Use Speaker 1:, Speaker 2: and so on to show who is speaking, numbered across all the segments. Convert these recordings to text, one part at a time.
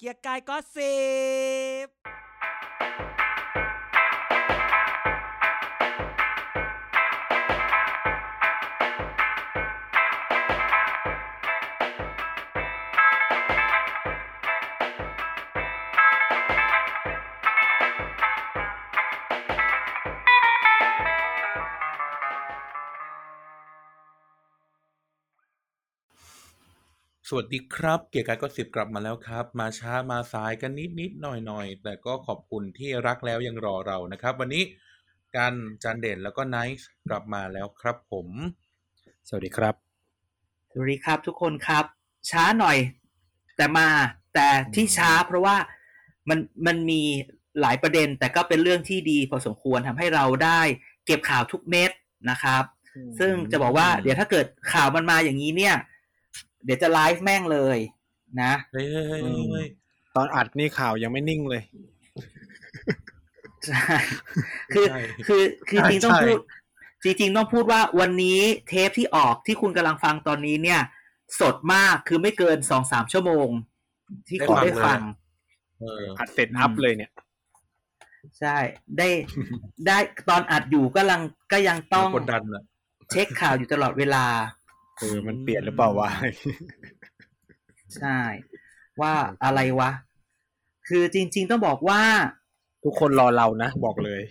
Speaker 1: กียร์กายก็สิบ
Speaker 2: สวัสดีครับ เกียร์กายก็สิบกลับมาแล้วครับ มาช้ามาสายกันนิดนิดหน่อยหน่อยแต่ก็ขอบคุณที่รักแล้วยังรอเรานะครับ วันนี้กันจันเด่นแล้วก็ไนท์กลับมาแล้วครับผม
Speaker 3: สวัสดีครับ
Speaker 4: สวัสดีครับทุกคนครับ ช้าหน่อย แต่มาแต่ที่ช้าเพราะว่ามันมันมีหลายประเด็นแต่ก็เป็นเรื่องที่ดีพอสมควรทำให้เราได้เก็บข่าวทุกเม็ดนะครับ ซึ่งจะบอกว่าเดี๋ยวถ้าเกิดข่าวมันมาอย่างนี้เนี่ย เดี๋ยวจะไลฟ์แม่งเลยนะ
Speaker 2: เฮ้ยเฮ้ยเฮ้ยเฮ้ยเฮ้ย
Speaker 3: ตอนอัดนี่ข่าวยังไม่นิ่งเลย
Speaker 4: ใช่คือ
Speaker 2: ใช่
Speaker 4: คือคือจริงๆต้อง
Speaker 2: ใช่
Speaker 4: พูด จริงๆต้องพูดว่าวันนี้เทปที่ออกที่คุณกำลังฟังตอนนี้เนี่ย สดมากคือไม่เกินสองสามชั่วโมง ที่คุณได้ฟัง
Speaker 2: เออ
Speaker 3: อัดเสร็จอัพเลยเนี่ย
Speaker 4: ใช่ ได้ ได้ตอนอัดอยู่ก็ลังก็ยังต้อง
Speaker 2: กดดัน อะ
Speaker 4: เช็คข่าวอยู่ตลอดเวลา
Speaker 3: เออ มันเปลี่ยนหรือเปล่าวะ
Speaker 4: ใช่ ว่าอะไรวะ คือจริง ๆ ต้องบอก ว่า
Speaker 3: ทุกคนรอเรานะ บอกเลย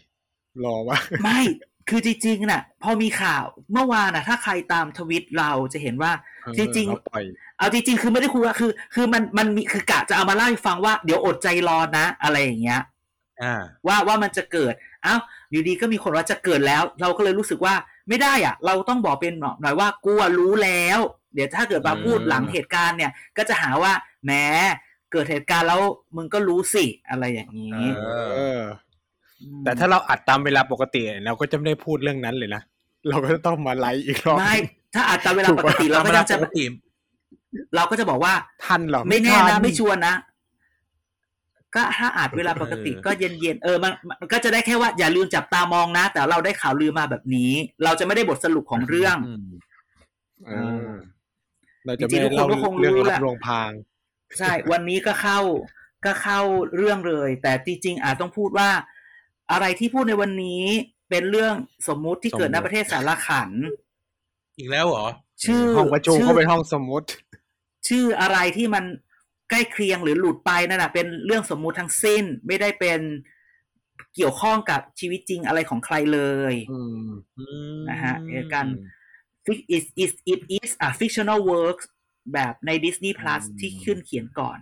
Speaker 3: รอว่า
Speaker 4: ไม่ คือจริงๆน่ะ พอมีข่าวเมื่อวานน่ะ ถ้าใครตามทวิตเราจะเห็นว่า จริง
Speaker 3: ๆปล่อย
Speaker 4: ๆ เอาจริง ๆ คือไม่ได้คุยว่าคือ คือมันมันมีคือกะจะเอามาเล่าให้ฟังว่าเดี๋ยวอดใจรอนะ อะไรอย่างเงี้ย
Speaker 2: อ่า
Speaker 4: ว่าว่ามันจะเกิด เอ้า อยู่ดีก็มีคนว่าจะเกิดแล้ว เราก็เลยรู้สึกว่าไม่ได้อะเราต้องบอกเป็นหน่อยว่ากูอะรู้แล้ว เดี๋ยวถ้าเกิดมา
Speaker 2: อืม
Speaker 4: พูดหลังเหตุการณ์เนี่ย ก็จะหาว่าแหมเกิดเหตุการณ์แล้วมึงก็รู้สิอะไรอย่างนี้
Speaker 2: เอ
Speaker 3: เอ
Speaker 2: อ
Speaker 3: อ แต่ถ้าเราอัดตามเวลาปกติเราก็จะไม่ได้พูดเรื่องนั้นเลยนะ เราก็ต้องมาไลฟ์อีกรอบ
Speaker 4: ไม่ ถ้าอาจตามเวลา
Speaker 3: ถูก
Speaker 4: ป
Speaker 3: ปะ
Speaker 4: กติเราก็ยังจะ
Speaker 2: ปกติ
Speaker 4: เราก็จะบอกว่า
Speaker 3: ทันเหรอ
Speaker 4: ไม่แน่
Speaker 3: ทั
Speaker 4: นะไม่ชวนนะ ก็ถ้าอาจเวลาปกติก็เย็นๆเออมันมันก็จะได้แค่ว่าอย่าลืมจับตามองนะ แต่เราได้ข่าวลือมาแบบนี้ เราจะไม่ได้บทสรุปของเรื่อง
Speaker 2: อืม
Speaker 3: เออเราจะไม่
Speaker 4: จริงๆทุกคน
Speaker 3: เล่า
Speaker 4: ก็คงรู้
Speaker 3: เรื่อง
Speaker 4: แห
Speaker 3: รั
Speaker 4: ละ
Speaker 3: บรองพาง
Speaker 4: ใช่ วันนี้ก็เข้าก็เข้าเรื่องเลย แต่จริงๆอาจต้องพูดว่า อะไรที่พูดในวันนี้เป็นเรื่องสมมุติที่เกิด
Speaker 3: สม
Speaker 4: ใน
Speaker 3: มุติ
Speaker 4: ประเทศสารขัน
Speaker 2: อีกแล้วเหรอ
Speaker 4: ชื่อ
Speaker 3: ห้องประชุม
Speaker 4: ชื่
Speaker 3: ก็เป็นห้องสมมติ
Speaker 4: ชื่ออะไรที่มันใกล้เคียงหรือหลุดไปนั่นแหะเป็นเรื่องสมมุติทั้งสิ้น ไม่ได้เป็นเกี่ยวข้องกับชีวิตจริงอะไรของใครเลย
Speaker 3: อืม
Speaker 2: อืม
Speaker 4: นะฮะเกี่ยวกัน ฟิก is is it is อ่ะ fictional works แบบใน Disney Plus ที่ขึ้นเขียนก่อน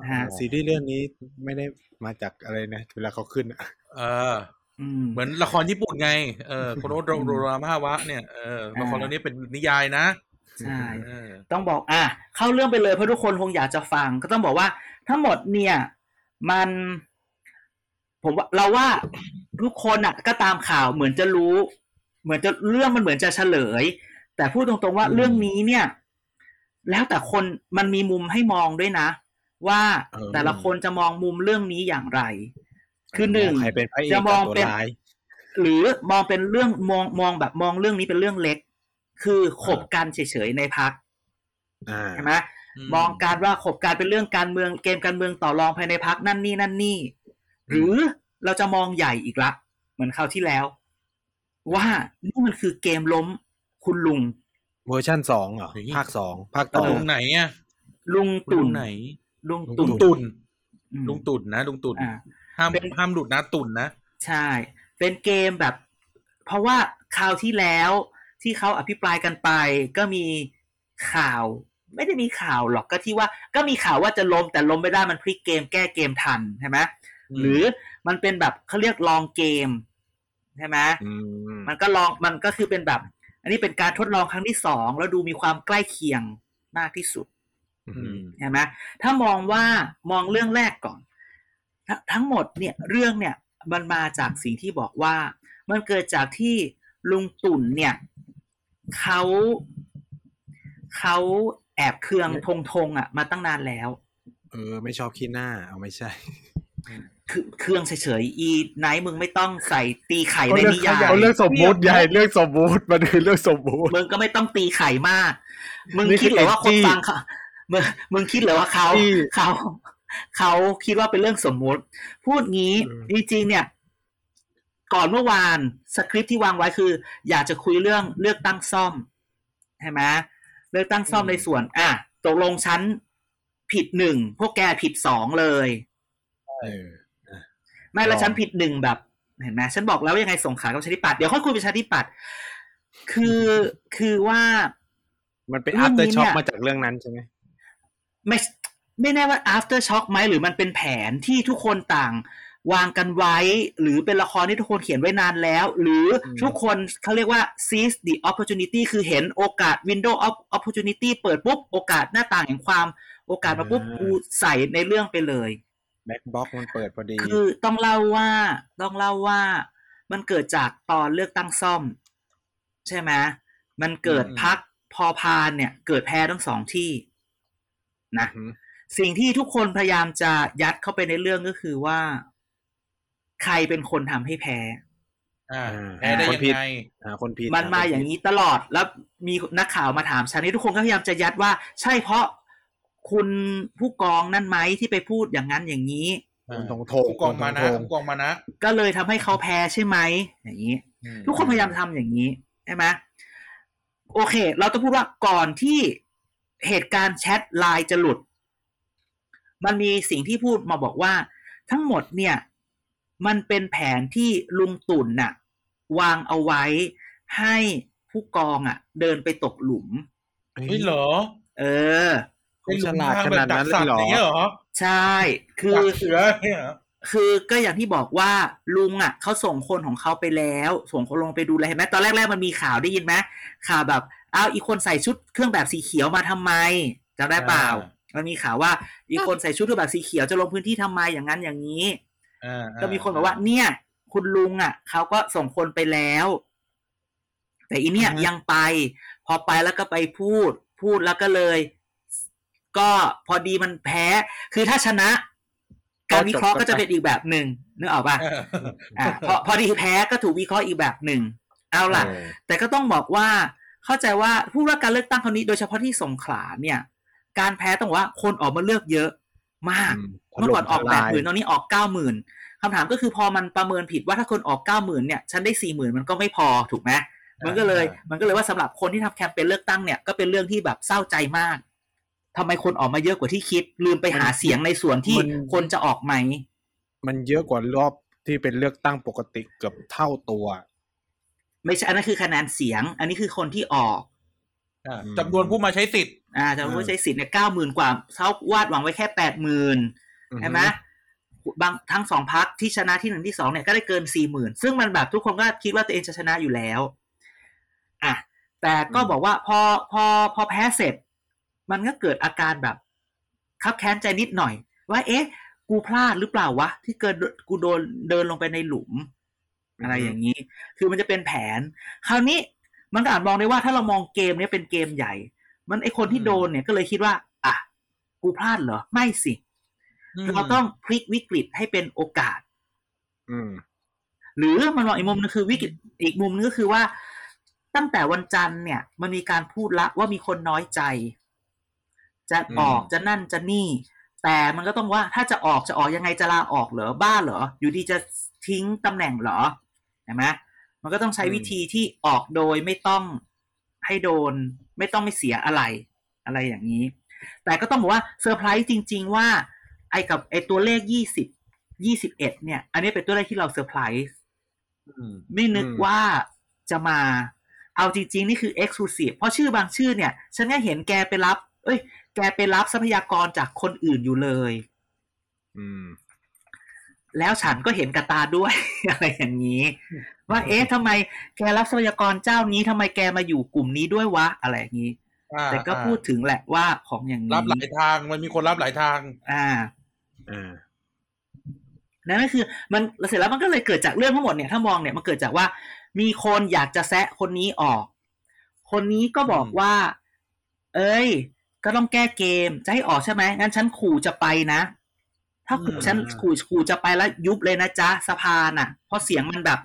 Speaker 4: นะฮะ
Speaker 3: ซีรีส์เรื่องนี้ไม่ได้มาจากอะไรนะ เวลาเขาขึ้นอะ
Speaker 2: เออ
Speaker 4: อืม
Speaker 2: เหมือนละครญี่ปุ่นไง เออโคโนโดโดรามาวะ เนี่ย เออ ละครเรื่องนี้เป็นนิยายนะ
Speaker 4: ใช่
Speaker 2: เออ
Speaker 4: ต้องบอกอ่ะเข้าเรื่องไปเลยเพราะทุกคนคงอยากจะฟัง ก็ต้องบอกว่าทั้งหมดเนี่ย มัน ผมว่าเราว่าทุกคนอ่ะ ก็ตามข่าวเหมือนจะรู้ เหมือนจะเรื่องมันเหมือนจะเฉลย แต่พูดตรงๆว่า
Speaker 2: อืม
Speaker 4: เรื่องนี้เนี่ย แล้วแต่คนมันมีมุมให้มองด้วยนะ ว่า
Speaker 3: เออ
Speaker 4: แต่ละคนจะมองมุมเรื่องนี้อย่างไร คือหนึ่ง
Speaker 3: ใครเป็นพระเอก
Speaker 4: จะ
Speaker 3: กับ
Speaker 4: มอง
Speaker 3: ตัว
Speaker 4: เป็น
Speaker 3: ร้าย
Speaker 4: หรือมองเป็นเรื่องมองมองแบบมองเรื่องนี้เป็นเรื่องเล็ก คือขบกันเฉยๆในพัก
Speaker 3: อ่า
Speaker 4: ใช่ไหม มองการว่าขบการเป็นเรื่องการเมืองเกมการเมืองต่อรองภายในพักนั่นนี่นั่นนี่ หรือเราจะมองใหญ่อีกละ เหมือนคราวที่แล้ว ว่านี่มันคือเกมล้มคุณลุง
Speaker 3: เวอร์ชั่นสองเหรอ
Speaker 2: เฮ้ย
Speaker 3: ภาคสองภาค
Speaker 2: ต
Speaker 3: ต่อ
Speaker 2: ลุงไหนอ่ะ
Speaker 4: ลุง
Speaker 2: ลุ
Speaker 4: ตุ่
Speaker 2: ง
Speaker 4: น
Speaker 2: ไหน
Speaker 4: ลุง
Speaker 2: ลุ
Speaker 4: ตุ่น
Speaker 2: งตุ่น
Speaker 4: อืม
Speaker 2: ลุงตุ่นนะ ลุงตุ่น
Speaker 4: อ่า
Speaker 2: ห้าม
Speaker 4: เป็น
Speaker 2: ห้ามหลุดนะตุ่นนะ
Speaker 4: ใช่ เป็นเกมแบบ เพราะว่าคราวที่แล้วที่เขาอภิปรายกันไป ก็มีข่าว ไม่ได้มีข่าวหรอกก็ที่ว่า ก็มีข่าวว่าจะล้มแต่ล้มไม่ได้มันพลิกเกมแก้เกมทันใช่ไหม หรือมันเป็นแบบเขาเรียกลองเกมใช่ไหม
Speaker 3: อืม
Speaker 4: มันก็ลองมันก็คือเป็นแบบ อันนี้เป็นการทดลองครั้งที่สองแล้วดูมีความใกล้เคียงมากที่สุด
Speaker 2: อืม
Speaker 4: ใช่ไหมถ้ามองว่ามองเรื่องแรกก่อนทัทั้งหมดเนี่ยเรื่องเนี่ยมันมาจากสิ่งที่บอกว่า มันเกิดจากที่ลุงตุ่นเนี่ยเขาเขาแอบเคืองทงทงๆอ่ะมาตั้งนานแล้ว
Speaker 3: เออ ไม่ชอบขี้หน้า เอาไม่ใช่
Speaker 4: คือเครื่องเฉยๆ อีไนท์มึงไม่ต้องใส่ตีไข่
Speaker 3: เขา
Speaker 4: ใน
Speaker 3: เรื่อง
Speaker 4: นิยาย
Speaker 3: เขาเรื่องสมมุติใหญ่เรื่องสมมุติมันคือเรื่องสมมุติ
Speaker 4: มึงก็ไม่ต้องตีไข่มาก มึง
Speaker 3: นี่คือ
Speaker 4: คิดเหรือว่าคน
Speaker 3: energy
Speaker 4: ฟังเขามึงมึงคิดเหรือว่าเขา
Speaker 3: ที่
Speaker 4: เขา เขาคิดว่าเป็นเรื่องสมมุติ พูดงี้
Speaker 3: อืม
Speaker 4: จริงๆเนี่ย ก่อนเมื่อวานสคริปต์ที่วางไว้คือ อยากจะคุยเรื่องเลือกตั้งซ่อมใช่ไหมเลือกตั้งซ่อม
Speaker 2: อืม
Speaker 4: ในส่วน อ่ะตกลงฉันผิดหนึ่งพวกแกผิดสองเลย
Speaker 3: เออ
Speaker 4: ไม่แล้ว
Speaker 3: ลอง
Speaker 4: ฉันผิดหนึ่งแบบ เห็นไหมฉันบอกแล้วว่ายังไงส่งขายกับประชาธิปัตย์เดี๋ยวค่อยคุยประชาธิปัตย์คือคือว่า
Speaker 3: มันเป็น
Speaker 4: เรื่อง
Speaker 3: after
Speaker 4: นี้
Speaker 3: shock
Speaker 4: เนี่ย
Speaker 3: มาจากเรื่องนั้นใช่ไหม
Speaker 4: ไม่ไม่แน่ว่า after shock ไหมหรือมันเป็นแผนที่ทุกคนต่างวางกันไว้ หรือเป็นละครที่ทุกคนเขียนไว้นานแล้ว หรืออ
Speaker 3: ม
Speaker 4: ทุกคนเขาเรียกว่า seize the opportunity คือเห็นโอกาส window of opportunity เปิดปุ๊บ โอกาสหน้าต่างแห่งความโอกาสมาปุ๊บกูใส่ในเรื่องไปเลย
Speaker 3: แบ็กบ็อกมันเปิดพอดี
Speaker 4: คือต้องเล่าว่าต้องเล่าว่ามันเกิดจากตอนเลือกตั้งซ่อม ใช่ไหมมันเกิด
Speaker 3: อืม
Speaker 4: พักพอพานเนี่ย เกิดแพ้ทั้งสองที่นะ
Speaker 3: หือ
Speaker 4: สิ่งที่ทุกคนพยายามจะยัดเข้าไปในเรื่องก็คือว่า ใครเป็นคนทำให้แพ้
Speaker 2: อ่าแพ้ได้ยังไง
Speaker 3: หาคนผิด
Speaker 4: มันมา
Speaker 3: หค
Speaker 4: อย่าง
Speaker 3: ผิด
Speaker 4: นี้ตลอดแล้วมีนักข่าวมาถามฉันนี่ทุกคนก็พยายามจะยัดว่า ใช่เพราะคุณผู้กองนั่นไหมที่ไปพูดอย่างนั้นอย่างนี้
Speaker 3: คุณทงทง
Speaker 2: ผู้กองมานะผู้กองมานะ
Speaker 4: ก็เลยทำให้เขาแพ้ใช่ไหมอย่างนี้ ทุกคนพยายามทำอย่างนี้ใช่ไหมโอเค เราต้องพูดว่าก่อนที่เหตุการณ์แชทไลน์จะหลุด มันมีสิ่งที่พูดมาบอกว่า ทั้งหมดเนี่ย มันเป็นแผนที่ลุงตุ่นน่ะ วางเอาไว้ให้ผู้กองอ่ะ เดินไปตกหลุม
Speaker 2: เฮ้ยเหรอ
Speaker 4: เออ
Speaker 3: คุณฉลาดขนาดนั้นเล
Speaker 2: ไอ้
Speaker 3: ย
Speaker 2: ลุงทางแบบดัก
Speaker 3: เหรอ
Speaker 2: สัตว์อย่างเงี้ยเหรอ
Speaker 4: ใช่ คือ
Speaker 2: ดักเสือเนี่ยเหรอ
Speaker 4: คือก็อย่างที่บอกว่าลุงอ่ะเขาส่งคนของเขาไปแล้ว ส่งคนลงไปดูแลเห็นไหมตอนแรกๆมันมีข่าวได้ยินไหมข่าวแบบอ้าวอีกคนใส่ชุดเครื่องแบบสีเขียวมาทำไมจำได้เปล่า
Speaker 2: อ่า
Speaker 4: มันมีข่าวว่าอีกคนใส่ชุดเครื่องแบบสีเขียวจะลงพื้นที่ทำไมอย่างนั้นอย่างนี้
Speaker 2: อ่า
Speaker 4: ก็มีคนบอกว่า เนี่ย คุณลุงอ่ะเขาก็ส่งคนไปแล้ว แต่อีเนี่ย
Speaker 3: อือฮะ
Speaker 4: ยังไป พอไปแล้วก็ไปพูด พูดแล้วก็เลย ก็พอดีมันแพ้ คือถ้าชนะ การวิเคราะห์ก็จะเป็นอีกแบบหนึ่งนึกออกป่ะ
Speaker 2: เออ
Speaker 4: อ่ะพอพอดีแพ้ก็ถูกวิเคราะห์อีกแบบหนึ่งเอาล่ะ
Speaker 3: เออ
Speaker 4: แต่ก็ต้องบอกว่าเข้าใจว่าผู้ว่าการเลือกตั้งคราวนี้โดยเฉพาะที่สงขลาเนี่ย การแพ้ต้องบอกว่าคนออกมาเลือกเยอะมาก เมื่อก่อนออกแปดหมื่นตอนนี้ออกเก้าหมื่นคำถามก็คือพอมันประเมินผิดว่าถ้าคนออกเก้าหมื่นเนี่ย ฉันได้สี่หมื่นมันก็ไม่พอถูกไหมมันก็เลย
Speaker 2: อ่า
Speaker 4: มันก็เลยว่าสำหรับคนที่ทำแคมเปญเลือกตั้งเนี่ยก็เป็นเรื่องที่แบบเศร้าใจมากทำไมคนออกมาเยอะกว่าที่คิด ลืมไปหาเสียงในส่วนที่
Speaker 3: มัน
Speaker 4: คนจะออกไหม
Speaker 3: มันเยอะกว่ารอบที่เป็นเลือกตั้งปกติเกือบเท่าตัว
Speaker 4: ไม่ใช่อันนั้นคือคะแนนเสียง อันนี้คือคนที่ออก
Speaker 2: อ่าจำนวนผู้มาใช้สิทธิ์
Speaker 4: อ่าแต่ผู้ใช้สิทธิ์เนี่ยเก้าหมื่นกว่าเขาวาดหวังไว้แค่แปดหมื่น ใช่ไหมบางทั้งสองพักที่ชนะที่หนึ่งที่สองเนี่ยก็ได้เกินสี่หมื่นซึ่งมันแบบทุกคนก็คิดว่าตัวเองจะชนะอยู่แล้วอ่ะแต่ก็
Speaker 3: อืม
Speaker 4: บอกว่าพอพอพอแพ้เสร็จ มันก็เกิดอาการแบบคับแค้นใจนิดหน่อย ว่าเอ๊ะ กูพลาดหรือเปล่าวะ ที่เกิดกูโดนเดินลงไปในหลุม อะไรอย่างนี้ คือมันจะเป็นแผน คราวนี้มันก็อาจมองได้ว่าถ้าเรามองเกมเนี้ยเป็นเกมใหญ่ มันไอคนที่
Speaker 2: อืม
Speaker 4: โดนเนี่ยก็เลยคิดว่า อ่ะ กูพลาดเหรอ ไม่สิ เราต้องพลิกวิกฤตให้เป็นโอกาส
Speaker 3: อืม
Speaker 4: หรือมันมองอีกมุมนึงคือวิกฤตอีกมุมนึงก็คือว่า ตั้งแต่วันจันทร์เนี่ย มันมีการพูดละว่ามีคนน้อยใจ จะออก
Speaker 3: อืม
Speaker 4: จะนั่นจะนี่ แต่มันก็ต้องว่าถ้าจะออกจะออกยังไงจะลาออกเหรอบ้าเหรอ อยู่ดีจะทิ้งตำแหน่งเหรอเห็นไหมมันก็ต้องใช้วิธีที่ออกโดยไม่ต้องให้โดน ไม่ต้องไม่เสียอะไร อะไรอย่างนี้ แต่ก็ต้องบอกว่าเซอร์ไพรส์จริง ๆ ว่า ไอ้กับไอ้ตัวเลขยี่สิบยี่สิบเอ็ดเนี่ย อันนี้เป็นตัวเลขที่เราเซอร์ไพรส์
Speaker 2: อืม
Speaker 4: ไม่นึก
Speaker 3: อืม
Speaker 4: ว่าจะมา เอาจริง ๆ นี่คือ Exclusive เพราะชื่อบางชื่อเนี่ย ฉันก็เห็นแกไปรับ เอ้ย แกไปรับทรัพยากรจากคนอื่นอยู่เลย
Speaker 3: อืม
Speaker 4: แล้วฉันก็เห็นกับตาด้วย อะไรอย่างนี้ ว่าเอ๊ะทำไมแกรับทรัพยากรเจ้านี้ทำไมแกมาอยู่กลุ่มนี้ด้วยวะ อะไรอย่างนี้
Speaker 2: อ่า
Speaker 4: แต่ก็
Speaker 2: อ่า
Speaker 4: พูดถึงแหละว่าของอย่างนี้
Speaker 2: รับหลายทางมันมีคนรับหลายทาง
Speaker 4: อ่า
Speaker 3: อ่า
Speaker 4: นั่นก็คือมันเสร็จแล้วมันก็เลยเกิดจากเรื่องทั้งหมดเนี่ยถ้ามองเนี่ยมันเกิดจากว่า มีคนอยากจะแซะคนนี้ออก คนนี้ก็บอก
Speaker 2: อืม
Speaker 4: ว่า เอ้ย ก็ต้องแก้เกมจะให้ออกใช่ไหมงั้นฉันขู่จะไปนะ ถ้าขู่
Speaker 3: อืม
Speaker 4: ฉันขู่ขู่จะไปแล้วยุบเลยนะจ๊ะสภาน่ะ เพราะเสียงมันแบบ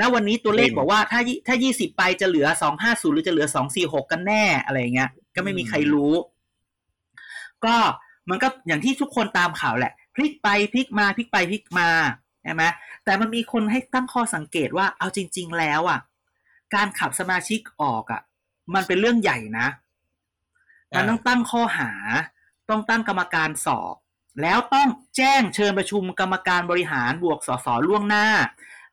Speaker 4: ณวันนี้ตัวเลข
Speaker 3: เต็ม
Speaker 4: บอกว่าถ้ายี่ถ้ายี่สิบไปจะเหลือสองห้าศูนย์หรือจะเหลือสองสี่หกกันแน่อะไรอย่างเงี้ย ก็ไม่มีใครรู้ ก็ มันก็อย่างที่ทุกคนตามข่าวแหละ พลิกไปพลิกมาพลิกไปพลิกมาใช่ไหมแต่มันมีคนให้ตั้งข้อสังเกตว่าเอาจริง ๆ แล้วอ่ะ การขับสมาชิกออกอ่ะ มันเป็นเรื่องใหญ่นะ มันต้องตั้งข้อหา ต้องตั้งกรรมการสอบ แล้วต้องแจ้งเชิญประชุมกรรมการบริหารบวกสสล่วงหน้า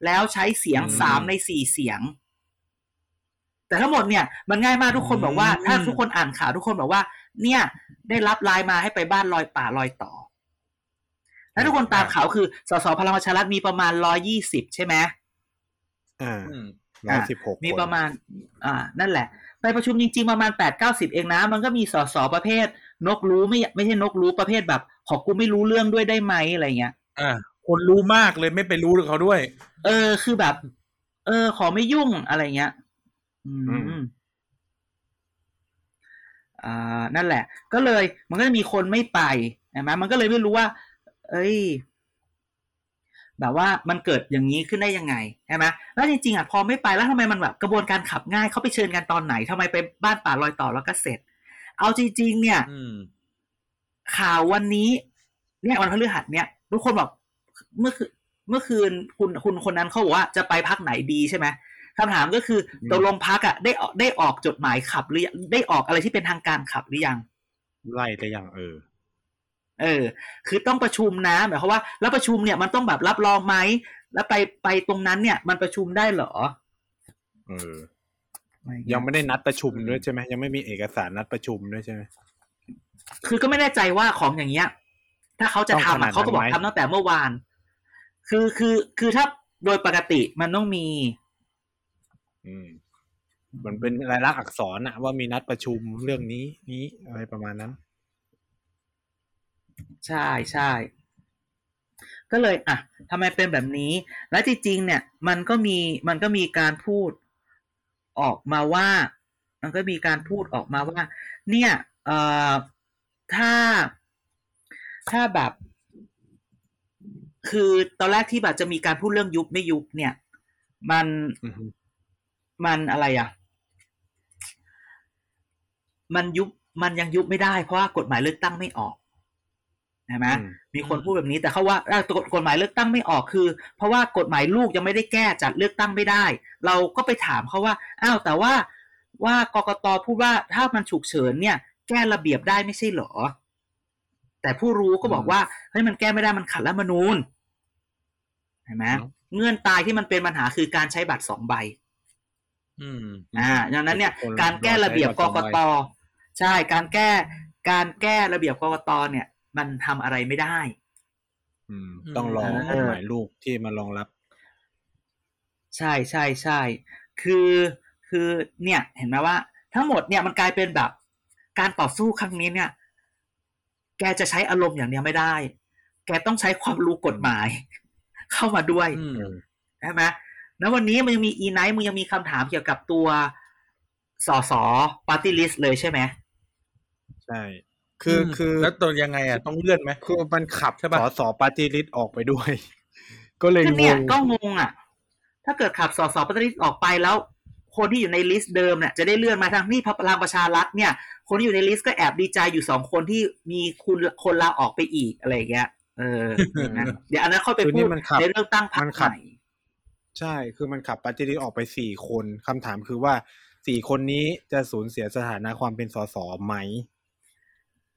Speaker 4: แล้วใช้เสียง
Speaker 2: อืม
Speaker 4: สามในสี่เสียง แต่ทั้งหมดเนี่ย มันง่ายมากทุกคน
Speaker 2: อืม
Speaker 4: บอกว่า ถ้าทุกคนอ่านข่าวทุกคนบอกว่า เนี่ย ได้รับไลน์มาให้ไปบ้านลอยป่าลอยต่อ แล้วทุกคนตามข่าวคือสสพลังประชารัฐมีประมาณร้อยี่สิบใช่ไหม
Speaker 3: อ่า
Speaker 2: อืม
Speaker 3: ร้อยสิบหก
Speaker 4: มีประมาณ อ่า นั่นแหละ ไปประชุมจริงๆ ประมาณแปดเก้าสิบเองนะ มันก็มีสสประเภท นกรู้ไม่ไม่ใช่นกรู้ประเภทแบบ ขอกูไม่รู้เรื่องด้วยได้ไหมอะไรเงี้ย
Speaker 2: อ่าคนรู้มากเลยไม่ไปรู้กับเขาด้วย
Speaker 4: เออ คือแบบ เออ ขอไม่ยุ่งอะไรเงี้ย อืม อ่า นั่นแหละ ก็เลย มันก็จะมีคนไม่ไปใช่ไหมมันก็เลยไม่รู้ว่า เอ้ย แบบว่ามันเกิดอย่างนี้ขึ้นได้ยังไงใช่ไหมแล้วจริงๆอ่ะพอไม่ไปแล้วทำไมมันแบบกระบวนการขับง่ายเขาไปเชิญกันตอนไหนทำไมไปบ้านป่าลอยต่อแล้วก็เสร็จ เอาจริงๆ เนี่ย
Speaker 2: อืม
Speaker 4: ข่าววันนี้ เนี่ยวันพฤหัสเนี่ยทุกคนบอกเมื่อคืนเมื่อคืนคุณคุณคนนั้นเขาบอกว่าจะไปพักไหนดีใช่ไหมคำถามก็คือ
Speaker 3: อืม
Speaker 4: ตกลงพักอ่ะได้ออกได้ออกจดหมายขับหรือยังได้ออกอะไรที่เป็นทางการขับหรือยัง
Speaker 3: ไล่แต่อย่างเออ
Speaker 4: เออ คือต้องประชุมนะหมายความว่า แล้วประชุมเนี่ยมันต้องแบบรับรองไหมแล้วไปไปตรงนั้นเนี่ยมันประชุมได้เหรอ
Speaker 3: เออ
Speaker 4: อะไรเ
Speaker 3: ยังไม่ได้นัดประชุม
Speaker 2: อืม
Speaker 3: ด้วยใช่ไหมยังไม่มีเอกสารนัดประชุมด้วยใช่ไหม
Speaker 4: คือก็ไม่แน่ใจว่าของอย่างเงี้ย ถ้าเขาจะ
Speaker 3: ต้องข
Speaker 4: ทำ
Speaker 3: นาดนั้
Speaker 4: อะ
Speaker 3: น
Speaker 4: เขาก็บอก
Speaker 3: ไหม
Speaker 4: ทำตั้งแต่เมื่อวาน คือคือคือถ้าโดยปกติมันต้องมี
Speaker 3: อืมมันเป็นรายลักษณ์อักษรนะว่ามีนัดประชุมเรื่องนี้นี้อะไรประมาณนั้น
Speaker 4: ใช่ใช่ ก็เลย อ่ะทำไมเป็นแบบนี้ และจริงๆเนี่ย มันก็มีมันก็มีการพูดออกมาว่า มันก็มีการพูดออกมาว่า เนี่ย เอ่อถ้าถ้าแบบ คือตอนแรกที่แบบจะมีการพูดเรื่องยุบไม่ยุบเนี่ย มัน
Speaker 3: อือฮึ
Speaker 4: มันอะไรอ่ะ มันยุบมันยังยุบไม่ได้เพราะว่ากฎหมายเลือกตั้งไม่ออกใช่ไหม
Speaker 3: อืม
Speaker 4: มีคนพูดแบบนี้แต่เขาว่าเอ้ากฎกฎหมายเลือกตั้งไม่ออกคือ เพราะว่ากฎหมายลูกยังไม่ได้แก้จัดเลือกตั้งไม่ได้ เราก็ไปถามเขาว่าอ้าวแต่ว่าว่ากกตพูดว่าถ้ามันฉุกเฉินเนี่ย แก้ระเบียบได้ไม่ใช่เหรอ แต่ผู้รู้ก็บอกว่าเฮ้ยมันแก้ไม่ได้มันขัดรัฐธรรมนูญเห็นไหม
Speaker 3: ครับ
Speaker 4: เงื่อนตายที่มันเป็นปัญหาคือการใช้บัตรสองใบ
Speaker 2: อืม
Speaker 4: อ่าดังนั้นเนี่ย
Speaker 3: คน
Speaker 4: การแก้ระเบียบ
Speaker 3: ใช้
Speaker 4: ก
Speaker 3: บั
Speaker 4: ก
Speaker 3: ตรสอง
Speaker 4: ต
Speaker 3: ใบ
Speaker 4: ใช่การแก้การแก้ระเบียบกกตเนี่ย มันทำอะไรไม่ได้
Speaker 3: อืม
Speaker 2: อืม
Speaker 3: ต้องรอ
Speaker 4: เออ
Speaker 3: กฎหมายลูกที่มารองรับ
Speaker 4: ใช่ใช่ใช่ คือคือเนี่ย เห็นไหมว่า ทั้งหมดเนี่ยมันกลายเป็นแบบการต่อสู้ครั้งนี้เนี่ย แกจะใช้อารมณ์อย่างเดียวไม่ได้ แกต้องใช้ความรู้กฎหมาย เข้ามาด้วย
Speaker 2: อืม
Speaker 4: ใช่ไหมแล้ววันนี้มันยังมีอีไนท์มันยังมีคำถามเกี่ยวกับตัวสสปาร์ตี้ลิสต์เลยใช่ไหม
Speaker 3: ใช่ คืออ
Speaker 2: ม
Speaker 3: คือ
Speaker 2: แล้วตัวยังไงอ่ะต้องเลื่อนไหม
Speaker 3: คือมันขับ
Speaker 2: ใช่ปะ
Speaker 3: สสปาร์ตี้ลิสต์ออกไปด้วย ก็เลย
Speaker 4: ก็
Speaker 3: ง
Speaker 4: เนี่ย
Speaker 3: ง
Speaker 4: ก็งงอ่ะ ถ้าเกิดขับสสปฏิริษีออกไปแล้ว คนที่อยู่ในลิสต์เดิมเนี่ยจะได้เลื่อนมาทางนี่พลังประชารัฐเนี่ย คนที่อยู่ในลิสต์ก็แอบดีใจอยู่สองคนที่มีคุณคนลาออกไปอีกอะไรอย่างเงี้ย เออ
Speaker 3: เออ
Speaker 4: นะเดี๋ยวอันนั้นค่อยไป
Speaker 3: คือ
Speaker 4: พู
Speaker 3: นี่
Speaker 4: ด
Speaker 3: มันขับ
Speaker 4: ในเรื่องตั้งพรร
Speaker 3: มั
Speaker 4: คน
Speaker 3: ขั
Speaker 4: ให
Speaker 3: บ
Speaker 4: ม่
Speaker 3: ใช่ คือมันขับปาร์ตี้ลิสต์ออกไปสี่คนคำถามคือว่าสี่คนนี้จะสูญเสียสถานะความเป็นสสไหม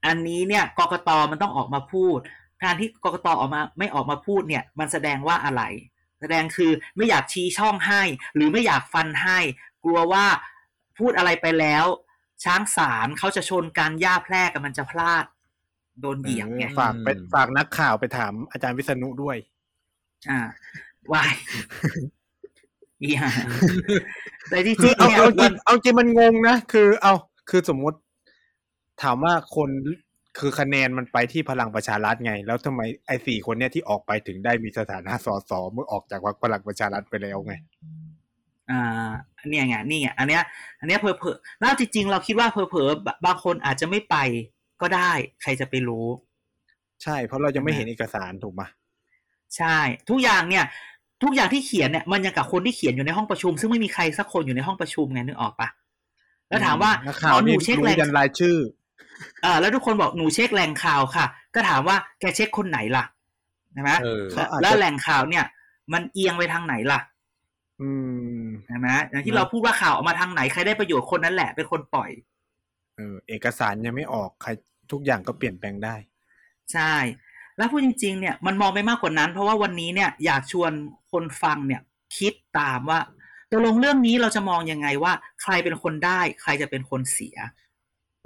Speaker 4: อันนี้เนี่ยกกตมันต้องออกมาพูด การที่กกตออกมาไม่ออกมาพูดเนี่ย มันแสดงว่าอะไร แสดงคือไม่อยากชี้ช่องให้ หรือไม่อยากฟันให้ กลัวว่าพูดอะไรไปแล้ว ช้างสารเขาจะชนกันหญ้าแพร่กันมันจะพลาด โดนเหยียบไง
Speaker 3: ฝากไป
Speaker 2: อืม
Speaker 3: ฝากนักข่าวไปถามอาจารย์วิษณุด้วย
Speaker 4: อ่า วายอีห่าแต่จริงๆเนี่ย
Speaker 3: เอาจริงเอาจริงมันงงนะ คือเอาคือสมมติ ถามว่าคนคือคะแนนมันไปที่พลังประชารัฐไง แล้วทำไมไอ้สี่คนเนี่ยที่ออกไปถึงได้มีสถานะสสเมื่อออกจากพลังประชารัฐไปแล้วไง
Speaker 4: อ่าเนี่ยไงนี่ไงอันเนี้ย อันเนี้ยเผลอๆแล้วจริงๆเราคิดว่าเผลอๆบางคนอาจจะไม่ไปก็ได้ ใครจะไปรู้
Speaker 3: ใช่เพราะเรายังไม่เห็นเอกสารถูกไหม
Speaker 4: ใช่ ทุกอย่างเนี่ย ทุกอย่างที่เขียนเนี่ยมันยังกับคนที่เขียนอยู่ในห้องประชุม ซึ่งไม่มีใครสักคนอยู่ในห้องประชุมไงนึกออกปะแล้วถามว่า
Speaker 3: นัก
Speaker 4: หม
Speaker 3: ข่าว
Speaker 4: อห
Speaker 3: นี่
Speaker 4: นูเช็คแห
Speaker 3: รู้
Speaker 4: ล่ง
Speaker 3: ยันรายชื่อ
Speaker 4: อ่าแล้วทุกคนบอกหนูเช็คแหล่งข่าวค่ะ ก็ถามว่าแกเช็คคนไหนล่ะใช่ไหม
Speaker 2: เออ
Speaker 3: เขาอาจจะ
Speaker 4: แล้วแหล่งข่าวเนี่ย มันเอียงไปทางไหนล่ะ
Speaker 3: อืม
Speaker 4: ใช่ไหมอย่างที่เราพูดว่าข่าวออกมาทางไหนใครได้ประโยชน์คนนั้นแหละเป็นคนปล่อย
Speaker 3: เออเอกสารยังไม่ออกใครทุกอย่างก็เปลี่ยนแปลงได้
Speaker 4: ใช่ แล้วพูดจริงๆ เนี่ยมันมองไปมากกว่านั้น เพราะว่าวันนี้เนี่ยอยากชวนคนฟังเนี่ยคิดตามว่าตกลงเรื่องนี้เราจะมองยังไงว่า ใครเป็นคนได้ ใครจะเป็นคนเสีย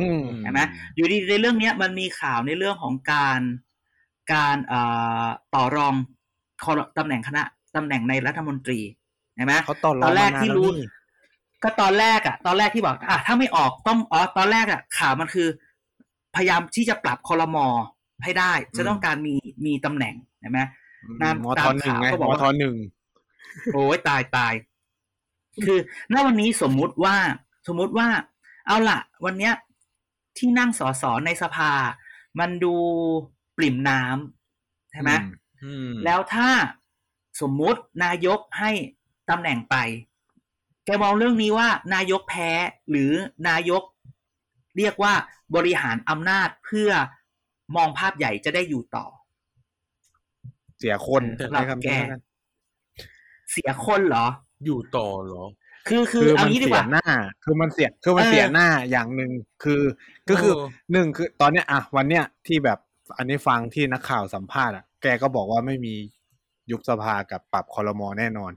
Speaker 3: อืม
Speaker 4: ใช่ไหม อยู่ดีๆในเรื่องเนี้ยมันมีข่าวในเรื่องของการการเอ่อต่อรองคอรตำแหน่งคณะตำแหน่งในรัฐมนตรีใช่ไหม
Speaker 3: เขาต่อ
Speaker 4: ต
Speaker 3: ง
Speaker 4: อนแรก
Speaker 3: มาา
Speaker 4: ที่รู้
Speaker 3: แล้วนี่
Speaker 4: ก็ตอนแรกอะตอนแรกที่บอกอ่ะถ้าไม่ออกต้องอ๋อตอนแรกอะข่าวมันคือ พยายามที่จะปรับคอรมอให้ได้ จะต้องการมีมีตำแหน่งใช่ไหม ตาม
Speaker 3: หมอ
Speaker 4: ตา
Speaker 3: ทอ
Speaker 4: ม
Speaker 3: หนึ่ง
Speaker 4: ข่าว
Speaker 3: ไง
Speaker 4: ก็บอก
Speaker 3: หมอ
Speaker 4: ว่า
Speaker 3: ทอหนึ่ง
Speaker 4: โอ้ยตายตาย คือณวันนี้สมมุติว่าสมมุติว่า เอาล่ะ วันเนี้ย ที่นั่งสอสอในสภา มันดูปริ่มน้ำใช่ไหม
Speaker 3: อื
Speaker 2: อืม
Speaker 4: แล้วถ้าสมมุตินายกให้ตำแหน่งไป แกมองเรื่องนี้ว่า นายกแพ้หรือนายก เรียกว่าบริหารอำนาจเพื่อมองภาพใหญ่จะได้อยู่ต่อ
Speaker 3: เสียคน
Speaker 4: เออ
Speaker 3: ใช้คำ
Speaker 4: แก่
Speaker 3: นี้แล้วกัน
Speaker 4: เสียคนเหรอ
Speaker 2: อยู่ต่อเหรอ
Speaker 4: คือคือ
Speaker 3: คือ
Speaker 4: เอา
Speaker 3: มัน
Speaker 4: งี้ดี
Speaker 3: เสี
Speaker 4: ก
Speaker 3: ย
Speaker 4: ว่า
Speaker 3: หน้า คือมันเสียคือมัน
Speaker 4: เออ
Speaker 3: เสียหน้าอย่างหนึ่งคือ ก็คือ
Speaker 2: เออ
Speaker 3: หนึ่งคือ ตอนเนี้ยอ่ะวันเนี้ยที่แบบอันนี้ฟังที่นักข่าวสัมภาษณ์อ่ะแกก็บอกว่าไม่มียุบสภากับปรับคอรมอแน่นอน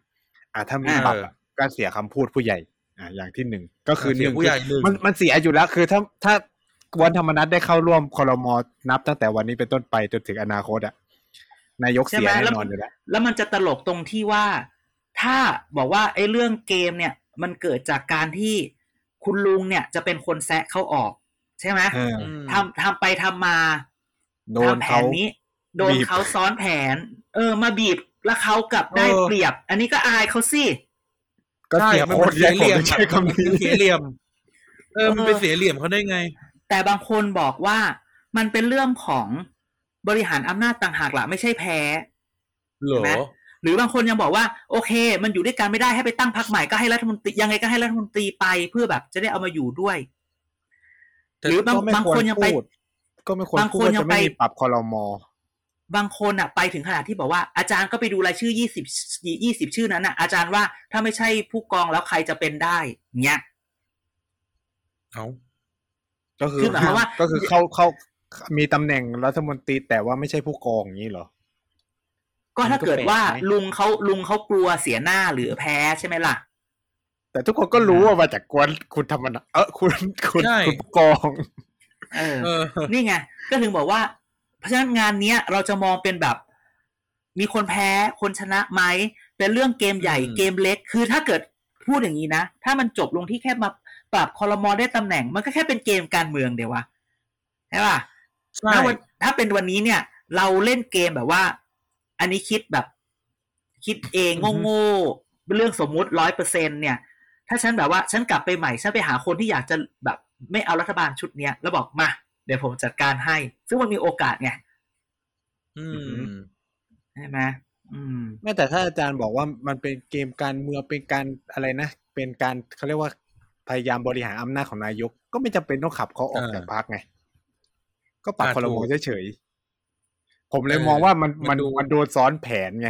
Speaker 3: อ่ะถ้ามี
Speaker 4: เออ
Speaker 3: ปรับอ่ะก็เสียคำพูดผู้ใหญ่อ่ะอย่างที่หนึ่งก็คือห
Speaker 2: เสีย
Speaker 3: นึ่ง
Speaker 2: ผู้
Speaker 3: คือ
Speaker 2: ใหญ่หนึ่ง
Speaker 3: มันมันเสียอยู่แล้วคือถ้าถ้าวันธรรมนัตได้เข้าร่วมคอรมอนับตั้งแต่วันนี้เป็นต้นไปจนถึงอนาคตอะนายกเสีย
Speaker 4: ใช่ไหม
Speaker 3: แน่นอนอยู่แล้ว
Speaker 4: แล้วมันจะตลกตรงที่ว่าถ้าบอกว่าไอ้เรื่องเกมเนี่ย มันเกิดจากการที่คุณลุงเนี่ยจะเป็นคนแซะเขาออก ใช่ไหม
Speaker 3: เออ
Speaker 2: อืม
Speaker 4: ทำทำไปทำมา
Speaker 3: โดน
Speaker 4: ทำแผ
Speaker 3: เขา
Speaker 4: นนี้ โดน
Speaker 3: บีบ
Speaker 4: เขาซ้อนแผน เออ มาบีบแล้วเขากลับได้
Speaker 3: เออ
Speaker 4: เปรียบ อันนี้ก็อายเขาสิ
Speaker 3: ก็เสีย
Speaker 2: ใช่
Speaker 3: โคตร
Speaker 2: มัน
Speaker 3: ใหญ่
Speaker 2: เสียเห
Speaker 3: ผ
Speaker 2: ลี่ย
Speaker 3: ม
Speaker 2: ม
Speaker 3: ใช้คำนี้
Speaker 2: มันเสียเหลี่ยม เออ มันไป
Speaker 4: เออ
Speaker 2: เสียเหลี่ยมเขาได้ไง
Speaker 4: แต่บางคนบอกว่ามันเป็นเรื่องของบริหารอำนาจต่างหากละไม่ใช่แพ้
Speaker 2: เหรอ
Speaker 4: เห็นไหม หรือบางคนยังบอกว่า โอเค มันอยู่ด้วยกันไม่ได้ให้ไปตั้งพักใหม่ก็ให้รัฐมนตรียังไงก็ให้รัฐมนตรีไปเพื่อแบบจะได้เอามาอยู่ด้วย
Speaker 2: แต่
Speaker 4: หรือบาง
Speaker 3: ก็ไม่
Speaker 4: บาง
Speaker 3: คว
Speaker 4: ค
Speaker 3: ร
Speaker 4: นยังไป
Speaker 3: พูดก็ไม่ควร
Speaker 4: บาง
Speaker 3: พู
Speaker 4: ค
Speaker 3: ด
Speaker 4: น
Speaker 3: ว่า
Speaker 4: ยัง
Speaker 3: จะไม่
Speaker 4: ไป
Speaker 3: มีปรับคอรมอบ
Speaker 4: างคนอ่ะไปถึงขนาดที่บอกว่าอาจารย์ก็ไปดูรายชื่อยี่สิบยี่สิบชื่อนั้นน่ะอาจารย์ว่าถ้าไม่ใช่ผู้กองแล้วใครจะเป็นได้เนี้ย
Speaker 2: เอา
Speaker 3: ก็คือ
Speaker 4: คือหมายความว่า
Speaker 3: ก็คือเข้าเข้ามีตำแหน่งรัฐมนตรีแต่ว่าไม่ใช่ผู้กองอย่างนี้เหรอ
Speaker 4: ก็ถ้าเกิดว่า
Speaker 3: มันก็แปลกไหม
Speaker 4: ลุงเขาลุงเขากลัวเสียหน้าหรือแพ้ใช่ไหมล่ะ
Speaker 3: แต่ทุกคนก็รู้ว่ามาจากกวนคุณธรรมนัตเออคุณคุณ
Speaker 2: ใช่
Speaker 3: คุณผู้กอง
Speaker 4: เออ
Speaker 2: เออ
Speaker 4: นี่ไงก็ถึงบอกว่า เพราะฉะนั้นงานเนี้ยเราจะมองเป็นแบบ มีคนแพ้คนชนะไหมเป็นเรื่องเกมใหญ่
Speaker 2: อืม
Speaker 4: เกมเล็ก คือถ้าเกิดพูดอย่างนี้นะ ถ้ามันจบลงที่แค่มาปรับคอรมอได้ตำแหน่ง มันก็แค่เป็นเกมการเมืองเดียววะใช่ป่ะ
Speaker 2: ใช่
Speaker 4: ถ้าวันถ้าเป็นวันนี้เนี่ย เราเล่นเกมแบบว่า อันนี้คิดแบบ คิดเองโง่ๆเรื่องสมมุติร้อยเปอร์เซ็นเนี่ย ถ้าฉันแบบว่า ฉันกลับไปใหม่ ฉันไปหาคนที่อยากจะแบบ ไม่เอารัฐบาลชุดเนี้ย แล้วบอกมา เดี๋ยวผมจัดการให้ ซึ่งมันมีโอกาสไง
Speaker 2: อืม
Speaker 4: ใช่ไหมอืม
Speaker 3: แม้แต่ถ้าอาจารย์บอกว่ามันเป็นเกมการเมืองเป็นการอะไรนะ เป็นการเขาเรียกว่าพยายามบริหารอำนาจของนายก ก็ไม่จำเป็นต้องขับเขาออก
Speaker 2: อ่า
Speaker 3: จากพรรคไง ก็ปรับ
Speaker 2: อ่า
Speaker 3: คอรมอ
Speaker 2: ถูก
Speaker 3: เฉยๆผมเลย
Speaker 2: เออ
Speaker 3: มองว่ามัน
Speaker 2: มั
Speaker 3: มัน น
Speaker 2: ดู
Speaker 3: มันโดนซ้อนแผนไง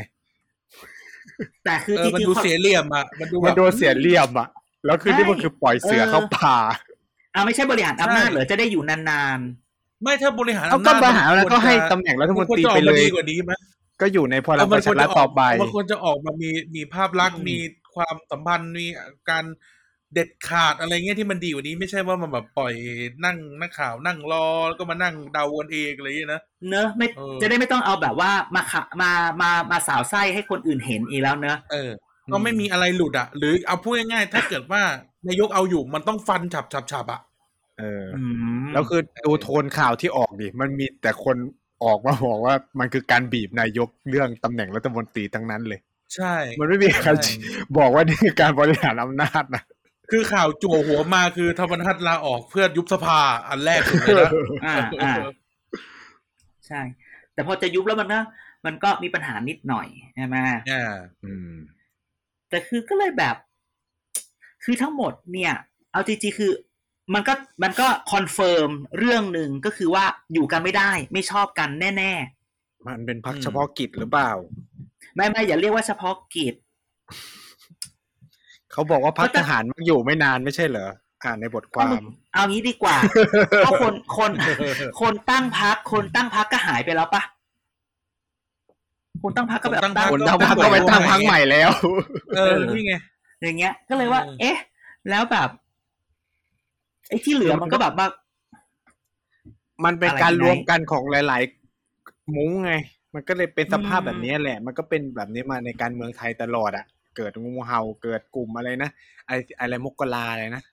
Speaker 4: แต่คือ
Speaker 2: เอ
Speaker 4: จ
Speaker 2: อ มัน
Speaker 4: ริง
Speaker 2: ดู
Speaker 4: ๆพอ
Speaker 2: เสียเหลี่ยมอ่ะ มันดู
Speaker 3: มั
Speaker 2: แบ
Speaker 3: น
Speaker 2: บ
Speaker 3: โดนเสียเหลี่ยมอะแล้วคือนี่มันคือปล่อยเสือ
Speaker 4: เออ
Speaker 3: เข้าป่า
Speaker 4: อ่าไม่ใช่บริหารอำนาจ
Speaker 2: ใช่
Speaker 4: เหรอจะได้อยู่นาน
Speaker 2: ไม่ถ้าบริหาร
Speaker 3: เขา
Speaker 2: อำ
Speaker 3: ก็
Speaker 2: นาจ
Speaker 3: มาหาแล้ว
Speaker 2: มัน
Speaker 3: ก็ให้
Speaker 2: ควจะ
Speaker 3: ตำแหน่งรัฐมนตรี
Speaker 2: ควจะอ
Speaker 3: ไป
Speaker 2: อก
Speaker 3: เล
Speaker 2: มาย ดีกว่านี้ไหม
Speaker 3: ก็อยู่ในพลัง
Speaker 2: เออ
Speaker 3: ป
Speaker 2: มั
Speaker 3: ระ
Speaker 2: คว
Speaker 3: ชาร รั
Speaker 2: จะ
Speaker 3: ฐ
Speaker 2: ออก
Speaker 3: ต่อไป
Speaker 2: มันควรจะออกมามีมีภาพลักษณ์มีความสัมพันธ์มีการเด็ดขาดอะไรเงี้ยที่มันดีกว่านี้ ไม่ใช่ว่ามันแบบปล่อยนั่งนักข่าวนั่งรอแล้วก็มานั่งเดากันเองอะไรอย่างเงี้ยนะ
Speaker 4: ๆเนอะไม่
Speaker 2: เออ
Speaker 4: จะได้ไม่ต้องเอาแบบว่ามาขะมามามาสาวไส้ให้คนอื่นเห็นอีกแล้วเนอะ
Speaker 2: เออ ก็ไม่มีอะไรหลุดอ่ะ หรือเอาพูดง่ายๆ ถ้าเกิดว่านายกเอาอยู่มันต้องฟันฉับฉับฉับอ่ะ
Speaker 3: เออ
Speaker 4: อืม
Speaker 3: แล้วคือดูโทนข่าวที่ออกดิ มันมีแต่คนออกมาบอกว่ามันคือการบีบนายกเรื่องตำแหน่งรัฐมนตรีทั้งนั้นเลย
Speaker 2: ใช่
Speaker 3: มันไม่มีใคร
Speaker 2: ใช่
Speaker 3: บอกว่านี่คือการบริหารอำนาจนะ
Speaker 2: คือข่าวจั่วหัวมาคือธรรมนัฐลาออกเพื่อยุบสภาอันแรกเลยนะ
Speaker 4: อ่าอ่าใช่ แต่พอจะยุบแล้วมันก็มันก็มีปัญหานิดหน่อยใช่ไหม
Speaker 2: เนี่ย
Speaker 4: แต่คือก็เลยแบบ คือทั้งหมดเนี่ย เอาจริงๆคือ มันก็มันก็คอนเฟิร์มเรื่องหนึ่งก็คือว่าอยู่กันไม่ได้ ไม่ชอบกันแน่
Speaker 3: มันเป็นพัก
Speaker 2: อืม
Speaker 3: เฉพาะกิจหรือเปล่า
Speaker 4: ๆไม่ไม่อย่าเรียกว่าเฉพาะกิจ
Speaker 3: เขาบอกว่าพัก
Speaker 4: ก็จะ
Speaker 3: ทหารมันอยู่ไม่นานไม่ใช่เหรออ่านในบทความ
Speaker 4: เอางี้ดีกว่า ก็คนคน คนตั้งพักคนตั้งพักก็หายไปแล้วปะคนตั้งพักก็แบบ
Speaker 2: คนตั้งพรรก็
Speaker 3: คนตั้งพัก
Speaker 2: ตั้
Speaker 3: ก็
Speaker 2: ง
Speaker 3: ไป
Speaker 2: ตั้
Speaker 3: ตั้
Speaker 2: ง
Speaker 3: ง
Speaker 2: ไว้
Speaker 3: พักใหม่แล้ว
Speaker 2: เออนี่ไง
Speaker 4: อย่างเงี้ย ก็เลยว่า
Speaker 2: เออ
Speaker 4: เอ๊ะ แล้วแบบไอ้ที่เหลือมันก็แบบว่า
Speaker 3: มันเป็น
Speaker 4: อะไร
Speaker 3: การ
Speaker 4: ยังไง
Speaker 3: รวมกันของหลาย ๆ มุ้งไง มันก็เลยเป็นสภาพแบบนี้แหละ มันก็เป็นแบบนี้มาในการเมืองไทยตลอดอะเกิดงูเห่าเกิดกลุ่มอะไรนะไออะไรมกราอะไรนะ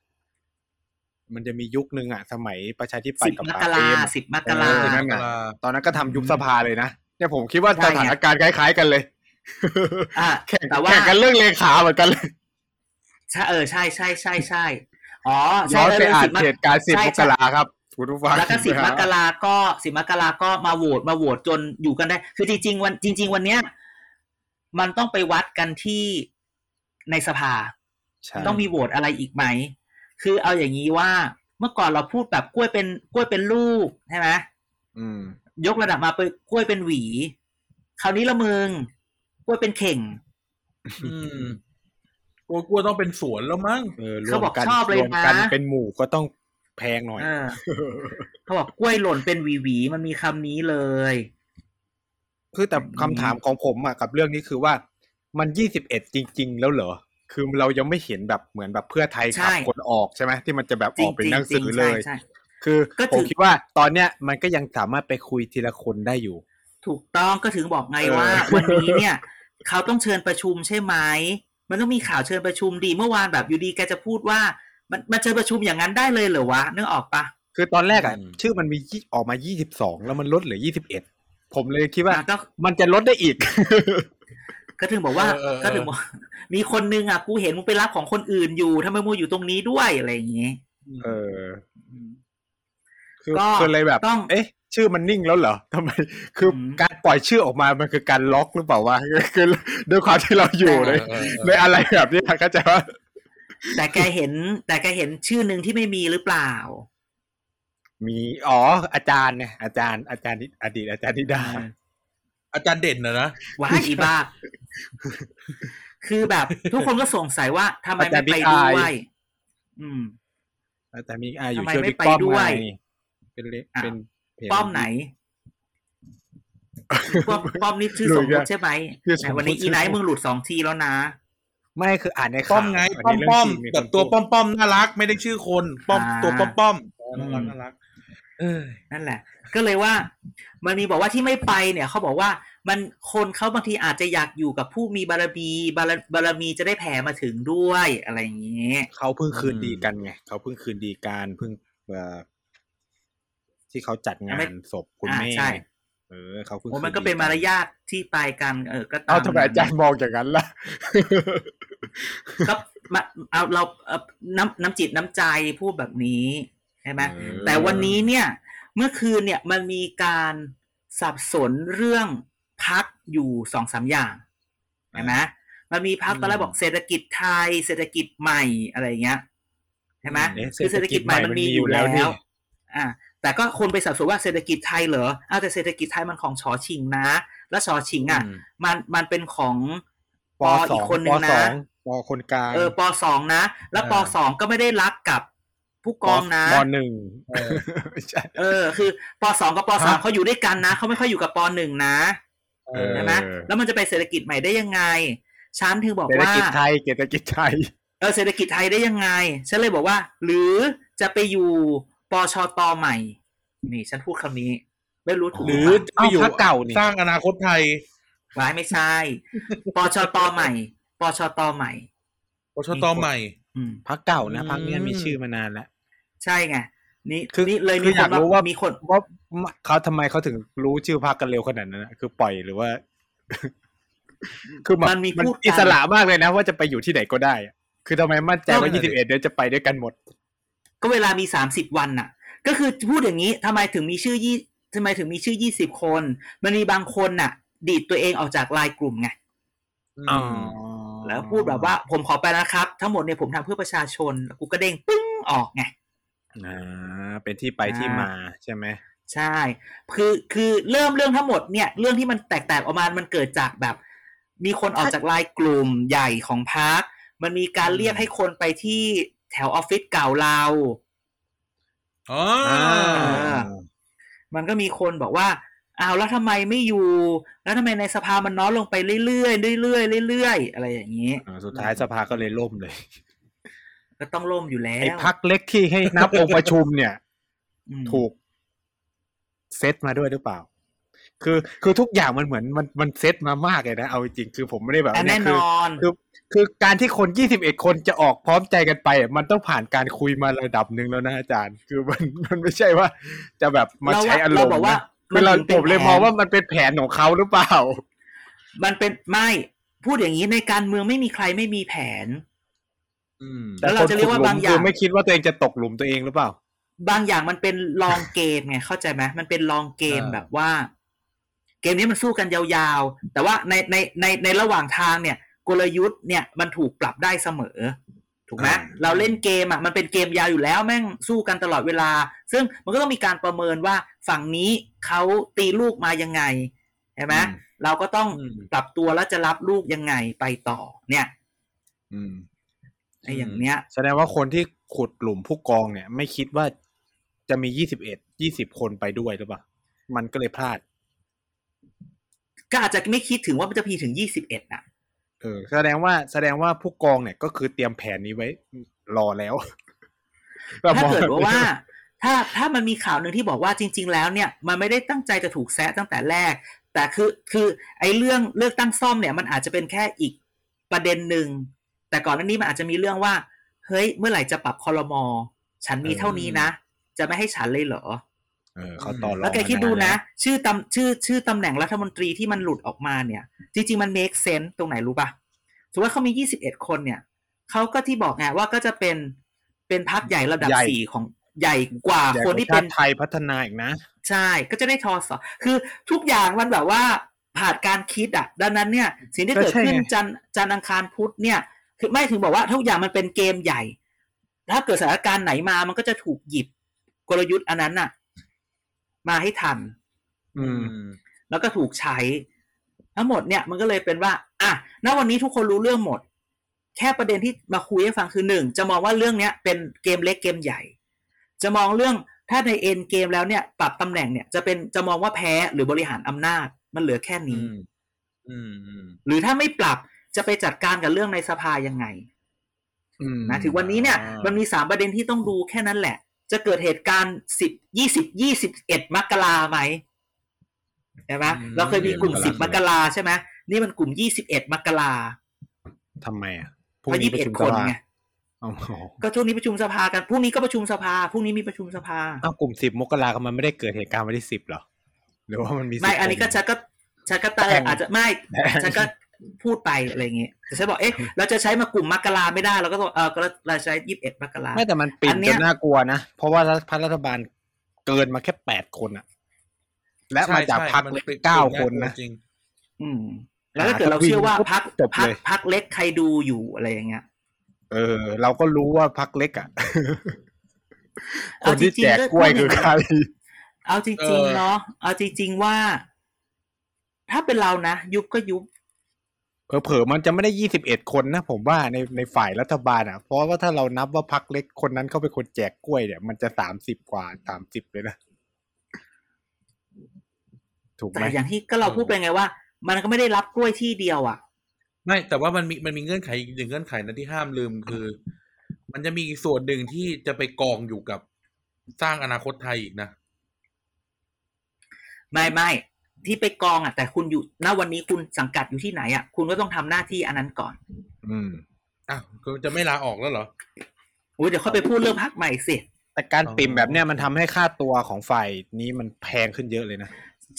Speaker 3: มันจะมียุคนึงอะสมัยประชาธิปัต
Speaker 4: สิบ
Speaker 3: ย์กับ
Speaker 4: ม
Speaker 3: ป่าก เปร
Speaker 4: ราม สิบมกรา
Speaker 3: เออนั่น
Speaker 2: กลา
Speaker 3: ตอนนั้นก็ทำยุบสภาเลยนะเนี่ยผมคิดว่า
Speaker 4: ใช่
Speaker 3: ส
Speaker 4: ไง
Speaker 3: ถานการณ์คล้าย ๆ กันเลย
Speaker 4: อ่ะ
Speaker 3: แข่ง
Speaker 4: แต่ว่า
Speaker 3: แข่งกันเรื่องเลขาเหมือนกันเลย
Speaker 4: ใช่เออใช่ใช่ใช่ใช่อ๋อ
Speaker 3: ย้
Speaker 4: ใช่
Speaker 3: อน
Speaker 4: เออ
Speaker 3: ไป
Speaker 4: เป็น
Speaker 3: อ่า
Speaker 4: สิ
Speaker 3: น
Speaker 4: บมกรา
Speaker 3: เหตุการณ์สิบ
Speaker 4: ใช่
Speaker 3: ม
Speaker 4: ใช่
Speaker 3: กราครับคุณผู้ฟัง
Speaker 4: แล้วก็สิบมก
Speaker 3: นะฮะ
Speaker 4: ราก็สิบมกราก็มาโหวตมาโหวตจนอยู่กันได้ คือจริง ๆ วันจริง ๆ วันเนี้ยมันต้องไปวัดกันที่ในสภา
Speaker 3: ใช่
Speaker 4: ต้องมีโหวตอะไรอีกไหม คือเอาอย่างนี้ว่าเมื่อก่อนเราพูดแบบกล้วยเป็นกล้วยเป็นลูกใช่ไหม
Speaker 3: อืม
Speaker 4: ยกระดับมาเป็นกล้วยเป็นหวี คราวนี้ละมึงกล้วยเป็นเข่ง
Speaker 2: อืมกลัวกลัวต้องเป็นสวนแล้วมั้ง
Speaker 3: เออรว
Speaker 4: เขา
Speaker 3: ม
Speaker 4: บอก
Speaker 3: กัน
Speaker 4: ชอบเลย
Speaker 3: รวมกัน
Speaker 4: นะ
Speaker 3: เป็นหมู่ก็ต้องแพงหน่อย
Speaker 4: เออเขาบอกกล้วยหล่นเป็นหวีหวีมันมีคำนี้เลย
Speaker 3: คือแต่คำถามของผมอะกับเรื่องนี้คือว่ามันยี่สิบเอ็ดจริง ๆ แล้วเหรอ คือเรายังไม่เห็นแบบเหมือนแบบเพื่อไทยขับ
Speaker 4: ใช่
Speaker 3: คนออกใช่ไหมที่มันจะแบบ
Speaker 4: จ
Speaker 3: อ
Speaker 4: ริ
Speaker 3: อง กเป็น
Speaker 4: จริง
Speaker 3: หนัง
Speaker 4: จริ
Speaker 3: สื
Speaker 4: ง
Speaker 3: อเล
Speaker 4: ใช่
Speaker 3: ย
Speaker 4: ใช่
Speaker 3: คือ
Speaker 4: ก็
Speaker 3: ผม
Speaker 4: ถือ
Speaker 3: คิดว่าตอนเนี้ยมันก็ยังสามารถไปคุยทีละคนได้อยู่
Speaker 4: ถูกต้องก็ถึงบอกไง
Speaker 3: เออ
Speaker 4: ว่า วันนี้เนี่ย เขาต้องเชิญประชุมใช่ไหมมันต้องมีข่าวเชิญประชุมดีเมื่อวานแบบอยู่ดีแกจะพูดว่า มันมันเชิญประชุมอย่างนั้นได้เลยเหรอวะนึกออกปะ
Speaker 3: คือตอนแรกอะ
Speaker 2: อืม
Speaker 3: ชื่อมันมียี่ออกมายี่สิบสองแล้วมันลดเหลือยี่สิบเอ็ดผมเลยคิดว่า
Speaker 4: อ่ะก็
Speaker 3: มันจะลดได้อีก
Speaker 4: ก็ถึงบอกว่า
Speaker 2: เออเออเออ
Speaker 4: ก็ถึงบอกมีคนนึงอ่ะกูเห็นมึงไปรับของคนอื่นอยู่ทำไมมึงอยู่ตรงนี้ด้วยอะไรอย่างเงี้ย
Speaker 3: เออ คือ
Speaker 4: ก็
Speaker 3: คือเลยแบบ
Speaker 4: ต้อง
Speaker 3: เอ๊ะ ชื่อมันนิ่งแล้วเหรอทำไม คืออ
Speaker 4: ม
Speaker 3: การปล่อยชื่อออกมามันคือการล็อกหรือเปล่าวะ คือด้วยความที่เราอยู่
Speaker 2: เอ
Speaker 3: ใน
Speaker 2: อเออเออ
Speaker 3: ในอะไรแบบนี้เข้าใจว่า
Speaker 4: แต่แกเห็น แต่แกเห็นชื่อหนึ่งที่ไม่มีหรือเปล่า
Speaker 3: มีอ๋ออาจารย์เนี่ยอาจารย์อาจารย์นิอดีตอาจารย์นิดา
Speaker 4: อืม
Speaker 2: อาจารย์เด่นนะนะ
Speaker 4: ว่าอี บ้า คือแบบทุกคนก็สงสัยว่าทำไม
Speaker 3: อาจา
Speaker 4: ไม่
Speaker 3: รย์
Speaker 4: ไป
Speaker 3: บิ๊กอาย
Speaker 4: ด้วย อืม
Speaker 3: อาจารย์มีอาอยู่
Speaker 4: ทำไม
Speaker 3: ช่วย
Speaker 4: ไม่
Speaker 3: บิ๊ก
Speaker 4: ไป
Speaker 3: ป้อม
Speaker 4: ด้วย
Speaker 3: ไงเป็นเล
Speaker 4: อ้าว
Speaker 3: เป็นเพจ
Speaker 4: ป้อมไหน ป้อมป้อมนี่ชื่อ
Speaker 3: หลุ
Speaker 4: ส
Speaker 3: ด
Speaker 4: มม
Speaker 3: อีกแล้ว
Speaker 4: ติใช่ไหม
Speaker 3: ชื่อสมมุติ
Speaker 4: แต่วันนี้อีไนท์มึงหลุดสองทีแล้วนะ
Speaker 3: ไม่คืออ่านในข่าว
Speaker 2: ป้อมไง ป้อม
Speaker 3: นนี้
Speaker 2: ป้อม
Speaker 3: เรื่งจริง
Speaker 2: แบบตัว
Speaker 3: คนพูด
Speaker 2: ป้อมป้อมน่ารัก ไม่ได้ชื่อคน ป้อม
Speaker 4: อ่า
Speaker 2: ตัวป้อมป้อมน่ารักน่ารัก เออ
Speaker 4: นั่นแหละ ก็เลยว่า มันมีบอกว่าที่ไม่ไปเนี่ยเขาบอกว่ามันคนเขาบางทีอาจจะอยากอยู่กับผู้มีบารมีบารบารมีจะได้แผ่มาถึงด้วยอะไรอย่างเงี้ย
Speaker 3: เขาเพิ่งคืน
Speaker 2: อืม
Speaker 3: ดีกันไงเขาเพิ่งคืนดีกันเพิ่งเอ่อที่เขาจัดงานศพคุณ
Speaker 4: อ่า
Speaker 3: แม่
Speaker 4: ใช่
Speaker 3: ไงเออเขาเพิ่ง
Speaker 4: โอ้มัน
Speaker 3: คื
Speaker 4: ก็เป็น
Speaker 3: ดี
Speaker 4: มารยาทที่ไปกันเออก็ตาม
Speaker 3: เอาทำไมอาจารย์มองอย่างนั้นล่ะ
Speaker 4: ก็มาเอาเราเอาน้ำน้ำจิตน้ำใจพูดแบบนี้ใช่ไหม
Speaker 3: เออ
Speaker 4: แต่วันนี้เนี่ย เมื่อคืนเนี่ยมันมีการสับสนเรื่องพักอยู่สองสามอย่าง ใช่ไหมมันมีพักตอนแรกบอกเศรษฐกิจไทย เศรษฐกิจใหม่อะไรอย่างเงี้ยใช่ไหม
Speaker 3: เอ๊ะ
Speaker 4: คือเศรษฐกิจใหม่มันมีอยู่แล้ว
Speaker 3: นี่
Speaker 4: อ่าแต่ก็คนไปสับสนว่าเศรษฐกิจไทยเหรออ้าวแต่เศรษฐกิจไทยมันของชอชิงนะ แล้วชอชิงอ่ะ
Speaker 2: อืม
Speaker 4: มันมันเป็นของ
Speaker 3: ป
Speaker 4: ปอ
Speaker 3: ส
Speaker 4: อี
Speaker 3: อก ง
Speaker 4: คนนึ
Speaker 3: ป
Speaker 4: ง
Speaker 3: สอ
Speaker 4: นะ
Speaker 3: งปคนกลาง
Speaker 4: เออปสองนะ แล้ว
Speaker 2: อ่า
Speaker 4: ปสองก็ไม่ได้รักกับผู้กองนะ
Speaker 3: ปหนึ่ง
Speaker 2: เออ
Speaker 3: ไม่ใช่
Speaker 4: เออ คือปสองกับปสาม
Speaker 2: ฮะ
Speaker 4: เขาอยู่ด้วยกันนะเขาไม่ค่อยอยู่กับปหนึ่งนะ
Speaker 2: เออ
Speaker 4: ใช่ไหมแล้วมันจะไปเศรษฐกิจใหม่ได้ยังไงฉันถึงบอก
Speaker 3: เศรษฐ
Speaker 4: ว่า
Speaker 3: กิจไทยเศรษฐกิจไทย
Speaker 4: เออเศรษฐกิจไทยได้ยังไง ฉันเลยบอกว่า หรือจะไปอยู่ปชตใหม่ นี่ฉันพูดคำนี้ ไม่รู้ถูก
Speaker 2: หรือจะไป
Speaker 3: เอ้า
Speaker 2: อยู่
Speaker 3: พรรคเก่านี่
Speaker 2: สร้างอนาคตไทย
Speaker 4: ร้ายไม่ใช่ ปชตใหม่ ปชตใหม่
Speaker 2: ปชตใหม่
Speaker 4: อืม
Speaker 3: พักเก่านะ
Speaker 2: อืม
Speaker 3: พักเนี้ยมีชื่อมานานแล้ว
Speaker 4: ใช่ไงนี่
Speaker 3: คือ
Speaker 4: นี่เลย
Speaker 3: คือ
Speaker 4: มี
Speaker 3: อ
Speaker 4: ค
Speaker 3: ยาก
Speaker 4: น
Speaker 3: รู้
Speaker 4: ว่า
Speaker 3: ว่า
Speaker 4: มีคน
Speaker 3: ว่าเขาทำไมเขาถึงรู้ชื่อพักกันเร็วขนาดนั้นนะคือปล่อยหรือว่า คือแบบ
Speaker 4: มันมี
Speaker 3: มัน
Speaker 4: พูดกัน
Speaker 3: อิสระมากเลยนะ ว่าจะไปอยู่ที่ไหนก็ได้อะคือทำไมมั่นใจว่า
Speaker 2: ก็นั่นน่ะดิ
Speaker 3: ยี่สิบเอ็ดเดี๋ยวจะไปด้วยกันหมด
Speaker 4: ก็เวลามีสามสิบวันน่ะ ก็คือพูดอย่างนี้ทำไมถึงมีชื่อยี่ทำไมถึงมีชื่อยี่สิบคน มันมีบางคนน่ะ ดีดตัวเองออกจากไลน์กลุ่มไง
Speaker 2: ม
Speaker 4: แล้วพูดแบบว่าผมขอไปนะครับ ทั้งหมดเนี่ยผมทำเพื่อประชาชนแล้วกูก็เด้งปึ้งออกไง
Speaker 3: อ่าเป็นที่ไปที่มาใช่ไหม
Speaker 4: ใช่ คือคือเริ่มเรื่องทั้งหมดเนี่ย เรื่องที่มันแตกๆออกมา มันเกิดจากแบบ มีคนออกจากไลน์กลุ่มใหญ่ของพัก มันมีการเรียกให้คนไปที่แถวออฟฟิศเก่าเรา
Speaker 2: อ๋อ
Speaker 3: อ่า
Speaker 4: มันก็มีคนบอกว่า อ้าวแล้วทำไมไม่อยู่ แล้วทำไมในสภามันน้อยลงไปเรื่อยๆเรื่อยๆเรื่อยๆอะไรอย่างนี้
Speaker 3: อ่าสุดท้ายสภาก็เลยล่มเลย
Speaker 4: ก็ต้องล่มอยู่แล้
Speaker 3: ไอ้
Speaker 4: ว
Speaker 3: พักเล็กที่ให้นับองค์ประชุมเนี่ย
Speaker 4: อืม
Speaker 3: ถูกเซตมาด้วยหรือเปล่า คือคือทุกอย่างมันเหมือนมันมันเซตมามากเลยนะ เอาจริงๆคือผมไม่ได้แบบ
Speaker 4: อันแน่น
Speaker 3: คื
Speaker 4: อน
Speaker 3: คือคือการที่คนยี่สิบเอ็ดคนจะออกพร้อมใจกันไปอ่ะมันต้องผ่านการคุยมาระดับหนึ่งแล้วนะอาจารย์ คือมันมันไม่ใช่ว่า จะแบบมาใช้อารม
Speaker 4: เร
Speaker 3: ณ์
Speaker 4: บอกว่า
Speaker 3: นะคือเรา
Speaker 4: นถึงป็
Speaker 3: ผ
Speaker 4: น
Speaker 3: มเลย
Speaker 4: แผน
Speaker 3: มองว่ามันเป็นแผนของเขาหรือเปล่า
Speaker 4: มันเป็นไม่พูดอย่างนี้ในการเมืองไม่มีใครไม่มีแผน
Speaker 2: อืม
Speaker 4: แล้วเราจะเรียกว่าบางอย่าง
Speaker 3: แต่คนขุดหลุมคือไม่คิดว่าตัวเองจะตกหลุมตัวเองหรือเปล่า
Speaker 4: บางอย่างมันเป็นลองเกมไงเข้าใจไหมมันเป็นลองเกมแบบว่า เกมนี้มันสู้กันยาวๆ แต่ว่าในในในในระหว่างทางเนี่ย กลยุทธ์เนี่ยมันถูกปรับได้เสมอ ถูกไหม
Speaker 2: อ่า
Speaker 4: เราเล่นเกมอ่ะมันเป็นเกมยาวอยู่แล้วแม่งสู้กันตลอดเวลา ซึ่งมันก็ต้องมีการประเมินว่าฝั่งนี้เขาตีลูกมายังไงใช่ไหม
Speaker 3: อืม
Speaker 4: เราก็ต้อง
Speaker 2: อืม
Speaker 4: ปรับตัวแล้วจะรับลูกยังไงไปต่อ เนี่ย
Speaker 3: อืม
Speaker 4: ไอ้อย่างเนี้ย
Speaker 3: แสดงว่าคนที่ขุดหลุมผู้กองเนี่ย ไม่คิดว่าจะมียี่สิบเอ็ดยี่สิบคนไปด้วยหรือเปล่า มันก็เลยพลาด
Speaker 4: ก็อาจจะไม่คิดถึงว่ามันจะพีถึงยี่สิบเอ็ดน่ะ
Speaker 3: เออ แสดงว่าแสดงว่าผู้กองเนี่ยก็คือเตรียมแผนนี้ไว้รอแล้ว
Speaker 4: ถ้าเกิดว่าว่า ถ้าถ้ามันมีข่าวหนึ่งที่บอกว่าจริง ๆ แล้วเนี่ย มันไม่ได้ตั้งใจจะถูกแซะตั้งแต่แรก แต่คือคือไอ้เรื่องเลือกตั้งซ่อมเนี่ย มันอาจจะเป็นแค่อีกประเด็นหนึ่ง แต่ก่อนหน้านี้มันอาจจะมีเรื่องว่า เฮ้ย เมื่อไหร่จะปรับคอรมอ ฉันมีเท่านี้นะ จะไม่ให้ฉันเลยเหรอ
Speaker 3: เออเขาต่อรอง
Speaker 4: แล้วแกคิดดูนะ
Speaker 3: มาา
Speaker 4: ชื่อตำชื่อชื่อตำแหน่งรัฐมนตรีที่มันหลุดออกมาเนี่ย จริง ๆ มัน make sense ตรงไหนรู้ปะ่ะสมมติว่าเขามี 21 คนเนี่ย เขาก็ที่บอกไงว่าก็จะเป็นเป็นพักใหญ่ระดับสี่ของใหญ่กว่า
Speaker 3: แล้ว
Speaker 4: คนที่เป็น
Speaker 3: ใหญ่กว่าชาติไทยพัฒนาอีกนะ
Speaker 4: ใช่ ก็จะได้ทอสอคือทุกอย่างมันแบบว่าผ่านการคิดอ่ะ ดังนั้นเนี่ย สิ่งที่เกิด
Speaker 3: ก็ใช่ไง
Speaker 4: ขึ้นจันทร์จันทร์อังคารพุธเนี่ย คือไม่ถึงบอกว่าทุกอย่างมันเป็นเกมใหญ่ ถ้าเกิดสถานการณ์ไหนมา มันก็จะถูกหยิบกลยุทธ์อันนั้นน่ะ มาให้ทัน
Speaker 3: อืม
Speaker 4: แล้วก็ถูกใช้ ทั้งหมดเนี่ยมันก็เลยเป็นว่า อ่ะณวันนี้ทุกคนรู้เรื่องหมด แค่ประเด็นที่มาคุยให้ฟังคือหนึ่งจะมองว่าเรื่องเนี้ยเป็นเกมเล็กเกมใหญ่ จะมองเรื่องถ้าในเอ็นเกมแล้วเนี่ยปรับตำแหน่งเนี่ยจะเป็นจะมองว่าแพ้หรือบริหารอำนาจมันเหลือแค่
Speaker 2: อื
Speaker 4: นี้
Speaker 2: มอืมอืม
Speaker 4: หรือถ้าไม่ปรับจะไปจัดการกับเรื่องในสภายังไง
Speaker 3: อืม
Speaker 4: นะถึงวันนี้เนี่ย
Speaker 2: อ่ามั
Speaker 4: มันมีสามประเด็นที่ต้องดูแค่นั้นแหละ จะเกิดเหตุการณ์สิบยี่สิบยี่สิบเอ็ดมกราไหมใช่ไหมเราเคยมีกลุ่มสิบมกราใช่ไหมนี่มันกลุ่มยี่สิบเอ็ดมกรา
Speaker 3: ทำไมอ่ะพ
Speaker 4: เพ
Speaker 3: รุ่ง
Speaker 4: ราะ
Speaker 3: นี้
Speaker 4: ยี่
Speaker 3: ป
Speaker 4: สิบ
Speaker 3: ระ
Speaker 4: เอ็
Speaker 3: ชุ
Speaker 4: ดคน
Speaker 3: มสภา
Speaker 4: ไง
Speaker 3: อ๋อ
Speaker 4: ก็ช่วงนี้ประชุมสภากันพรุ่งนี้ก็ประชุมสภาพรุ่งนี้มีประชุมสภา
Speaker 3: เอ้ากลุ่มสิบมกราคมมันไม่ได้เกิดเหตุการณ์วันที่สิบหรอหรือว่ามันมี10
Speaker 4: ไม่อันนี้ก็
Speaker 3: ค
Speaker 4: ฉันก็ฉันก็ตา
Speaker 3: แพง
Speaker 4: อาจจะไม่
Speaker 3: แพง
Speaker 4: ฉันก็พูดไปอะไรอย่างเงี้ยแต่ฉันบอก เอ๊ะเราจะใช้มากลุ่มมกราไม่ได้เราก็ต้องเออก็เราใช้ยี่สิบเอ็ดมกรา
Speaker 3: ไม่แต่มันปิด
Speaker 4: อันเนี้
Speaker 3: จ
Speaker 4: ย
Speaker 3: นน่ากลัวนะ เพราะว่าพักรัฐบาลเกินมาแค่แปดคนอะและ
Speaker 2: ใช่
Speaker 3: มาจาก
Speaker 2: ใช่
Speaker 3: พัก
Speaker 2: มัน
Speaker 3: เล็ก
Speaker 2: ป็น
Speaker 3: เก้า
Speaker 2: ป็
Speaker 3: คน
Speaker 2: กลัว
Speaker 3: นะ
Speaker 2: จริง
Speaker 4: อืม แล้วถ้าเกิดเราเชื่อว่าพัก
Speaker 3: จบ
Speaker 4: พัก
Speaker 3: เลย
Speaker 4: พักเล็กใครดูอยู่อะไรอย่างเงี้ย
Speaker 3: เออ เราก็รู้ว่าพักเล็กอะค
Speaker 4: เอา
Speaker 3: นที่
Speaker 4: จริงๆ
Speaker 3: แจก
Speaker 4: ก็
Speaker 3: กล้วย
Speaker 4: ก็
Speaker 3: คือ
Speaker 4: เนี่ย
Speaker 3: ใคร
Speaker 4: เอาจ
Speaker 2: เอ
Speaker 4: ริง
Speaker 2: อ
Speaker 4: ๆเนาะเอาจริงๆว่า ถ้าเป็นเรานะ ยุบก็ยุบ
Speaker 3: เผลอๆมันจะไม่ได้ยี่สิบเอ็ดคนนะผมว่าในในฝ่ายรัฐบาลอะเพราะว่าถ้าเรานับว่าพักเล็กคนนั้นเขาเป็นคนแจกกล้วยเนี่ย มันจะสามสิบกว่าสามสิบเลยนะถูกไห
Speaker 4: แต่
Speaker 3: ม
Speaker 4: อย่างที่ก็เราพูดไปไงว่า มันก็ไม่ได้รับกล้วยที่เดียวอ่ะ
Speaker 2: ไม่แต่ว่ามันมีมันมีเงื่อนไขอีกหนึ่งเงื่อนไขนะที่ห้ามลืมคือ มันจะมีส่วนหนึ่งที่จะไปกองอยู่กับสร้างอนาคตไทยอีกนะ
Speaker 4: ไม่ไม่ที่ไปกองอ่ะ แต่คุณอยู่ณวันนี้คุณสังกัดอยู่ที่ไหนอ่ะคุณก็ต้องทำหน้าที่อันนั้นก่อน
Speaker 3: อืม
Speaker 2: อ้าวก็จะไม่ลาออกแล้วเหรอ
Speaker 4: โอ้ยเดี๋ยวค่อยไปพูดเรื่องพักใหม่สิ
Speaker 3: แต่การ
Speaker 2: อ๋อ
Speaker 3: ปิ่มแบบเนี้ยมันทำให้ค่าตัวของฝ่ายนี้มันแพงขึ้นเยอะเลยนะ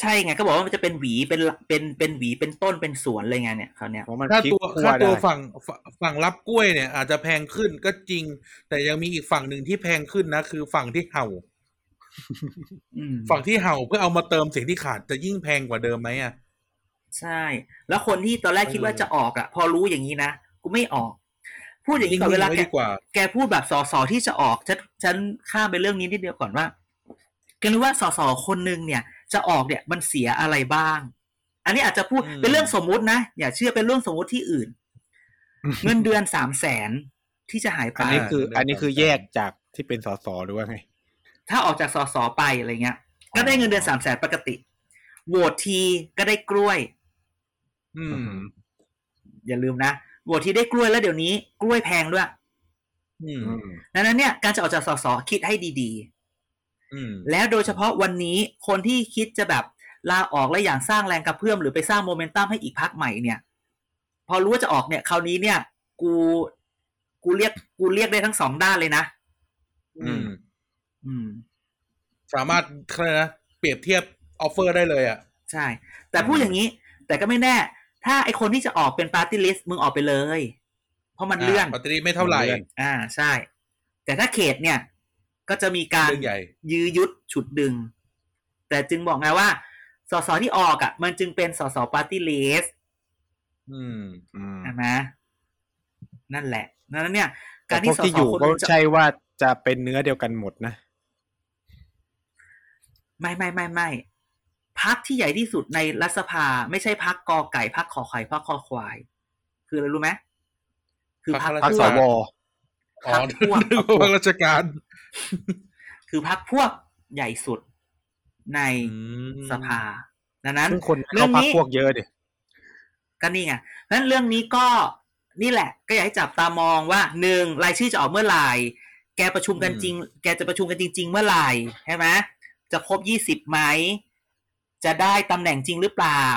Speaker 4: ใช่ไงก็บอกว่ามันจะเป็นหวีเป็นเป็นเป็นหวีเป็นต้นเป็นสวนอะไรไงเนี่ยเขาวเนี้ย
Speaker 3: เพราะมัน
Speaker 2: ค่า
Speaker 3: พลิก
Speaker 2: ตัว
Speaker 3: คั่
Speaker 2: ค่าตัว
Speaker 3: ได้
Speaker 2: ฝั่งฝั่งฝั่งรับกล้วยเนี่ย อาจจะแพงขึ้นก็จริง แต่ยังมีอีกฝั่งหนึ่งที่แพงขึ้นนะ คือฝั่งที่เห่า
Speaker 4: อืม
Speaker 2: ฝั่งที่เห่าเพื่อเอามาเติมเสียงที่ขาดจะยิ่งแพงกว่าเดิมไหมอ่ะ
Speaker 4: ใช่ แล้วคนที่ตอนแรกคิดว่าจะออกอ่ะ พอรู้อย่างนี้นะ กูไม่ออก พูดอย่างนี้
Speaker 2: นิ่ง
Speaker 4: ก่อนเวลา
Speaker 2: ๆไว้
Speaker 4: แก
Speaker 2: ดีกว่า
Speaker 4: แกพูดแบบสอสอที่จะออกฉันฉันข้ามไปเรื่องนี้นิดเดียวก่อนว่าแกรู้ว่าสอสอคนหนึ่งเนี่ย จะออกเนี่ยมันเสียอะไรบ้าง อันนี้อาจจะพูด
Speaker 2: อืม
Speaker 4: เป็นเรื่องสมมุตินะอย่าเชื่อเป็นเรื่องสมมุติที่ อื่น เงินเดือนสามแสนที่จะหายไป
Speaker 3: อันนี้คือ
Speaker 2: อ่า
Speaker 3: อันนี้คือแยกจากที่เป็นสสหรือว่าไง
Speaker 4: ถ้าออกจากสสไปอะไรเงี้ย ก็ได้เงินเดือนสามแสนปกติ โหวตทีก็ได้กล้วย
Speaker 2: อืม
Speaker 4: อย่าลืมนะ โหวตทีได้กล้วยแล้วเดี๋ยวนี้ กล้วยแพงด้วย
Speaker 2: อืม
Speaker 4: ดังนั้นเนี่ยการจะออกจากสสคิดให้ดี
Speaker 2: อืม
Speaker 4: ๆ แล้วโดยเฉพาะวันนี้คนที่คิดจะแบบลาออกและอย่างสร้างแรงกระเพื่อมหรือไปสร้างโมเมนตัมให้อีกพักใหม่เนี่ย พอรู้ว่าจะออกเนี่ยคราวนี้เนี่ย กู กูเรียกกูเรียกได้ทั้งสองด้านเลยนะ
Speaker 2: อืม
Speaker 4: อืม
Speaker 2: สามารถเคลียร์นะเปรียบเทียบออฟเฟอร์ได้เลยอ่ะ
Speaker 4: ใช่ แต่พูด
Speaker 2: อืม
Speaker 4: อย่างนี้ แต่ก็ไม่แน่ ถ้าไอคนที่จะออกเป็นปาร์ตี้ลิสต์มึงออกไปเลย เพราะมันเลื่อน
Speaker 2: ปฏิริษีไม่เท่าไหร่
Speaker 3: เลื่อน
Speaker 4: อ่าใช่ แต่ถ้าเขตเนี่ย ก็จะมีการ
Speaker 2: เรื่องใหญ่
Speaker 4: ยื้อยุดฉุดดึง แต่จึงบอกไงว่าสสที่ออกอ่ะ มันจึงเป็นสสปาร์ตี้ลิสต์
Speaker 2: อืม
Speaker 3: อืม
Speaker 4: นะนั่นแหละดังนั้นเนี่ย
Speaker 3: แต่
Speaker 4: การ
Speaker 3: พ
Speaker 4: ที่
Speaker 3: วก
Speaker 4: ส
Speaker 3: ที่
Speaker 4: ส
Speaker 3: อยู่
Speaker 4: คน
Speaker 3: ก็
Speaker 4: อื่นจะ
Speaker 3: ใช่ว่าจะเป็นเนื้อเดียวกันหมดนะ
Speaker 4: ไม่ไม่ไม่ไม่พักที่ใหญ่ที่สุดในรัฐสภา ไม่ใช่พักกอไก่พักขอไข่พักคอควาย คืออะไรรู้ไหมคือพัก
Speaker 2: พรรค
Speaker 3: พรรค
Speaker 2: ข้า
Speaker 3: ส
Speaker 2: ราช
Speaker 3: ว
Speaker 2: การ อ๋อ
Speaker 4: พรรคพวก
Speaker 2: นึกว่าราชการ
Speaker 4: คือพักพวกใหญ่สุดในสภาดังนั้น
Speaker 3: ซึ่งคน
Speaker 4: เรื่อง
Speaker 3: เขาพัก
Speaker 4: นี้
Speaker 3: พวกเยอะดิ
Speaker 4: ก็นี่ไงเพราะฉะนั้นเรื่องนี้ก็นี่แหละ ก็อยากให้จับตามองว่าหนึ่งรายชื่อจะออกเมื่อไหร่ แกประชุมกันจริง แกจะประชุมกันจริง ๆ เมื่อไหร่ใช่ไหมจะครบยี่สิบไหม จะได้ตำแหน่งจริงหรือเปล่า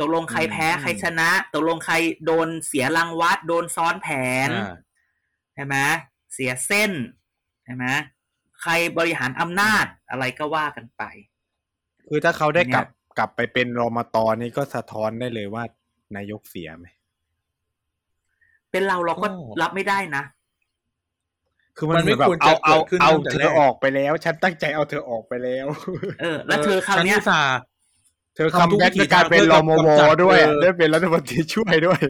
Speaker 4: ตกลงใครแพ้
Speaker 3: อืม
Speaker 4: ใครชนะ ตกลงใครโดนเสียรางวัด โดนซ้อนแผน
Speaker 2: อ่า
Speaker 4: ใช่ไหมเสียเส้นใช่ไหมใครบริหารอำนาจอะไรก็ว่ากันไป
Speaker 3: คือถ้าเขาได้กลับ
Speaker 4: เนี่
Speaker 3: กลับไปเป็นรมตนี่ก็สะท้อนได้เลยว่านายกเสียไหม
Speaker 4: เป็นเราเราก็
Speaker 2: โอ้
Speaker 4: รับไม่ได้นะ
Speaker 3: คือมัน
Speaker 2: มันไม่
Speaker 3: แบบ
Speaker 2: ควรจะ
Speaker 3: เอาเอา
Speaker 2: เกิดขึ้นตั้งแต่
Speaker 3: เอาเธ
Speaker 2: แร
Speaker 3: อก ออกไปแล้ว ฉันตั้งใจเอาเธอออกไปแล้ว
Speaker 4: เออ แล้วเธอคราวเนี้
Speaker 2: ฉั
Speaker 4: ย
Speaker 2: อุตส่าห์
Speaker 3: เธอคัม
Speaker 2: ทำ
Speaker 3: แบ็ก
Speaker 2: ทุกวิธี
Speaker 3: ในการเป็นร
Speaker 2: ทาง
Speaker 3: ม
Speaker 2: เพื่
Speaker 3: ว
Speaker 2: อกำจัด
Speaker 3: ด้วยอะ
Speaker 2: เออ
Speaker 3: ได้เป็นรัฐมนตรีช่วยด้วย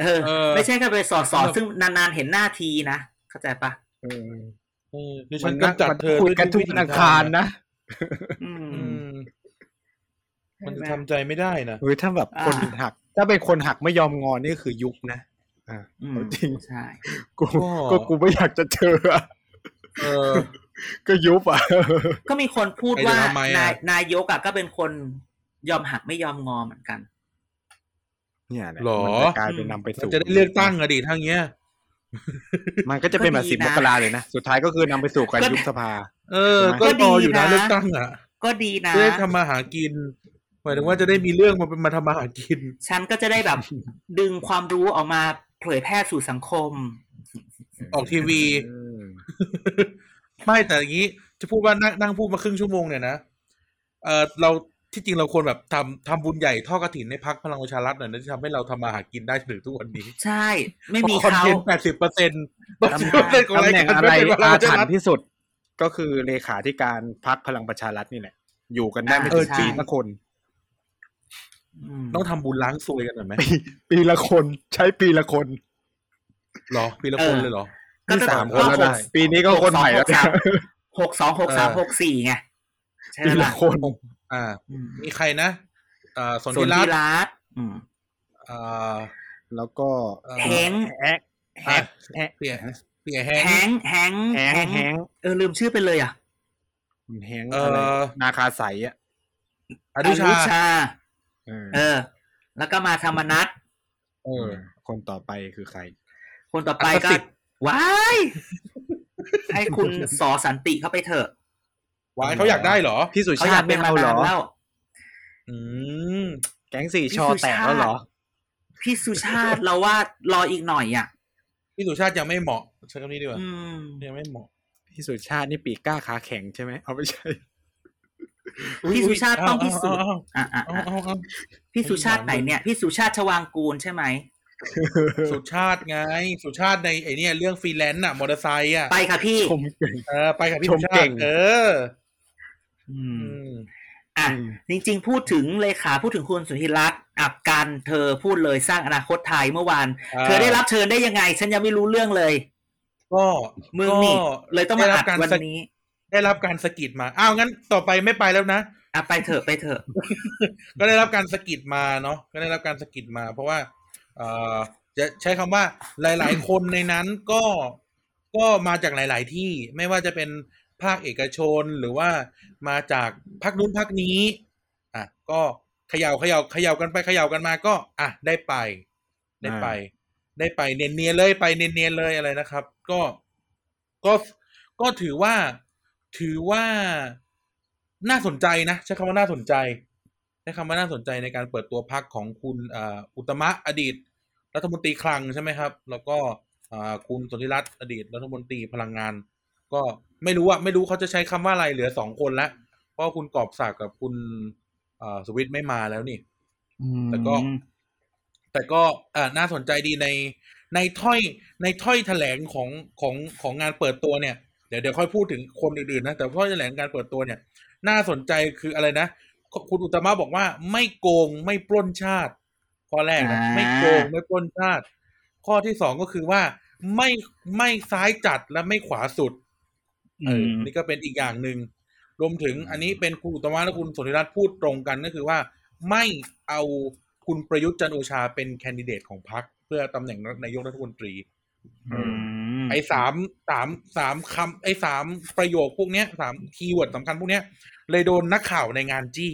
Speaker 4: เออ
Speaker 2: เออ
Speaker 4: ไม่ใช่แค่ไปสอดสอด
Speaker 2: เออ
Speaker 4: ซึ่งนานๆเห็นหน้าทีนะ เข้าใจปะ
Speaker 3: เออ
Speaker 2: เออคือฉัน
Speaker 3: มั
Speaker 2: กำจัด
Speaker 3: มัน
Speaker 2: เธอ
Speaker 3: คุยกันทุกธนาคารนะ
Speaker 4: อืม
Speaker 2: อืม มันจะ
Speaker 4: ใช่ไหม
Speaker 2: ทำใจไม่ได้นะ
Speaker 3: หรือถ้าแบบคน
Speaker 4: อ่า
Speaker 3: หัก ถ้าเป็นคนหักไม่ยอมงอนนี่ก็คือยุบนะอ่า
Speaker 4: อืม
Speaker 3: จริง
Speaker 4: ใช่
Speaker 3: กู
Speaker 2: ก็
Speaker 3: ก็กูไม่อยากจะเจออะ
Speaker 2: เออ
Speaker 3: ก็ยุบอ่ะ
Speaker 4: ก็มีคนพูด
Speaker 2: ไอ้เดี๋
Speaker 4: ว่า
Speaker 2: ยวทำไมอะ
Speaker 4: นายนายกอะก็เป็นคนยอมหักไม่ยอมงอเหมือนกัน
Speaker 3: เนี่ยแหละ
Speaker 2: หรอ
Speaker 3: มันจะกลายเป็นนำไป
Speaker 2: มัน
Speaker 3: สู่
Speaker 2: จะได้เลือกตั้งอะดีทั้งเนี้ย
Speaker 3: มันก็จะเป็นแบบ
Speaker 4: ก็ดี
Speaker 3: สิบ
Speaker 4: นะ
Speaker 3: มกราเลยนะ สุดท้ายก็คือนำไปสู่การ
Speaker 4: ก็
Speaker 3: ยุบสภา
Speaker 2: เออ
Speaker 3: ใช่ไหม
Speaker 2: ก็รออยู่นะ
Speaker 4: ก็ดี
Speaker 2: เลื
Speaker 4: นะ
Speaker 2: อกตั้งอ่ะ
Speaker 4: ก็ดีนะ
Speaker 2: จะได้ทำมาหากิน หมายถึงว่าจะได้มีเรื่องมาเป็นมาทำมาหากิน
Speaker 4: ฉันก็จะได้แบบ ดึงความรู้ออกมาเผยแพร่สู่สังคม
Speaker 2: ออกทีวี ไม่แต่อย่างนี้จะพูดว่านั่งนั่งพูดมาครึ่งชั่วโมงเนี่ยนะเออเราที่จริงเราควรแบบทำทำบุญใหญ่ทอดกระถินในพักพลังประชารัฐหน่อยนะที่ทำให้เราทำมาหากินได้ถึงทุกวันนี้
Speaker 4: ใช่ ไม่มี
Speaker 2: คอน
Speaker 4: เขา
Speaker 2: เทนต์แปดสิบเปอร์เซ็นต์แปดสิบเปอร์เซ็นต์ของ
Speaker 3: ตำ
Speaker 2: ราย
Speaker 3: แหน่ง
Speaker 2: การ
Speaker 3: อะไร
Speaker 2: ม่เป็นพลัง
Speaker 3: อา
Speaker 2: ประชา
Speaker 3: ถรร
Speaker 2: รัฐ
Speaker 3: พ์ที่สุดก็คือเลขาธิการพักพลังประชารัฐนี่แหละ อยู่กันได้ไม่
Speaker 4: อ่า
Speaker 3: ถึง
Speaker 4: ใช่
Speaker 3: ปีละคน
Speaker 4: ม
Speaker 2: ต้องทำบุญล้างซวยกันหน่อยไหม
Speaker 3: ปีปีละคนใช้ปีละคน
Speaker 2: หรอปีละคนเลยเหรอ
Speaker 4: ก็จะ
Speaker 3: สามคน
Speaker 4: ก็
Speaker 3: แล้ว
Speaker 4: ห
Speaker 3: นะ
Speaker 4: ก
Speaker 3: ปีนี้ก็คนใหม่แล้วนะ
Speaker 4: หกสองหกสาม
Speaker 2: เออ
Speaker 4: หกสี่ไง ใช่ไหม
Speaker 3: ปีละ
Speaker 4: ล่ะ
Speaker 3: คน
Speaker 2: อ่า
Speaker 4: อืม
Speaker 2: มีใครนะเอ่อสน
Speaker 4: ส
Speaker 2: ธิ
Speaker 4: น
Speaker 2: รั
Speaker 4: ธิ
Speaker 2: ตน์
Speaker 4: รัตน์อืม
Speaker 2: อ่า
Speaker 3: แล้วก็
Speaker 2: เอ่อ
Speaker 4: แฮงค์
Speaker 3: แฮกแฮกแฮก
Speaker 2: เปียเปียแฮ
Speaker 4: แฮ
Speaker 2: ง
Speaker 4: ง
Speaker 2: ค์
Speaker 4: ค์แฮงค์
Speaker 3: แฮง
Speaker 4: แฮงค์
Speaker 3: แฮง
Speaker 4: เออลืมชื่อไปเลยอ่ะ
Speaker 3: แฮง
Speaker 2: เอ่
Speaker 3: อะไร
Speaker 2: อ
Speaker 3: นาคาใสอ่ะ
Speaker 2: อนุชา
Speaker 4: ชา
Speaker 3: เออ
Speaker 4: เออ แล้วก็มาธรรมนัท
Speaker 2: เออ
Speaker 3: คนต่อไปคือใคร
Speaker 4: คนต่อไปก็
Speaker 2: อักษิณ
Speaker 4: ว้าย ให้คุณสอสันติเข้าไปเถอะ
Speaker 2: วายเขาอยากได้เหรอ
Speaker 3: พี่สุ
Speaker 4: เขา
Speaker 3: ชาย
Speaker 4: อาก
Speaker 3: ติ
Speaker 4: เป็น
Speaker 3: ไม่
Speaker 4: มา
Speaker 3: เอาเหร
Speaker 4: นาน
Speaker 3: อ
Speaker 4: แล้ว
Speaker 2: อืม
Speaker 3: แก๊งสี่ชอแตกแล้วเหรอ
Speaker 4: พี่สุชาติเราว่ารออีกหน่อยอ่ะ
Speaker 2: พี่สุชาติยังไม่เหมาะใช้คำนี้ดีกว่า
Speaker 4: อืม
Speaker 2: ยังไม่เหมาะ
Speaker 3: พี่สุชาตินี่ปีกกล้าขาแข็งใช่ไหมเอาไม่ใช่
Speaker 4: พี่สุชาติต้องพิสูจน์
Speaker 2: อ้าว
Speaker 4: อ่ะอ่ะ
Speaker 2: อ้าว
Speaker 4: อ่ะ
Speaker 2: อ้าวอ้าวอ้าว
Speaker 4: พี่สุชาติไหนเนี่ย พี่สุชาติชวางกูลใช่ไหม
Speaker 2: สุชาติไง สุชาติในไอเนี่ยเรื่องฟรีแลนซ์อะมอเตอร์ไซค์อะ
Speaker 4: ไปค่ะพี่
Speaker 3: ชมเก่ง
Speaker 2: เออไปกับพี่
Speaker 3: ช
Speaker 2: สุ
Speaker 3: ม
Speaker 2: ชา
Speaker 3: เก่
Speaker 2: ติ
Speaker 3: ง
Speaker 2: เออ
Speaker 4: อื
Speaker 2: อื
Speaker 4: ม
Speaker 2: ม
Speaker 4: อ่ะ
Speaker 3: อืม
Speaker 4: จริงๆ พูดถึงเลขาพูดถึงคุณสุธิรัตน์อับกันเธอพูดเลยสร้างอนาคตไทยเมื่อวาน เธอได้รับเชิญได้ยังไง ฉันยังไม่รู้เรื่องเลย
Speaker 2: ก็
Speaker 4: มึงนี่
Speaker 2: ก็
Speaker 4: เลยต้องมา
Speaker 2: ได้รั
Speaker 4: อั
Speaker 2: บ
Speaker 4: ด
Speaker 2: การ
Speaker 4: วัน
Speaker 2: สะ
Speaker 4: นี้
Speaker 2: ได้รับการสะกิดมา อ้าวงั้นต่อไปไม่ไปแล้วนะ
Speaker 4: อ่ะไปเถอะไปเถอะ
Speaker 2: ก็ได้รับการสะกิดมาเนาะก็ได้รับการสะกิดมา เพราะว่าเอ่อจะใช้คำว่าหลาย ๆ คนในนั้นก็ก็มาจากหลาย ๆ ที่ไม่ว่าจะเป็นภาคเอกชนหรือว่ามาจากพักนู้นพักนี้อ่ะก็เขย่าเขย่าเขย่ากันไปเขย่ากันมาก็ อ่ะได้ไป ได้ไป ได้ไปเนียนๆเลยไปเนียนๆเลยอะไรนะครับ ก็ก็ก็ถือว่าถือว่าน่าสนใจนะใช้คำว่าน่าสนใจใช้คำว่าน่าสนใจในการเปิดตัวพักของคุณเอ่ออุตมะอดีต รัฐมนตรีคลังใช่ไหมครับ แล้วก็เอ่อคุณสนธิรัตน์อดีตรัฐมนตรีพลังงาน ก็ไม่รู้อะไม่รู้เขาจะใช้คำว่าอะไรเหลือสองคนละเพราะว่าคุณกอบศักดิ์กับคุณเอ่อสวิตไม่มาแล้วนี่ แต่ก็ แต่ก็เอ่อน่าสนใจดีในในถ้อยในถ้อยแถลงของของของงานเปิดตัวเนี่ยเดี๋ยวเดี๋ยวค่อยพูดถึงคนอื่นๆนะแต่ถ้อยแถลงการเปิดตัวเนี่ย น่าสนใจคืออะไรนะ คุณอุตมะบอกว่าไม่โกงไม่ปล้นชาติ ข้อแรกนะ
Speaker 4: อ่า
Speaker 2: ไม่โกงไม่ปล้นชาติ ข้อที่สองก็คือว่าไม่ไม่ซ้ายจัดและไม่ขวาสุด เอออนี่ก็เป็นอีกอย่างหนึ่ง รวมถึงอันนี้เป็นคุณอุตมะและคุณสนธิรัตน์พูดตรงกันก็คือว่า ไม่เอาคุณประยุทธ์จันทร์โอชาเป็นแคนดิเดตของพรรคเพื่อตำแหน่งนายกรัฐมนตรี
Speaker 4: อืม
Speaker 2: ไอ้สามสามสามคำไอ้สามประโยคพวกเนี้ยสามคีย์เวิร์ดสำคัญพวกเนี้ย เลยโดนนักข่าวในงานจี้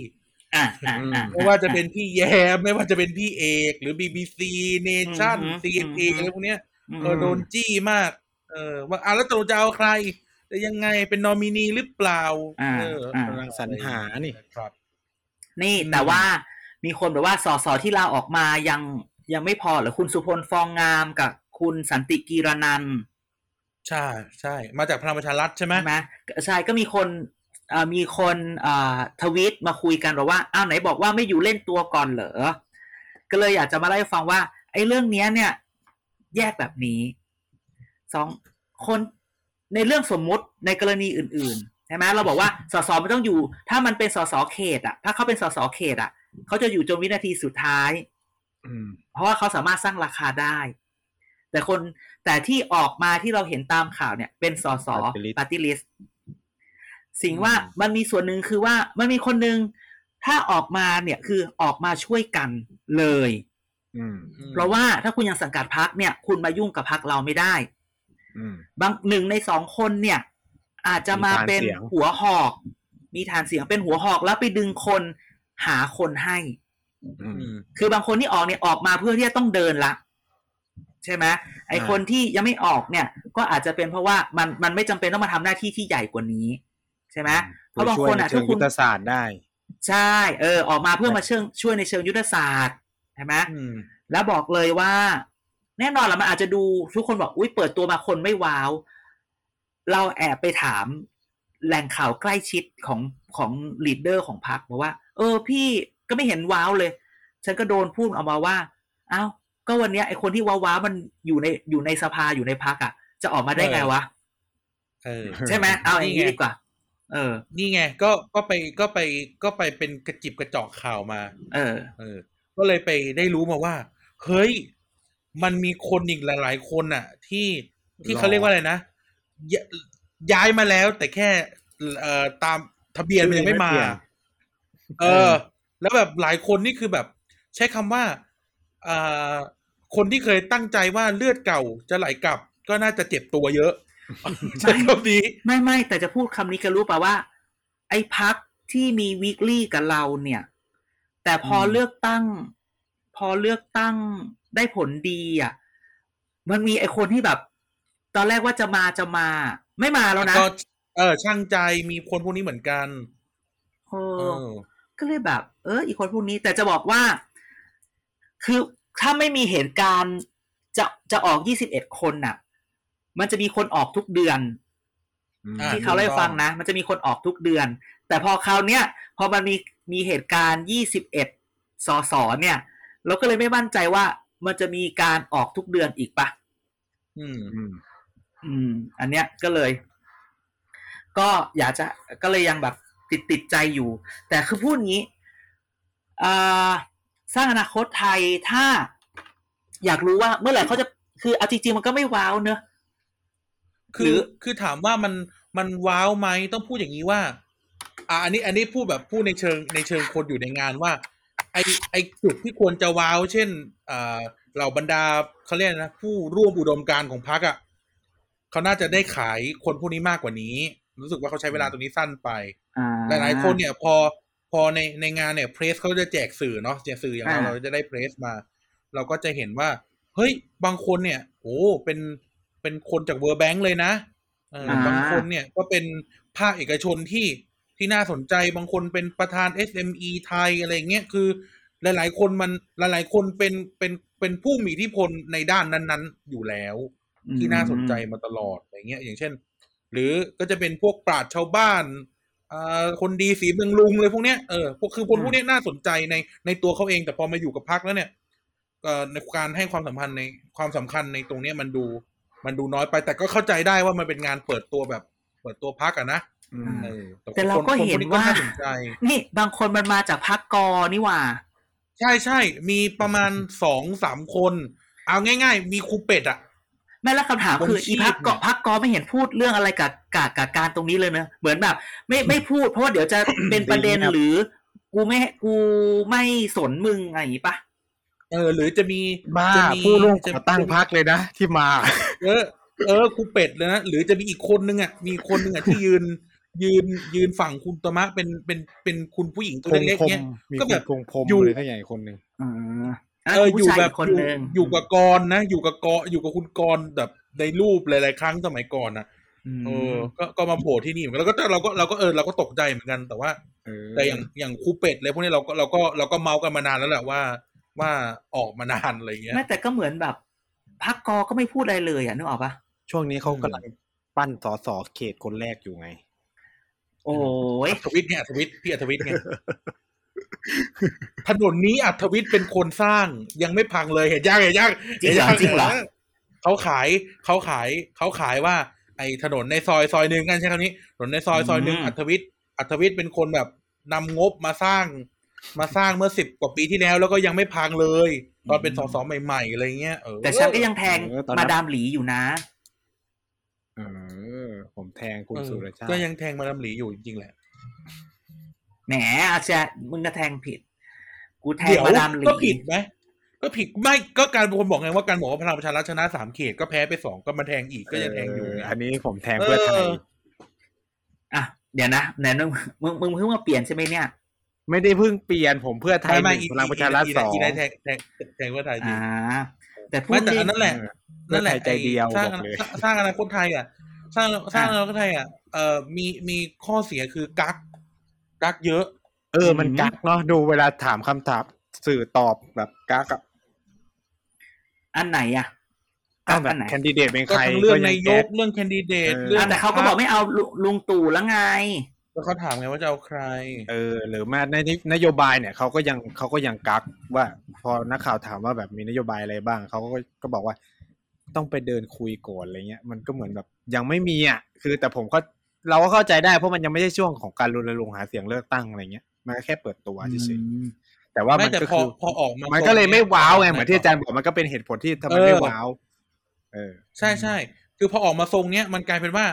Speaker 4: อ่ะอ่ะอ่ะ
Speaker 2: ไม่ว่าจะเป็นพี่แย้มไม่ว่าจะเป็นพี่เอก หรือ BBC Nation
Speaker 4: อืม
Speaker 2: CNA
Speaker 4: อืม
Speaker 2: อะไรพวกเนี้ย
Speaker 4: อืม
Speaker 2: เออโดนจี้มาก เออ ว่าอ่ะแล้วตกลงจะเอาใครจะยังไงเป็นนอมินีหรือเปล่า
Speaker 4: อ่า
Speaker 2: เออ
Speaker 4: อ่า
Speaker 2: อะไร
Speaker 3: สรรหานี่
Speaker 2: ครับ
Speaker 4: นี่
Speaker 2: อืม
Speaker 4: แต่ว่ามีคนบอกว่าสสที่ลาออกมายังยังไม่พอเหรือคุณสุพลฟองงามกับคุณสันติกีรนันท์
Speaker 2: ใช่ใช่มาจากพลังประชารัฐใช่ไหม
Speaker 4: ใช่ไหมใช่ก็มีคนเอ่อมีคนเอ่อทวีตมาคุยกันบอกว่าอ้าวไหนบอกว่าไม่อยู่เล่นตัวก่อนเหรอ ก็เลยอยากจะมาเล่าให้ฟังว่าไอ้เรื่องเนี้ยเนี่ย แยกแบบนี้สองคนในเรื่องสมมุติในกรณีอื่นๆใช่ไหมเราบอกว่าสสมันต้องอยู่ ถ้ามันเป็นสสเขตอ่ะถ้าเขาเป็นสสเขตอ่ะเขาจะอยู่จนวินาทีสุดท้าย
Speaker 3: อืม
Speaker 4: เพราะว่าเขาสามารถสร้างราคาได้ แต่คนแต่ที่ออกมาที่เราเห็นตามข่าวเนี่ย เป็นสส
Speaker 3: Party list
Speaker 4: ปาร์ตี้ลิสสิ่ง
Speaker 2: อืม
Speaker 4: ว่ามันมีส่วนหนึ่งคือว่ามันมีคนหนึ่งถ้าออกมาเนี่ยคือออกมาช่วยกันเลย
Speaker 3: อืม
Speaker 2: อืม
Speaker 4: เพราะว่าถ้าคุณยังสังกัดพักเนี่ย คุณมายุ่งกับพักเราไม่ได้
Speaker 3: อืม
Speaker 4: บางหนึ่งในสองคนเนี่ย อาจจะมาเป็น
Speaker 3: มีฐานเสียง
Speaker 4: หัวหอก มีฐานเสียงเป็นหัวหอกแล้วไปดึงคนหาคนให้
Speaker 3: อื
Speaker 2: อื
Speaker 3: ม
Speaker 2: ม
Speaker 4: คือบางคนที่ออกเนี่ยออกมาเพื่อที่จะต้องเดินละใช่ไหมไอ
Speaker 3: อ่า
Speaker 4: คนที่ยังไม่ออกเนี่ย ก็อาจจะเป็นเพราะว่ามันมันไม่จำเป็นต้องมาทำหน้าที่ที่ใหญ่กว่านี้ ใช่ไหมเพราะบาง
Speaker 3: ช่วย
Speaker 4: คน
Speaker 3: ใน
Speaker 4: อ่ะ
Speaker 3: เชิ
Speaker 4: ถ้าง คุ
Speaker 3: ยุ
Speaker 4: ณ
Speaker 3: ทธศาสตร์ได้
Speaker 4: ใช่ เออ ออกมาเพื่อมาเชิงช่วยในเชิงยุทธศาสตร์ใช่ไหม
Speaker 2: อืม
Speaker 4: แล้วบอกเลยว่า แน่นอนละมันอาจจะดูทุกคนบอกอุ้ยเปิดตัวมาคนไม่ว้าว เราแอบไปถามแหล่งข่าวใกล้ชิดของของลีดเดอร์ของพรรคบอกว่า เออ พี่ก็ไม่เห็นว้าวเลย ฉันก็โดนพูดออกมาว่า อ้าว ก็วันเนี้ยไอคนที่ว้าวามันอยู่ในอยู่ในสภาอยู่ในพักอะ่ะ จะออกมาได้ไงวะ
Speaker 2: เออ
Speaker 4: ใช่ไหมเอาอย่างนี้
Speaker 2: นี่ไง
Speaker 4: ดีกว่า เออ
Speaker 2: นี่ไงก็ก็ไปก็ไปก็ไปเป็นกระจิบกระจอกข่าวมา
Speaker 4: เออ
Speaker 2: เออ ก็เลยไปได้รู้มาว่า เฮ้ย มันมีคนอีกหลาย ๆ คนน่ะ ที่ที่
Speaker 3: รอ
Speaker 2: เขาเรียกว่าอะไรนะยย้ายมาแล้วแต่แค่ เอ่อตามทะเบียนมันยังไม่มา
Speaker 3: เปลี่ยน
Speaker 2: เออ แล้วแบบหลายคนนี่คือแบบ ใช้คำว่าเอ่อคนที่เคยตั้งใจว่าเลือดเก่าจะไหลกลับ ก็น่าจะเจ็บตัว เยอะ ใช้คำนี้
Speaker 4: ไม่ไม่แต่จะพูดคำนี้กันรู้ป่าว่า ไอ้พักที่มีวีคลี่กับเราเนี่ย แต่พออ
Speaker 2: ม
Speaker 4: เลือกตั้ง พอเลือกตั้งได้ผลดีอ่ะ มันมีไอ้คนที่แบบ ตอนแรกว่าจะมาจะมา ไม่มาแล้วนะ
Speaker 2: ก็เออช่างใจมีคนพวกนี้เหมือนกัน
Speaker 4: เอ
Speaker 2: เอ
Speaker 4: อ
Speaker 2: อ
Speaker 4: ก็เลยแบบ เอออีกคนพวกนี้แต่จะบอกว่า คือถ้าไม่มีเหตุการณ์จะจะออกยี่สิบเอ็ดคนน่ะ มันจะมีคนออกทุกเดือน
Speaker 2: อ่ะ
Speaker 4: ที่เขาเล่าให้ฟังนะ มันจะมีคนออกทุกเดือน แต่พอคราวเนี้ยพอมันมีมีเหตุการณ์ยี่สิบเอ็ดสสเนี่ย เราก็เลยไม่มั่นใจว่ามันจะมีการออกทุกเดือนอีกปะ
Speaker 2: อืม
Speaker 3: อืม
Speaker 4: อืม อันเนี้ยก็เลย ก็อยากจะก็เลยยังแบบ ติดติดใจอยู่ แต่คือพูดงี้อ่าสร้างอนาคตไทยถ้าอยากรู้ว่าเมื่อไหร่เขาจะคือเอาจริงๆมันก็ไม่ว้าวเนอะ
Speaker 2: คื
Speaker 4: หรือ อ
Speaker 2: คือถามว่ามันมันว้าวไหมต้องพูดอย่างนี้ว่า อ่าอันนี้อันนี้พูดแบบพูดในเชิงในเชิงคนอยู่ในงานว่า ไอไอจุดที่ควรจะว้าว เช่นอ่าเหล่าบรรดาเขาเรียกอะไรนะผู้ร่วมอุดมการณ์ของพรรคอ่ะเขาน่าจะได้ขายคนพวกนี้มากกว่านี้ รู้สึกว่าเขาใช้เวลาตรงนี้สั้นไป
Speaker 4: อ่
Speaker 2: หลายๆคนเนี่ยพอพอในในงานเนี่ยเพรสเขาจะแจกสื่อเนาะแจกสื่ออย่างเรา
Speaker 4: อ่า
Speaker 2: เราจะได้เพรสมา เราก็จะเห็นว่า เฮ้ยบางคนเนี่ยโอ้เป็นเป็นคนจากเวอร์แบงค์เลยนะเอออา บางคนเนี่ยก็เป็นภาคเอกชนที่ที่น่าสนใจบางคนเป็นประธาน SME ไทยอะไรเงี้ยคือ หลายๆ คนมันหลายๆ คนเป็นเป็นเป็นผู้มีอิทธิพลในด้านนั้นๆ อยู่แล้ว ที่น่าสนใจมาตลอดอะไรเงี้ยอย่างเช่น หรือก็จะเป็นพวกปราชญ์ชาวบ้านอ่าคนดีสีเมืองลุงเลยพวกเนี้ยเออพวกคือคน
Speaker 4: อื
Speaker 2: พ
Speaker 4: ม
Speaker 2: วกเนี้ยน่าสนใจในในตัวเขาเองแต่พอมาอยู่กับพักแล้วเนี่ยก็ในการให้ความสัมพันธ์ในความสำคัญในตรงเนี้ยมันดู มันดูน้อยไป แต่ก็เข้าใจได้ว่ามันเป็นงานเปิดตัวแบบ เปิดตัวพักอะนะ
Speaker 3: อืม
Speaker 2: เออ
Speaker 4: แต่เราก็
Speaker 2: คค
Speaker 4: เห็น
Speaker 2: ค
Speaker 4: ว่า
Speaker 2: น่าสนใจ
Speaker 4: นี่บางคนมันมาจากพักกอนี่หว่า
Speaker 2: ใช่ใช่มีประมาณสองสามคน เอาง่าย ๆ มีครูเป็ดอะ
Speaker 4: แม่และคำถามคือ
Speaker 2: คนชี
Speaker 4: อี
Speaker 2: พ
Speaker 4: พักเกาะ
Speaker 2: เนี่ย
Speaker 4: พักกอไม่เห็นพูดเรื่องอะไรกับกับกับการตรงนี้เลยเนอะเหมือนแบบ ไม่ไม่พูดเพราะว่าเดี๋ยวจะ เป็นประเด็น
Speaker 3: ดีครับ
Speaker 4: หรือ กูไม่กูไม่สนมึงอะไรอย่างงี้ปะ
Speaker 2: เออ หรือจะมี
Speaker 3: บ้า
Speaker 2: จะมี
Speaker 3: ผู้ร่วม
Speaker 2: จะ
Speaker 3: ก่อตั้งพักเลยนะที่มา
Speaker 2: เออเออครูเป็ดเลยนะหรือจะมีอีกคนนึงอ่ะมีอีกคนนึงอ่ะที่ยืน ยืนยืนฝั่งคุณตมะเป็นเป็นเป็นคุณผู้หญิงตัว
Speaker 3: คง
Speaker 2: เล็ก
Speaker 3: พ
Speaker 2: ๆ
Speaker 3: รม
Speaker 2: เนี่ย
Speaker 3: มี
Speaker 2: ก็
Speaker 3: คุ
Speaker 2: แบ
Speaker 3: ณ
Speaker 2: บ
Speaker 3: คงพรม
Speaker 2: อยู่
Speaker 3: เลยทั้งใหญ่คนหนึ่ง
Speaker 4: อืม
Speaker 2: เอออยู่แบบ
Speaker 4: คน
Speaker 2: อยู่
Speaker 4: หนึ่ง
Speaker 2: อยู่กับกรณ์นะ อยู่กับกรณ์อยู่กับคุณกรณ์แบบในรูปหลายๆครั้งสมัยก่อนนะเออ
Speaker 4: ม
Speaker 2: ก็ก็มาโผล่ที่นี่เหมือนกันแล้วก็เราก็เราก็เออเราก็ตกใจเหมือนกันแต่ว่า แต่อย่างอย่างครูเป็ดเลยพวกนี้เราก็เราก็เราก็เมาส์กันมานานแล้วแหละว่า ว่าออกมานานอะไรอย่างเงี้ย
Speaker 4: แม่แต่ก็เหมือนแบบพักกอก็ไม่พูดอะไรเลยอ่ะนึกออกปะ
Speaker 3: ช่วงนี้เขากำลังปั้นสอสอเขตคนแรกอยู่ไง
Speaker 4: โอ้ย
Speaker 2: อัธวิทย์ไงอัธวิทย์พี่อัธวิ ทย์ไง ถนนนี้อัธวิทย์เป็นคนสร้างยังไม่พังเลยเห็นยากเห็นยาก
Speaker 4: จริงเหรอจริงเหรอ
Speaker 2: เขาขายเขาขายเขาขายว่า ไอ้ถนนในซอยซอยหนึ่งกันใช่คำนี้ถนนในซอยซอยหนึ่ง
Speaker 4: อืม
Speaker 2: อัธวิทย์อัธวิทย์เป็นคนแบบนำงบมาสร้าง มาสร้างเมื่อสิบกว่าปีที่แล้ว แล้วก็ยังไม่พังเลย ตอนเป็นสสใหม่ๆอะไรเงี้ยเออ
Speaker 4: แต่ฉันก็ยังแทง
Speaker 3: เออตอนนั้น
Speaker 4: มาดามหลีอยู่นะ
Speaker 3: เออ ผมแทงคุณ
Speaker 2: เออ
Speaker 3: สุรชาติ
Speaker 2: ก็ยังแทงมาดามหลีอยู่จริงๆแหละ
Speaker 4: แหมอาจจะมึงก็แทงผิด กูแท
Speaker 2: เดี๋
Speaker 4: ง
Speaker 2: ยว
Speaker 4: มาดามหลี
Speaker 2: ก็ผิดไหมก็ผิดไม่ก็การบางคนบอกไงว่าการบอกว่าพลังประชารัฐชนะสามเขตก็แพ้ไปสองก็มาแทงอีกก็ยังแทงอยู่
Speaker 3: เ
Speaker 2: ไง
Speaker 3: อันนี้ผมแทงเพื่อไทย
Speaker 2: เออ
Speaker 4: อ่ะเดี๋ยวนะไหนมึงมึงมึงเพิ่งมาเปลี่ยนใช่ไหมเนี่ย
Speaker 3: ไม่ได้เพึ่งเปลี่ยนผมเพื่อไทย
Speaker 2: ไม่ไม่
Speaker 3: หนึ่
Speaker 2: อี
Speaker 3: งพลังประชารัฐ
Speaker 2: อี
Speaker 3: สอง
Speaker 2: อีได้แทงแทงแทงเพื่อไทยจริ
Speaker 4: อ่าง แต่พู
Speaker 2: ไม่
Speaker 4: ด
Speaker 2: แต่
Speaker 4: ดิ
Speaker 2: อันนั้นแหละ
Speaker 3: เพื่อไทยใจเดียว
Speaker 2: สร้าง
Speaker 3: บอกเลย
Speaker 2: สร้างอนาคตไทยอ่ะ สร้างสร้างอนาคตไทยอ่ะเอ่อมีมีข้อเสียคือกักกักเยอะ
Speaker 3: เออ มันกักเนาะดูเวลาถามคำถามสื่อตอบแบบกักอะ
Speaker 4: อันไหนอ่ะ
Speaker 3: อ้าว
Speaker 4: บ
Speaker 3: แบบ
Speaker 4: อันไหน
Speaker 3: แคนดิเดตเป็น
Speaker 2: ก็
Speaker 3: ใคร
Speaker 2: ทั้งเรื่อง
Speaker 3: ยั
Speaker 2: นาง ย
Speaker 3: แก๊
Speaker 2: ก
Speaker 3: ก
Speaker 2: เรื่องแคนดิเดต
Speaker 3: เออ
Speaker 2: เรื่อง
Speaker 4: อ่ะแต่เขาก็บอกไม่เอาลุลุงตู่แล้วไง
Speaker 2: แล้วเขาถามไงว่าจะเอาใคร
Speaker 3: เออ หรือแม้ในนโยบายเนี่ยเขาก็ยังเขาก็ยังกักว่า พอนักข่าวถามว่าแบบมีนโยบายอะไรบ้างเขาก็ก็บอกว่า ต้องไปเดินคุยก่อนอะไรเงี้ยมันก็เหมือนแบบยังไม่มีอ่ะคือแต่ผมก็เราก็เข้าใจได้เพราะมันยังไม่ใช่ช่วงของการรณรงค์หาเสียงเลือกตั้งอะไรเงี้ยมันก็แค่เปิดตัวเฉยๆแต่ว่า
Speaker 2: ไม่
Speaker 3: มัน
Speaker 2: แต่
Speaker 3: ก็
Speaker 2: พอ
Speaker 3: คือ
Speaker 2: พอออกมา
Speaker 3: มั
Speaker 2: มัน
Speaker 3: ก็เลยไม่ว้าวไงเหมือนที่อาจารย์บอกมันก็เป็นเหตุผลที่ทำไมไม่ว้าว เออ
Speaker 2: ใช่ใช่ คือพอออกมาทรงเนี้ยมันกลายเป็นว่า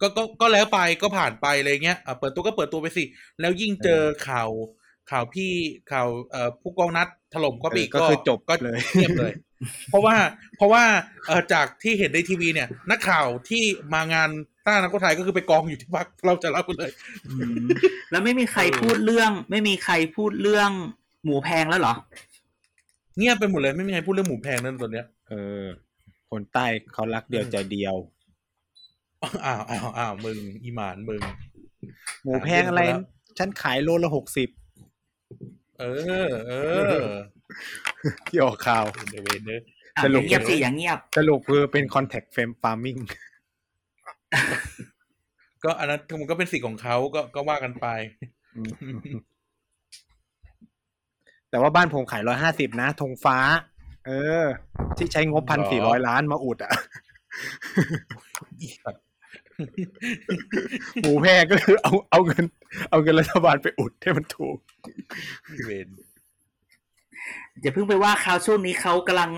Speaker 2: ก็ก็ก็แล้วไปก็ผ่านไปอะไรเงี้ยอ่ะเปิดตัวก็เปิดตัวไปสิ แล้วยิ่งเจอข่าวข่าวพี่ข่าวเอ่อผู้กองนัดถล่มก็ไปอี
Speaker 3: เออก็คือจบ
Speaker 2: ก็
Speaker 3: เลย
Speaker 2: เงียบ เลย เพราะว่าเพราะว่าเอ่อจากที่เห็นในทีวีเนี่ย นักข่าวที่มางานต้านนักไทยก็คือไปกองอยู่ที่พักเราจะรับกันเลย
Speaker 4: แล้วไม่มีใครพูดเรื่อง ไม่มีใครพูดเรื่อง หมูแพงแล้วเหรอ
Speaker 2: เงียบไปหมดเลยไม่มีใครพูดเรื่องหมูแพงนั่นตอนเนี้ย
Speaker 3: เออ คนใต้เขารักเดียวใจเดียว
Speaker 2: อ้าวอ้าวอ้าวมึงอีหมานมึง
Speaker 3: หมูแพงอะไร
Speaker 2: หาเรื่องเขาแล้ว
Speaker 3: ฉันขายโลละหกสิบ
Speaker 2: เออ เออ
Speaker 3: ที่ออกข่าว
Speaker 2: เดี๋ยวเวนเนอ
Speaker 4: อ่ะ
Speaker 3: สรุป
Speaker 4: อย่างเงียบสิอย่างเงียบ
Speaker 3: สรุปคือเป็นคอนแทคเฟมฟาร์มิง
Speaker 2: ก็อันนั้นมันก็เป็นสิทธิ์ของเขาก็ก็ว่ากันไป
Speaker 3: แต่ว่าบ้านผมขายร้อยห้าสิบนะธงฟ้า เออ ที่ใช้งบพันสี่ร้อยล้านมาอุดอ่ะ หมูแพงก็คือเอาเอาเงิน เอาเงินรัฐบาลไปอุดให้มันถูก
Speaker 2: เวน
Speaker 4: อย่าเพิ่งไปว่าเขาช่วงนี้เขากำลัง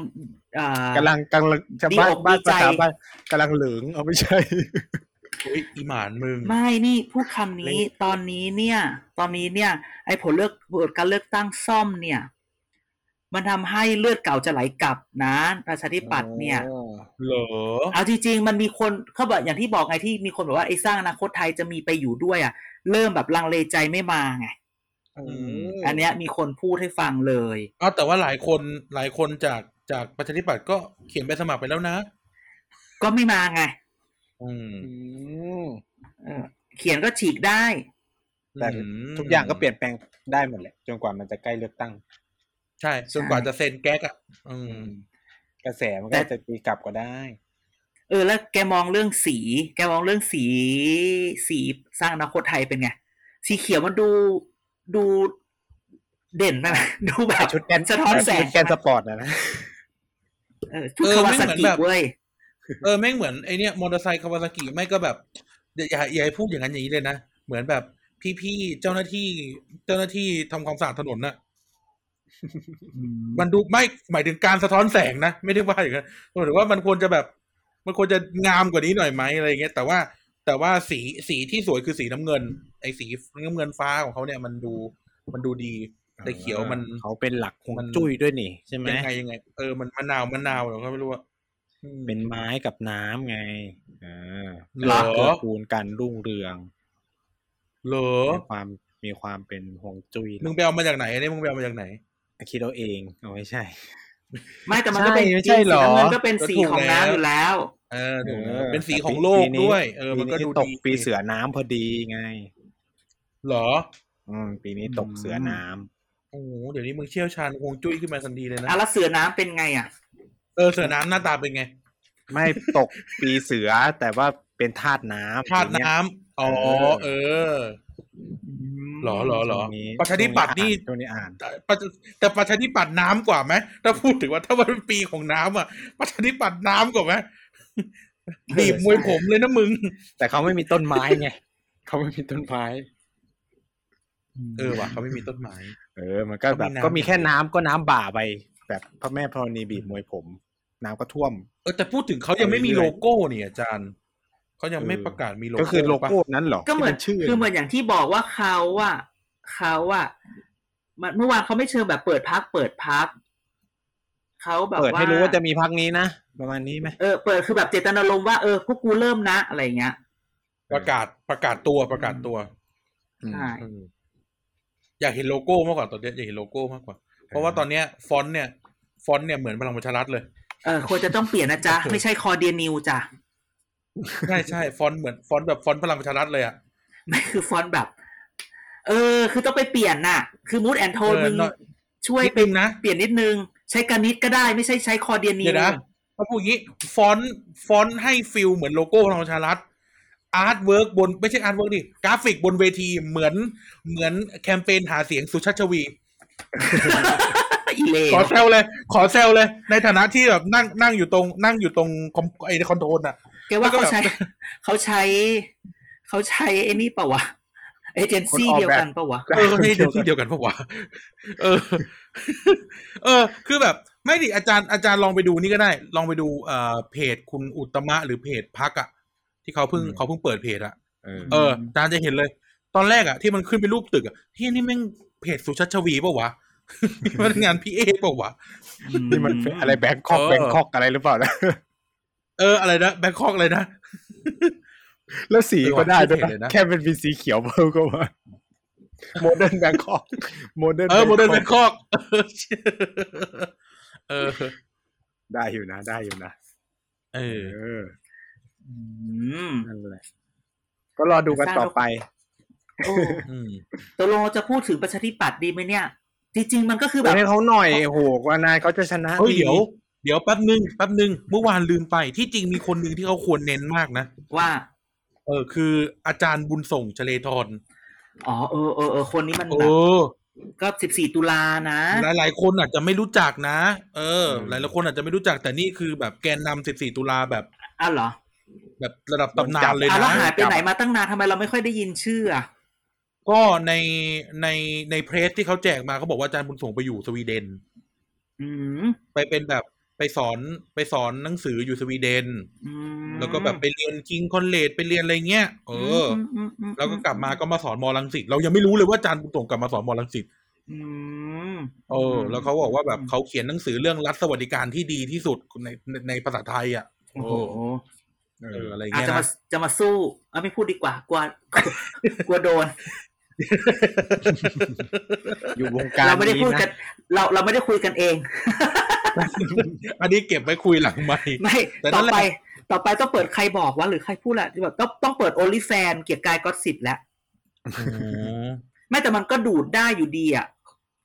Speaker 4: เอ่อ
Speaker 3: กำลังกำลังจะ
Speaker 4: ดี
Speaker 3: บ้าน
Speaker 4: อก
Speaker 3: บ้าน
Speaker 4: ดีใจ
Speaker 3: ภาษาบ้านกำลังเหลืองเอาไม่ใช่
Speaker 2: อุ๊ยอีหมานมึง
Speaker 4: ไม่นี่พูดคำนี้ตอนนี้เนี่ย ตอนนี้เนี่ย ไอ้ผลเลือกผลการเลือกตั้งซ่อมเนี่ย มันทำให้เลือดเก่าจะไหลกลับนะประชาธิปัตย์เนี่ย
Speaker 2: เหรอ
Speaker 4: เอาจริงๆมันมีคนเขาบอกอย่างที่บอกไงที่มีคนบอกว่าไอ้สร้างอนาคตไทยจะมีไปอยู่ด้วยอ่ะ เริ่มแบบลังเลใจไม่มาไง
Speaker 2: ม
Speaker 4: อันเนี้ยมีคนพูดให้ฟังเลย
Speaker 2: เอาแต่ว่าหลายคนหลายคนจากจากประชาธิปัตย์ก็เขียนไปสมัครไปแล้วนะ
Speaker 4: ก็ไม่มาไง
Speaker 2: อืม
Speaker 4: เออเขียนก็ฉีกได้
Speaker 3: แต่ ทุกอย่างก็เปลี่ยนแปลงได้หมดแหละจนกว่ามันจะใกล้เลือกตั้ง
Speaker 2: ใช่จนกว่าจะเซ็นแก๊กอ่ะ อืม
Speaker 3: กระแสมัน
Speaker 4: แต่
Speaker 3: ก็จะตีกลับก็ได้
Speaker 4: เออ แล้วแกมองเรื่องสี แกมองเรื่องสีสีสร้างอนาคตไทยเป็นไง สีเขียวมันดูดูเด่นไปไหม ดูแบบ
Speaker 3: ชุดแกน
Speaker 4: สะท้อนแสง
Speaker 3: ชุดแกนสปอร์ตนะนะ
Speaker 4: เออชุด
Speaker 2: เออ
Speaker 4: คาวา
Speaker 2: ไม่
Speaker 4: ซา
Speaker 2: เหมือน
Speaker 4: กิ
Speaker 2: แบบ
Speaker 4: เว้ย
Speaker 2: เออแม่งเหมือนไอเนี้ยมอเตอร์ไซค์คาวาซากิไม่ก็แบบอย่าอย่าอย่าให้พูดอย่างนั้นอย่างนี้เลยนะ เหมือนแบบพี่ๆเจ้าหน้าที่เจ้าหน้าที่ทำความสะอาดถนนน่ะ มันดูไม่หมายถึงการสะท้อนแสงนะ ไม่ได้ว่าอย่างนั้นหมายถึงว่ามันควรจะแบบ มันควรจะงามกว่านี้หน่อยไหมอะไรอย่างเงี้ยแต่ว่าแต่ว่าสีสีที่สวยคือสีน้ำเงิน ไอ้สีน้ำเงินฟ้าของเขาเนี่ยมันดูมันดูดี แต่เขียวมัน
Speaker 3: เขาเป็นหลักของ
Speaker 2: มัน
Speaker 3: จุ้ยด้วยนี่ใช่ไหม
Speaker 2: ยังไงยังไง เออมันมะนาวมะนาวเหรอก็ไม่รู้อะอืม
Speaker 3: เป็นไม้กับน้ำไงอ่า
Speaker 2: เหรอ
Speaker 3: เกื้อกูลกันรุ่งเรือง
Speaker 2: เหรอ
Speaker 3: มีความมีความเป็นห่วงจุ้ย
Speaker 2: มึงไปเอามาจากไหนอันนี้มึงไปเอามาจากไหน
Speaker 3: คิดเอาเองเอาไม่ใช่
Speaker 4: ไม่แต่มันก็เป็น
Speaker 3: ใช่ไม่ใช่หรอ
Speaker 4: สีน้ำเงินก็เป็นสีของน้ำ
Speaker 2: ก็ถูกแล้ว
Speaker 4: อยู่แล้ว
Speaker 2: เออถูก
Speaker 3: อ
Speaker 2: แล้
Speaker 3: อ
Speaker 2: วเป็นสีของ
Speaker 3: แต่ปี
Speaker 2: โลก
Speaker 3: ปี
Speaker 2: ด้วย เออ
Speaker 3: ปี
Speaker 2: มันก็ดู
Speaker 3: ตก
Speaker 2: ดี
Speaker 3: ปีเสือน้ำพอดีไง
Speaker 2: เหรอ
Speaker 3: อืม ปีนี้ตก
Speaker 2: อืม
Speaker 3: เสือน้ำ
Speaker 2: โอ้โหเดี๋ยวนี้มึงเชี่ยวชาญฮวงจุ้ยขึ้นมาทันทีเลยนะ
Speaker 4: อ่ะแล้วเสือน้ำเป็นไงอ่ะ
Speaker 2: เออเสือน้ำหน้าตาเป็นไง
Speaker 3: ไม่ ตกปีเสือแต่ว่าเป็นธาตุน้ำ
Speaker 2: ธาตุ
Speaker 3: ปีเย
Speaker 2: น้ำอ๋อ
Speaker 3: เออ
Speaker 2: เออ หรอหรอหรอ
Speaker 3: ช่วงนี้
Speaker 2: ประชาธิปัตย์นี่
Speaker 3: ช่วงนี้อ่าน
Speaker 2: แต่ประชาแต่ประชาธิปัตย์น้ำกว่าไหมถ้าพูดถึงว่าถ้ามันเป็นปีของน้ำอ่ะประชาธิปัตย์น้ำกว่าไหมบีบมวยผมเลยนะมึง
Speaker 3: แต่เขาไม่มีต้นไม้ไง เขาไม่มีต้นไม้
Speaker 2: เออว่ะเขาไม่มีต้นไม้
Speaker 3: เออ มันก็แบบ
Speaker 2: ก็
Speaker 3: ก็
Speaker 2: มี
Speaker 3: มี
Speaker 2: น้ำ
Speaker 3: แค่น้ำก็น้ำบ่าไป แบบพระแม่ธรณีบีบมวยผม น้ำก็ท่วม
Speaker 2: เออแต่พูดถึงเขายังไม่มีโลโก้เนี่ยอาจารย์เขายังไม่
Speaker 3: เออ
Speaker 2: ประกาศมีโลโก้
Speaker 3: ก็คือโลโก้
Speaker 2: ปะ
Speaker 3: นั้นเหรอ
Speaker 4: ก็เหมือน
Speaker 3: ที่ชื่อ
Speaker 4: คือเหมือนอย่างที่บอกว่าเขาอะเขาอะมันเมื่อวานเขาไม่เชิงแบบเปิดพักเปิดพักเขาแบบ
Speaker 3: เปิด
Speaker 4: ว่า
Speaker 3: ให้รู้ว่าจะมีพักนี้นะประมาณนี้ไหม
Speaker 4: เออเปิดคือแบบเจตนารมณ์ว่าเออพวกกูเริ่มนะอะไรอย่างเงี้ย
Speaker 2: ประกาศประกาศตัวประกาศตัว
Speaker 3: อืม
Speaker 4: ใช่
Speaker 2: อืมอยากเห็นโลโก้มากกว่าตอนเนี้ยอยากเห็นโลโก้มากกว่า เพราะว่าตอนเนี้ยฟอนต์เนี่ย ฟอนต์เนี่ยเหมือนพลังประชารัฐเลย
Speaker 4: เออควรจะต้องเปลี่ยนนะจ๊ะ ไม่ใช่คอเดียนิวจ้ะ
Speaker 2: ใช่ใช่ฟอนต์เหมือนฟอนต์แบบฟอนต์พลังประชารัฐเลยอ่ะ
Speaker 4: ไม่คือฟอนต์แบบ เออ คือต้องไปเปลี่ยนน่ะ คือมูดแอนโทน
Speaker 2: เออ
Speaker 4: มึง
Speaker 2: หน่อย
Speaker 4: ช่วย
Speaker 2: นิดนึงนะ
Speaker 4: เปลี่ยนนิดนึง ใช้กานิดก็ได้ไม่ใช่ใช้คอเดียนิ
Speaker 2: เดี๋ยว
Speaker 4: ว
Speaker 2: นะถ้าพูดอย่างนี้ฟอนต์ฟอนต์ให้ฟิลเหมือนโลโก้พลังประชารัฐอาร์ตเวิร์กบนไม่ใช่อาร์ตเวิร์กดิกราฟิกบนเวทีเหมือนเหมือนแคมเปญหาเสียงสุชาติชวี
Speaker 4: อีเลว
Speaker 2: ขอแซวเลย ขอแซวเลย ในฐานะที่แบบนั่งนั่งอยู่ตรงนั่งอยู่ตรงคอมไอคอนโทรล อ่ะ
Speaker 4: แกว่า
Speaker 2: แล้วก็
Speaker 4: เขา
Speaker 2: แบบ
Speaker 4: ใช้ เขาใช้เขาใช้ไอ้นี่เปล่าวะเอเจนซี่เดียวกันเปล่าวะ
Speaker 2: เออในที่เดียวกันปะวะเอ อ เออ คือแบบ ไม่ดิอาจารย์อาจารย์ลองไปดูนี่ก็ได้ ลองไปดูเอ่อเพจคุณอุตมะหรือเพจพักอะที่เขาเพิ่งเขาเพิ่งเปิดเพจอะ
Speaker 3: เออ
Speaker 2: เอออาจารย์จะเห็นเลย ตอนแรกอะที่มันขึ้นเป็นรูปตึกอะที่นี่แม่งเพจสุชัชวีปะวะ นี่มันงานพี่เอปะวะ
Speaker 3: นี่มันเป็นอะไรแบงคอก
Speaker 2: เออ
Speaker 3: แบงคอกอะไรหรือเปล่านะ
Speaker 2: เอออะไรนะแบงคอกเลยนะ
Speaker 3: แล้วสีก็ได้ด้วย
Speaker 2: เออว่ะชื่อเพจเลย
Speaker 3: นะ
Speaker 2: นะ
Speaker 3: แค่เป็นเป็นสีเขียวเพิ่มก็ว่าโมเดิร์นแบงคอกโมเดิร์น
Speaker 2: เออโมเดิร์นแบงคอกเออ
Speaker 3: ได้อยู่นะ ได้อยู่นะ
Speaker 2: เอ
Speaker 3: เอ
Speaker 2: อ
Speaker 3: อ
Speaker 4: อืม
Speaker 3: นั่นแหละก็รอดูกันต่อไป
Speaker 4: โอ้
Speaker 2: อืม
Speaker 4: ตกลงเราจะพูดถึงประชาธิปัตย์ดีไหมเนี่ย จริง ๆ มันก็คือแบ
Speaker 3: แบบ บให้เขาหน่อยโอ้โหกว่านายเขาจะชนะ
Speaker 2: เฮ้ยเดี๋ยวเดี๋ยวแป๊บนึงแป๊บนึงเมื่อวานลืมไปที่จริงมีคนหนึ่งที่เขาควรเน้นมากนะ
Speaker 4: ว่า
Speaker 2: เออคืออาจารย์บุญส่งเฉลยทร
Speaker 4: อ๋อเออเออเออคนนี้มัน
Speaker 2: เอ
Speaker 4: แบบ
Speaker 2: อ
Speaker 4: ก็สิบสี่ตุลานะ
Speaker 2: หลายหลายๆคนอาจจะไม่รู้จักนะ เออ หลายหลายๆคนอาจจะไม่รู้จักแต่นี่คือแบบแกนนำ14 ตุลาแบบ
Speaker 4: อ้าวเหรอ
Speaker 2: แบบระดับตำนานเลย
Speaker 4: อ่ะ
Speaker 2: นะ
Speaker 4: แล้วหายไปไหนมาตั้งนานทำไมเราไม่ค่อยได้ยินชื่ออ่ะ
Speaker 2: ก็ในในในเพรสที่เขาแจกมาเขาบอกว่าอาจารย์บุญส่งไปอยู่สวีเดน
Speaker 4: อืม
Speaker 2: ไปเป็นแบบไปสอนไปสอนหนังสืออยู่สวีเดน
Speaker 4: อืม
Speaker 2: แล้วก็แบบไปเรียนคิงคอนเลดไปเรียนอะไรเงี้ยเอออ
Speaker 4: มมอืม
Speaker 2: แล้วก็กลับมาก็มาสอนมอลังสิตเรายังไม่รู้เลยว่าอาจารย์บุญส่งกลับมาสอนมอลังสิต
Speaker 4: อืม
Speaker 2: เอออ
Speaker 4: ม
Speaker 2: แล้วเขาบอกว่าแบบ
Speaker 4: อืม
Speaker 2: เขาเขียนหนังสือเรื่องรัฐสวัสดิการที่ดีที่สุดในในในภาษาไทยอ่ะ
Speaker 4: โอ้โห
Speaker 2: เอออะไร
Speaker 4: อาจ
Speaker 2: เงี้ย
Speaker 4: จะมา
Speaker 2: นะ
Speaker 4: จะมาสู้เอาไม่พูดดีกว่ากลัวกลัวกลัวโดน
Speaker 3: อยู่วงการ
Speaker 4: เราไม่ได้พูดกัน
Speaker 3: น
Speaker 4: เราเราไม่ได้คุยกันเอง
Speaker 2: อันนี้เก็บไว้คุยหลังไม่
Speaker 4: ไม่
Speaker 2: แต่นั่
Speaker 4: ต่อน
Speaker 2: แหละ
Speaker 4: ไป ต่อไปต้องเปิดใครบอกว่าหรือใครพูดแหละที่แบบต้องต้องเปิดโอลิแฟนเกียร์กายก็สิบแล้ว ไม่แต่มันก็ดูดได้อยู่ดีอ่ะ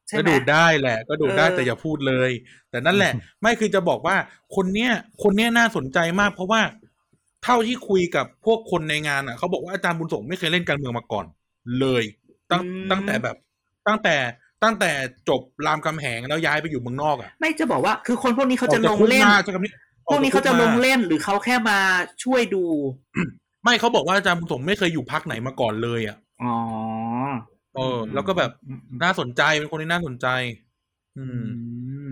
Speaker 4: ใช่
Speaker 2: ก็
Speaker 4: ไหม
Speaker 2: ดูดได้แหละ ก็ดูดได้
Speaker 4: เออ
Speaker 2: แต่อย่าพูดเลย แต่นั่นแห ละ ไม่คือจะบอกว่าคนเนี้ย คนเนี้ยน่าสนใจมาก เพราะว่าเท่าที่คุยกับพวกคนในงานอ่ะเขาบอกว่าอาจารย์บุญส่งไม่เคยเล่นการเมืองมาก่อน เลย ตั้ง
Speaker 4: อืม
Speaker 2: ตั้งแต่แบบ ตั้งแต่ตั้งแต่จบรามคำแหงแล้วย้ายไปอยู่เมืองนอกอ่ะ
Speaker 4: ไม่จะบอกว่า คือคนพวกนี้เขาจะลงเล่น
Speaker 2: ออกจากคุกมาใช้คำนี้
Speaker 4: พวกนี้เขาจะล
Speaker 2: อ
Speaker 4: ง
Speaker 2: อกจกคุกม
Speaker 4: เล่นหรือเขาแค่มาช่วยดู
Speaker 2: าไม่เขาบอกว่าอาจารย์บุญส่งไม่เคยอยู่พักไหนมาก่อนเลยอ่ะ
Speaker 4: อ๋อ
Speaker 2: เออ แล้วก็แบบน่าสนใจเป็นคนที่น่าสนใจ อื
Speaker 4: อื
Speaker 2: ม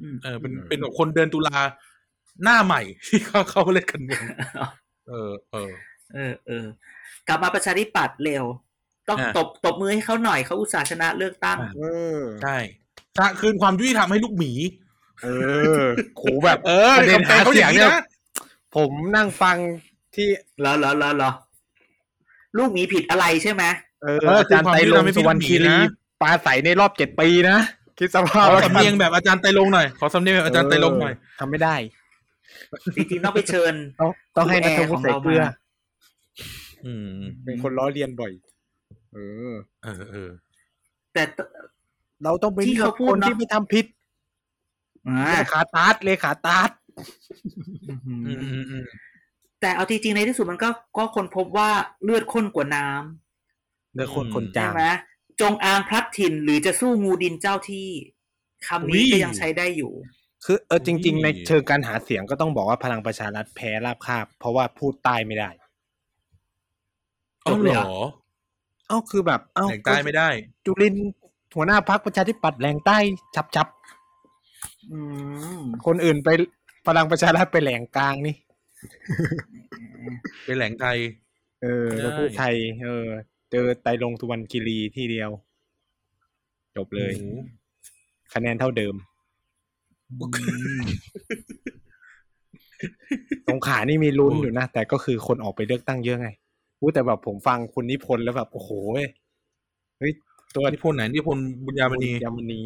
Speaker 4: มม
Speaker 2: เออเป็นเป็นแบบคนเดือนตุลาหน้าใหม่ ที่เขาเข้าเล่นกัน เมืองเออเออ
Speaker 4: เออเออกลับมาประชาธิปัตย์เร็ว ต้อง
Speaker 2: อ่ะ
Speaker 4: ตบตบมือให้เขาหน่อยเขาอุตส่าห์ชนะเลือกตั้ง
Speaker 3: เออ
Speaker 2: ใช่สะคืนความยุติธรรมให้ลูกหมี
Speaker 3: เออโหแบบ
Speaker 2: เออ
Speaker 3: ประเด็นหา
Speaker 2: คำแปล
Speaker 3: เสียง
Speaker 2: เขาอย่างนี้
Speaker 3: เนี่ย
Speaker 2: นะ
Speaker 3: ผมนั่งฟังที่
Speaker 4: แล้วแล้วแล้วแล้วลูกหมีผิดอะไรใช่ไหม
Speaker 3: เออ
Speaker 2: เออ
Speaker 3: อาจารย์ไตรลงค์สุวรรณคีรี
Speaker 2: นะ
Speaker 3: ปลาใสในรอบเจ็ดปีนะ คิดสภา
Speaker 2: ข
Speaker 3: พ
Speaker 2: อ
Speaker 3: แล้วกัน
Speaker 2: สำเนียงแบบอาจารย์ไตรลงหน่อยขอสำเนียงแบบอาจารย์ไตรลงหน่อย
Speaker 3: ทำไม่ได้
Speaker 4: จริงๆต้องไปเชิญ
Speaker 3: ต้องต้องให้นัก
Speaker 4: คุ
Speaker 3: วุ
Speaker 4: ณ
Speaker 3: ฒิ
Speaker 4: แอร์ข
Speaker 3: ใส่
Speaker 4: องเรา
Speaker 3: เกลือ
Speaker 4: มา
Speaker 2: อืม
Speaker 3: เป็นคนล้อเลียนบ่อย เออ
Speaker 2: เออเออ
Speaker 4: แต่
Speaker 3: เราต้องไป
Speaker 4: ที่
Speaker 3: เลือ
Speaker 4: เขา
Speaker 3: ก
Speaker 4: พู
Speaker 3: ค
Speaker 4: ด
Speaker 3: น
Speaker 4: เนอะ
Speaker 3: ที่ไม่ทำผิด
Speaker 4: อ่า
Speaker 3: เลขาตาร์ดเลขาตาร์ด
Speaker 2: อืมอืมอืม
Speaker 4: แต่เอาจริงๆในที่สุดมันก็ก็คนพบว่าเลือดข้นกว่าน้
Speaker 3: เลือกคนคน
Speaker 4: ำ
Speaker 3: จา
Speaker 4: ใช่
Speaker 3: ง
Speaker 4: ไหมจงอางพลัดถิ่นหรือจะสู้งูดินเจ้าที่คำนี้ก็ยังใช้ได้อยู่
Speaker 3: คือเออจริง ๆ ในเชิงการหาเสียงก็ต้องบอกว่าพลังประชารัฐแพ้ราบคาบ เพราะว่าพูดใต้ไม่ได้
Speaker 2: อ๋อเหรอ
Speaker 3: เอ้าคือแบบเอ้า
Speaker 2: แหลงใต้ไม่ได้
Speaker 3: จุลินทร์หัวหน้าพักประชาธิปัตย์แรงใต้ฉับฉับ
Speaker 4: อืม
Speaker 3: ๆคนอื่นไปพลังประชารัฐไปแหลงกลางนี่
Speaker 2: เป็นแหลงไทย
Speaker 3: เออ
Speaker 2: ได้
Speaker 3: แล้วพูดไทย เออ เจอไตรลงค์สุวรรณคีรีที่เดียว จบเลย
Speaker 2: โอ้โห
Speaker 3: คะแนนเท่าเดิม สงขลานี่มีลุ้นอยู่นะ แต่ก็คือคนออกไปเลือกตั้งเยอะไงพูดแต่แบบผมฟังคุณนิพนธ์แล้วแบบ โอ้โหเว้ยเฮ้ย ตัว
Speaker 2: นิพนธ์ไหนนิพนธ์บุญญามณี
Speaker 3: ยามณี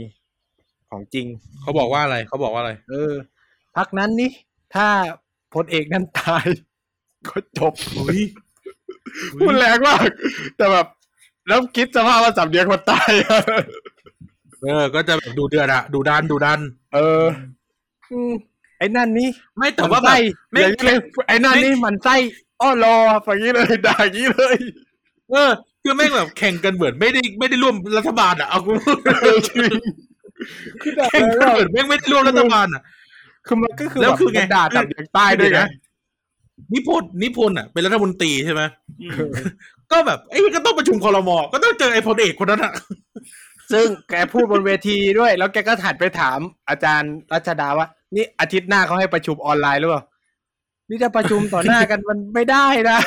Speaker 3: ของจริง
Speaker 2: เขาบอกว่าอะไรเขาบอกว่าอะไร
Speaker 3: เออพักนั้นนี่ ถ้าพลเอกนั้นตาย ก็จบพูดแรงมากแต่แบบ แล้วคิดสภาพว่าสำเนียงคนตาย
Speaker 2: เออ ก็จะแบบดูเดือดอะดูดันดูดัน
Speaker 3: เอออืมไอ้นั่นนี่
Speaker 2: ไม่แต่ว่าแบบ
Speaker 3: ไม่
Speaker 2: ไม่
Speaker 3: งเลยไอ้นั่นนี่มันไส้อ้อรอฝั่งนี้เลยด่าอย่างนี้ เลย
Speaker 2: เออคือแม่งแบบแข่งกันเหมือนไม่ได้ไม่ได้ร่วมรัฐบาลอะเอากู
Speaker 3: คือด่า
Speaker 2: แข่งกันเหมือนแม่งไม่ได้ร่วมรัฐบาลอะ
Speaker 3: คือมันก็คือ
Speaker 2: แล้วคือไง
Speaker 3: มันด่าตับยังใต้ด้วยนะ
Speaker 2: นิพนธ์นิพนธ์อะเป็นรัฐมนตรีใช่ไหม
Speaker 4: อืม
Speaker 2: ก็แบบไอ้ยก็ต้องประชุมคอรมอก็ต้องเจอไอ้พลเอกคนนั้นอะ
Speaker 3: ซึ่งแกพูดบนเวทีด้วย แล้วแกก็ถัดไปถามอาจารย์รัชดาว่า นี่อาทิตย์หน้าเขาให้ประชุมออนไลน์หรือเปล่า นี่จะประชุมต่อหน้ากันมันไม่ได้นะ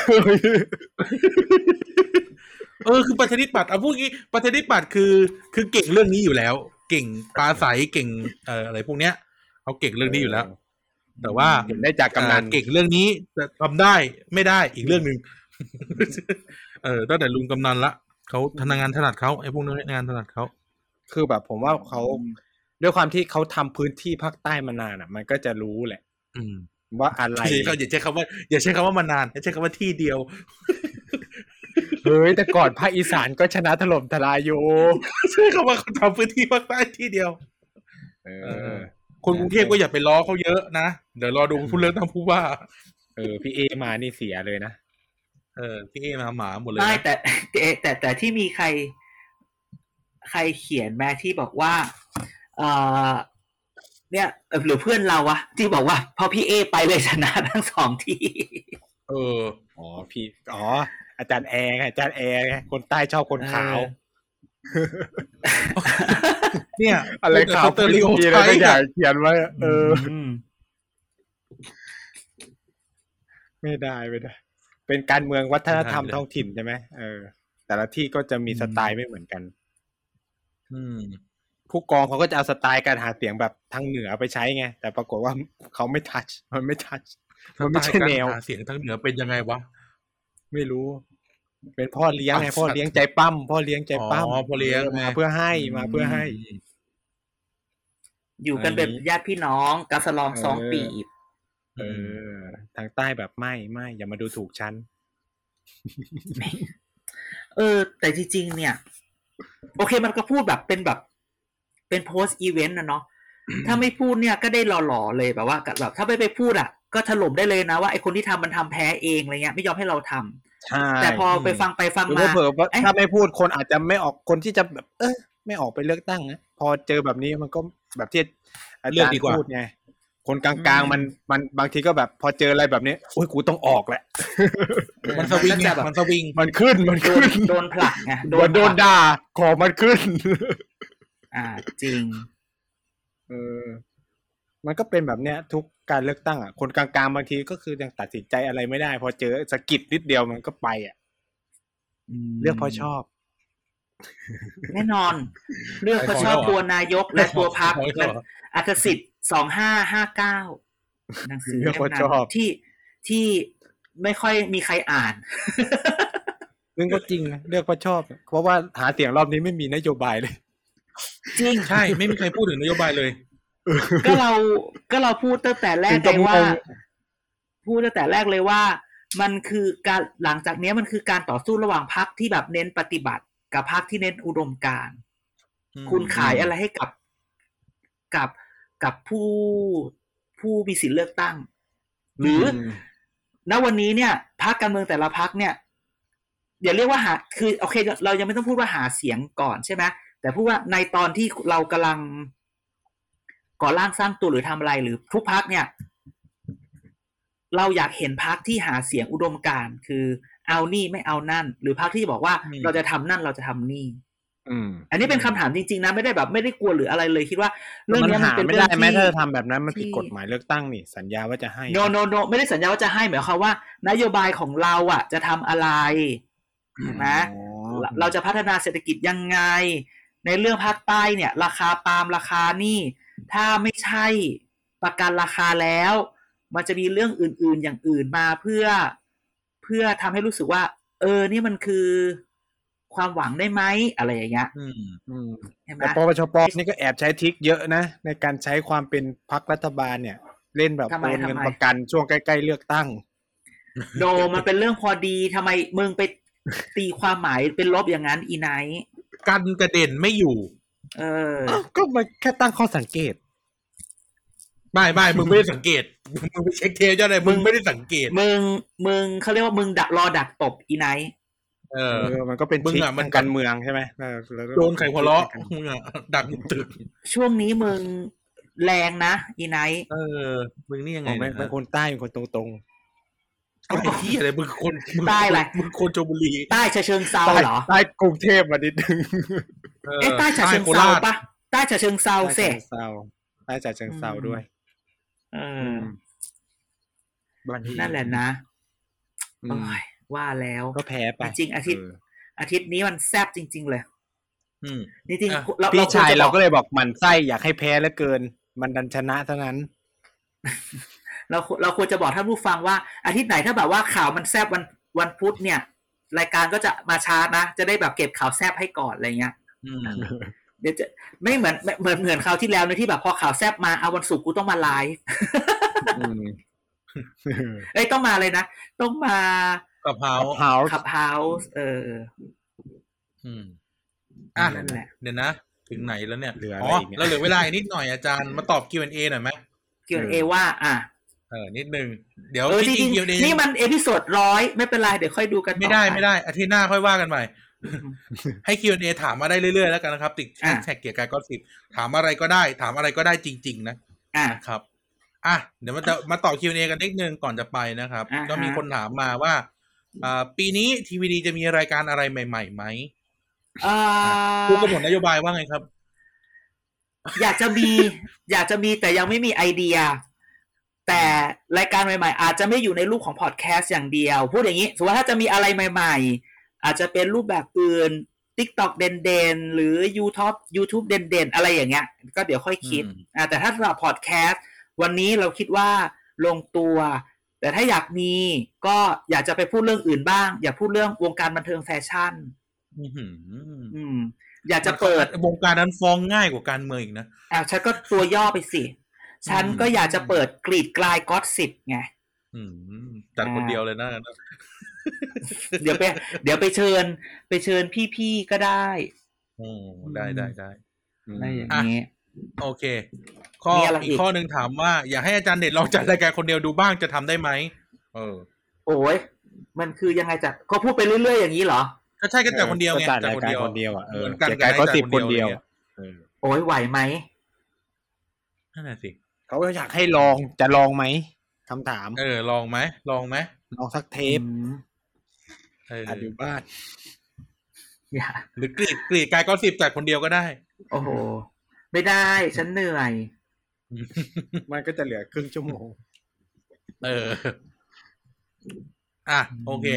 Speaker 2: เออคือประชาธิปัตย์เอาพูดงี้ประชาธิปัตย์คือ คือเก่งเรื่องนี้อยู่แล้ว เก่งปลาใสเก่งเอ่ออะไรพวกเนี้ยเขาเก่งเรื่องนี้อยู่แล้ว แต่ว่า
Speaker 3: เห็นได้จากกำนัน
Speaker 2: อ่าเก่งเรื่องนี้จะทำได้ไม่ได้อีกเรื่องหนึ่ง เออตั้งแต่ลุงกำนันละเขาทำงานถนัดเขาไอ้พวกนี้งานถนัดเขา
Speaker 3: คือแบบผมว่าเขาด้วยความที่เขาทำพื้นที่ภาคใต้มานานอ่ะ มันก็จะรู้แหละ
Speaker 2: อืม
Speaker 3: ว่าอะไร
Speaker 2: อย่าใช้คำว่าอย่าใช้คำว่ามานานอย่าใช้คำว่าที่เดียว
Speaker 3: เฮ้ย แต่ก่อนภาคอีสานก็ชนะถล่มทลายอยู่
Speaker 2: ใช้คำว่าเขาทำพื้นที่ภาคใต้ที่เดียว
Speaker 3: เอ
Speaker 2: อ คนกรุงเทพก็อย่าไปล้อเขาเยอะนะ เดี๋ยวรอดูผู้เลือกตั้งผู้ว่า
Speaker 3: เออพี่เอมานี่เสียเลยนะ
Speaker 2: เออพี่เอมาหมาหมดเลย
Speaker 4: ไม่
Speaker 2: นะ
Speaker 4: แต่ แต่แต่แต่ที่มีใคร ใครเขียนแม่ที่บอกว่า เออเนี่ยเอ่อหรือเพื่อนเราอะที่บอกว่า พอพี่เอไปเลยชนะทั้งสองที
Speaker 2: เออ
Speaker 3: อ๋อพี่อ๋อ อาจารย์แอร์ไงอาจารย์แอร์ไงคนใต้ชอบคนขาว
Speaker 2: เนี่ย
Speaker 3: อะไรขาว
Speaker 2: เตอริโอ
Speaker 3: มีอะไร
Speaker 2: ไท
Speaker 3: ก็
Speaker 2: ย
Speaker 3: อยากเขียนไว้อะเออ
Speaker 4: ม
Speaker 3: ไม่ได้ไม่ได้ เป็นการเมืองวัฒนธรรมท้องถิ่นใช่ไหมเออ แต่ละที่ก็จะมีสไตล์ไม่เหมือนกัน
Speaker 2: อืม
Speaker 3: ผู้กองเขาก็จะเอาสไตล์การหาเสียงแบบทางเหนือไปใช้ไง แต่ปรากฏว่าเขาไม่ทัช มันไม่ทัช มันไม่ใช่แนว
Speaker 2: สไตล์การหาเสียงทั้งเหนือเป็นยังไงวะ
Speaker 3: ไม่รู้ เป็นพ่อเลี้ยงไง
Speaker 2: อ่ะ
Speaker 3: พ่อเลี้ยงใจปั้มพ่อเลี้ยงใจปั้ม
Speaker 2: อ๋อพ่อเลี้ยงไง
Speaker 3: มาเพื่อให้มาเพื่อให้
Speaker 4: อยู่กันแบบญาติพี่น้องกาสลองสองปีบ
Speaker 3: เออ ทางใต้แบบไม่ไม่อย่ามาดูถูกฉัน
Speaker 4: เออ แต่จริงๆเนี่ย โอเคมันก็พูดแบบเป็นแบบ เป็นโพสต์อีเวนต์นะเนาะถ้าไม่พูดเนี่ยก็ได้หล่อๆเลยแบบว่าแบบถ้าไม่ไปพูดอ่ะ ก็ถล่มได้เลยนะว่าไอคนที่ทำมันทำแพ้เองอะไรเงี้ยไม่ยอมให้เราทำ
Speaker 3: ใช่
Speaker 4: แต่พอไปฟังไปฟัง
Speaker 3: หรือ
Speaker 4: มา
Speaker 3: ว่าเผื่อว่า
Speaker 4: เอ๊ะ
Speaker 3: ถ้าไม่พูดคนอาจจะไม่ออกคนที่จะแบบ เออไม่ออกไปเลือกตั้งนะพอเจอแบบนี้มันก็แบบที่อา
Speaker 2: เลือ
Speaker 3: จา
Speaker 2: ก
Speaker 3: ร
Speaker 2: ดี
Speaker 3: ย์
Speaker 2: กว่า
Speaker 3: พูดไงคนกลางๆมันมันบางทีก็แบบ พอเจออะไรแบบนี้โอ้ยกูต้องออกแหละ
Speaker 2: มันสวิง
Speaker 4: ก็
Speaker 2: ไง
Speaker 4: จะแบบ
Speaker 2: มันสวิง
Speaker 3: มันขึ้นมัน
Speaker 4: โด
Speaker 3: ขึ้
Speaker 4: น
Speaker 3: น
Speaker 4: โดนผลักไง
Speaker 3: โดนโด
Speaker 4: ผ
Speaker 3: น
Speaker 4: ลัก
Speaker 3: ด่าของมันขึ้น
Speaker 4: อ่า จริง
Speaker 3: เออ มันก็เป็นแบบเนี้ย ทุกการเลือกตั้งอ่ะ คนกลางๆบางทีก็คือยังตัดสินใจอะไรไม่ได้ พอเจอสะกิดนิดเดียวมันก็ไปอ่ะ เลือกเพราะชอบ
Speaker 4: แน่นอน เลือก
Speaker 2: ไป
Speaker 4: เขา
Speaker 2: ขอ
Speaker 4: ชอบ
Speaker 2: แล้วเหรอ
Speaker 4: ตัวนายกและตัวพัก
Speaker 2: ขอแล้วเหรอ
Speaker 4: อัตสิทธิ์สองห้าห้าเก้าหนังสือ
Speaker 3: เลื
Speaker 4: เล่
Speaker 3: อก
Speaker 4: ม
Speaker 3: เพราะ
Speaker 4: นั้
Speaker 3: ช
Speaker 4: น
Speaker 3: อบ
Speaker 4: ที่ที่ไม่ค่อยมีใครอ่ าน
Speaker 3: ซึ่งก็จริงนะเลือกเพราะชอบ เพราะว่าหาเสียงรอบนี้ไม่มีนโยบายเลย
Speaker 4: จริง
Speaker 2: ใช่ ไม่มีใครพูดถึงนโยบายเลย
Speaker 4: ก็เราก็เราพูดตั้งแต่แรกเลยว่า
Speaker 3: ถึงกับง
Speaker 4: พูดตั้งแต่แรกเลยว่า มันคือการหลังจากเนี้ยมันคือการต่อสู้ระหว่างพักที่แบบเน้นปฏิบัติ กับพักที่เน้นอุดมการณ์ คุณขายอะไรให้กับกับกับผู้ผู้มีสิทธิ์เลือกตั้ง หรืออ
Speaker 3: ม
Speaker 4: ณวันนี้เนี่ยพักการเมืองแต่ละพักเนี่ยอย่าเรียกว่าหา คือโอเค เรายังไม่ต้องพูดว่าหาเสียงก่อนใช่ไหมแต่พูดว่าในตอนที่เรากำลัง ก่อร่างสร้างตัวหรือทำอะไรหรือทุกพักเนี่ย เราอยากเห็นพักที่หาเสียงอุดมการณ์คือเอานี่ไม่เอานั่น หรือพักที่บอกว่า
Speaker 2: อืม
Speaker 4: เราจะทำนั่นเราจะทำนี่
Speaker 3: อืม
Speaker 4: อันนี้เป็นคำถามจริง ๆ นะ ไม่ได้แบบไม่ได้กลัวหรืออะไรเลยคิดว่า เรื่อง
Speaker 3: มัน
Speaker 4: เนี้ยมั
Speaker 3: หาน
Speaker 4: เป็น
Speaker 3: ไม่
Speaker 4: เรื่อง
Speaker 3: ได้
Speaker 4: ที่
Speaker 3: แม้ถ้าจะทำแบบนั้นมันผิด
Speaker 4: ที่
Speaker 3: กฎหมายเลือกตั้งนี่ สัญญาว่าจะให้
Speaker 4: โนโนโนไม่ได้สัญญาว่าจะให้หมายความว่า นโยบายของเราอ่ะ จะทำอะไรนะ
Speaker 3: อ๋อ
Speaker 4: เราเราจะพัฒนาเศรษฐกิจยังไง ในเรื่องภาคใต้เนี่ย ราคาปาล์มราคานี่ ถ้าไม่ใช่ประกันราคาแล้ว มันจะมีเรื่องอื่น ๆ อย่างอื่นมาเพื่อเพื่อทำให้รู้สึกว่า เออ นี่มันคือความหวังได้ไหมอะไรอย่างเงี้ย
Speaker 2: อืม
Speaker 3: อืม
Speaker 4: ใช่ไหม
Speaker 3: แต่ปปชปนี่ก็แอบใช้ทริคเยอะนะ ในการใช้ความเป็นพักรัฐบาลเนี่ย เล่นแบบ
Speaker 4: ทำไม
Speaker 3: โอนเงิน
Speaker 4: ทำไม
Speaker 3: ประกันช่วงใกล้ๆเลือกตั้ง
Speaker 4: โนมันเป็นเรื่องพอดีทำไมมึงไปตีความหมายเป็นลบอย่างนั้นอีไนท์
Speaker 2: กันกระเด็นไม่อยู่
Speaker 4: เออ
Speaker 3: อ้าวก็มันแค่ตั้งข้อสังเกต
Speaker 2: ไม่ไม่มึงไม่ได้สังเกต มึงไปเช็คเทปเจ้าไหนมึงไม่ได้สังเกต
Speaker 4: มึงมึงเขาเรียกว่ามึงดักรอดักตบอีไนท์
Speaker 2: เอ
Speaker 3: เอ
Speaker 2: อ
Speaker 3: อ มันก็เป็น
Speaker 2: มึง
Speaker 3: ทริค
Speaker 2: อะมัน
Speaker 3: ทางการเมืองใช่ไหมเออแล้ว
Speaker 2: โดนไขหัวเราะมึงอะดักตึก
Speaker 4: ช่วงนี้มึงแรงนะอีไนท์
Speaker 2: เออ มึงนี่ยัง
Speaker 3: ผ
Speaker 2: ไง
Speaker 3: มไม่
Speaker 2: เนี่ย
Speaker 3: เป็นคนใต้เป็นคนตรง
Speaker 2: ไอ้ที่อะไร มึงคนมึง
Speaker 4: ใต้อะไร
Speaker 2: มึงคนชลบุรี
Speaker 4: ใต้ฉะเชิง
Speaker 3: ๆ
Speaker 4: เซา
Speaker 3: ใต้
Speaker 4: เหรอ
Speaker 3: ใต้กรุงเทพมานิดนึง
Speaker 4: เอ๊ะใต้ฉะเชิง
Speaker 2: โคร
Speaker 4: เซา
Speaker 2: ช
Speaker 4: ปะใต้ฉะเชิงเซา
Speaker 3: ใต้
Speaker 4: เส
Speaker 3: ฉะ
Speaker 4: ก
Speaker 3: เชิงเซาใต้ฉะเชิงเซา
Speaker 4: อืม
Speaker 3: ด้วย
Speaker 4: เออ
Speaker 3: บ้านที่
Speaker 4: นั่นแหละนะ
Speaker 3: อื
Speaker 4: โอ้
Speaker 3: ม
Speaker 4: ยว่าแล้ว
Speaker 3: ก็แพ้ไป
Speaker 4: จริงๆอาทิตย์
Speaker 3: เออ
Speaker 4: อาทิตย์นี้มันแซบจริง ๆ เลย
Speaker 2: อืม
Speaker 4: จริง
Speaker 2: อ่ะ
Speaker 4: ๆเราค
Speaker 3: พี่
Speaker 4: ว
Speaker 3: ชาย
Speaker 4: จะ
Speaker 3: เรา
Speaker 4: บอก
Speaker 3: ก็เลยบอกหมันไส้อยากให้แพ้เหลือเกิน มันดันชนะเท่านั้น
Speaker 4: เราเราควรจะบอกท่านผู้ฟังว่า อาทิตย์ไหนถ้าแบบว่าข่าวมันแซบวันวันพุธเนี่ย รายการก็จะมาช้านะ จะได้แบบเก็บข่าวแซบให้ก่อนอะไรเงี้ย
Speaker 2: อืม
Speaker 4: เดี๋ยวจะไม่เหมือนเหมือนเหมือนคราวที่แล้วนะที่แบบพอข่าวแซบมาเอาวันศุกร์กูต้องมาไลฟ์
Speaker 3: อืม
Speaker 4: เอ้ยต้องมาเลยนะ ต้องมาก
Speaker 2: ะเพรา
Speaker 3: เฮา
Speaker 4: ขับเฮาส์เออ
Speaker 2: อืม
Speaker 4: อ่ะ
Speaker 2: อ่ะ
Speaker 4: นั่นแหละ
Speaker 2: เดี๋ยวนะ ถึงไหนแล้วเนี่ย
Speaker 3: เหลืออะไร
Speaker 2: อ๋อ
Speaker 3: อีกเนี่ย
Speaker 2: เราเหลือเวลาอีกนิดหน่อยอาจารย์มาตอบ Q&A หน่อยไหม
Speaker 4: Q&A ว่า อ่ะ
Speaker 2: เออ นิดนึง เดี๋ยว
Speaker 4: เออจ
Speaker 2: ที่จ
Speaker 4: ริ
Speaker 2: ริ
Speaker 4: ง
Speaker 2: ง Q&A
Speaker 4: ๆนี่มันเอพิโซดร้อยไม่เป็นไร เดี๋ยวค่อยดูกันต่อ
Speaker 2: ไม่ได้ไม่ได้ อาทิตย์หน้าค่อยว่ากันใหม่ ให้ Q&A ถามมาได้เรื่อยๆแล้วกันนะครับ ติดแท็กเกียร์กายก็สิบถามอะไรก็ได้ ถามอะไรก็ได้จริง ๆ นะ
Speaker 4: อ่ะ
Speaker 2: นะครับ อ่ะเดี๋ยวมาจะมาต่อ Q&A กันนิดนึงก่อนจะไปนะครับ
Speaker 4: อ่าฮะ
Speaker 2: ก็มีคนถามมาว่าอ่าปีนี้ทีวีดีจะมีรายการอะไรใหม่ๆไหม
Speaker 4: เอ่อ
Speaker 2: ผู้กำหนดนโยบายว่าไงครับ
Speaker 4: อยากจะมี อยากจะมีแต่ยังไม่มีไอเดีย แต่รายการใหม่ ๆ อาจจะไม่อยู่ในรูปของพอดแคสต์อย่างเดียว พูดอย่างนี้สมมติว่าถ้าจะมีอะไรใหม่ ๆ อาจจะเป็นรูปแบบอื่น TikTok เด่นๆ หรือ YouTube YouTube เด่นๆ อะไรอย่างเงี้ย ก็เดี๋ยวค่อยคิด
Speaker 2: อืม
Speaker 4: อ่ะแต่ถ้าสำหรับพอดแคสต์วันนี้เราคิดว่าลงตัว แต่ถ้าอยากมีก็อยากจะไปพูดเรื่องอื่นบ้าง อยากพูดเรื่องวงการบันเทิงแฟชั่น
Speaker 2: อื้อหือ
Speaker 4: อืม อยากจะเปิด
Speaker 2: วงการนั้นฟ้องง่ายกว่าการเมืองอีกนะ
Speaker 4: อ่ะฉันก็ตัวย่อไปสิ ฉันก็
Speaker 2: อืม
Speaker 4: อยากจะเปิดกรีดกลายก็สิบไง
Speaker 2: อืมจัดคนเดียวเลยนะ
Speaker 4: เดี๋ยวไป เดี๋ยวไปเชิญ ไปเชิญพี่ๆก็ได้
Speaker 2: โอ้ได้ได้ได้
Speaker 4: อะไรอย่างนี้
Speaker 2: โอเค ข้อ
Speaker 4: มีอะไรอี
Speaker 2: อี
Speaker 4: ก
Speaker 2: กข้อหนึ่งถามว่า อยากให้อาจารย์เด็ดลองจัดรายการคนเดียวดูบ้างจะทำได้ไหมเออ
Speaker 4: โอ้ย มันคือยังไงจะก็พูดไปเรื่อยๆอย่างนี้เหรอ
Speaker 2: ก็ใช่ก็จัดคนเดียวไง
Speaker 3: ก็จัดรายการคนเดียวอ่ะเอ
Speaker 2: เห
Speaker 3: อ
Speaker 2: มือนกัน
Speaker 3: เกียรติกายก็สิบคนเดียว
Speaker 2: เออ
Speaker 4: โอ้ยไหวไหม
Speaker 2: นั่นแหะสิ
Speaker 3: เขาอยากให้ลองจะลองไหมคำถาม
Speaker 2: เออลองไหมลองไหม
Speaker 3: ลองสักเทป
Speaker 2: เออ
Speaker 3: อัดอยู่บ้าน
Speaker 4: อย่า
Speaker 2: หรือกรีดกรีดกายก็สิบจัดคนเดียวก็ได้
Speaker 4: โอ้โห ไม่ได้ ฉันเหนื่อย
Speaker 3: มันก็จะเหลือครึ่งชั่วโมง
Speaker 2: เออ อ่ะโอเค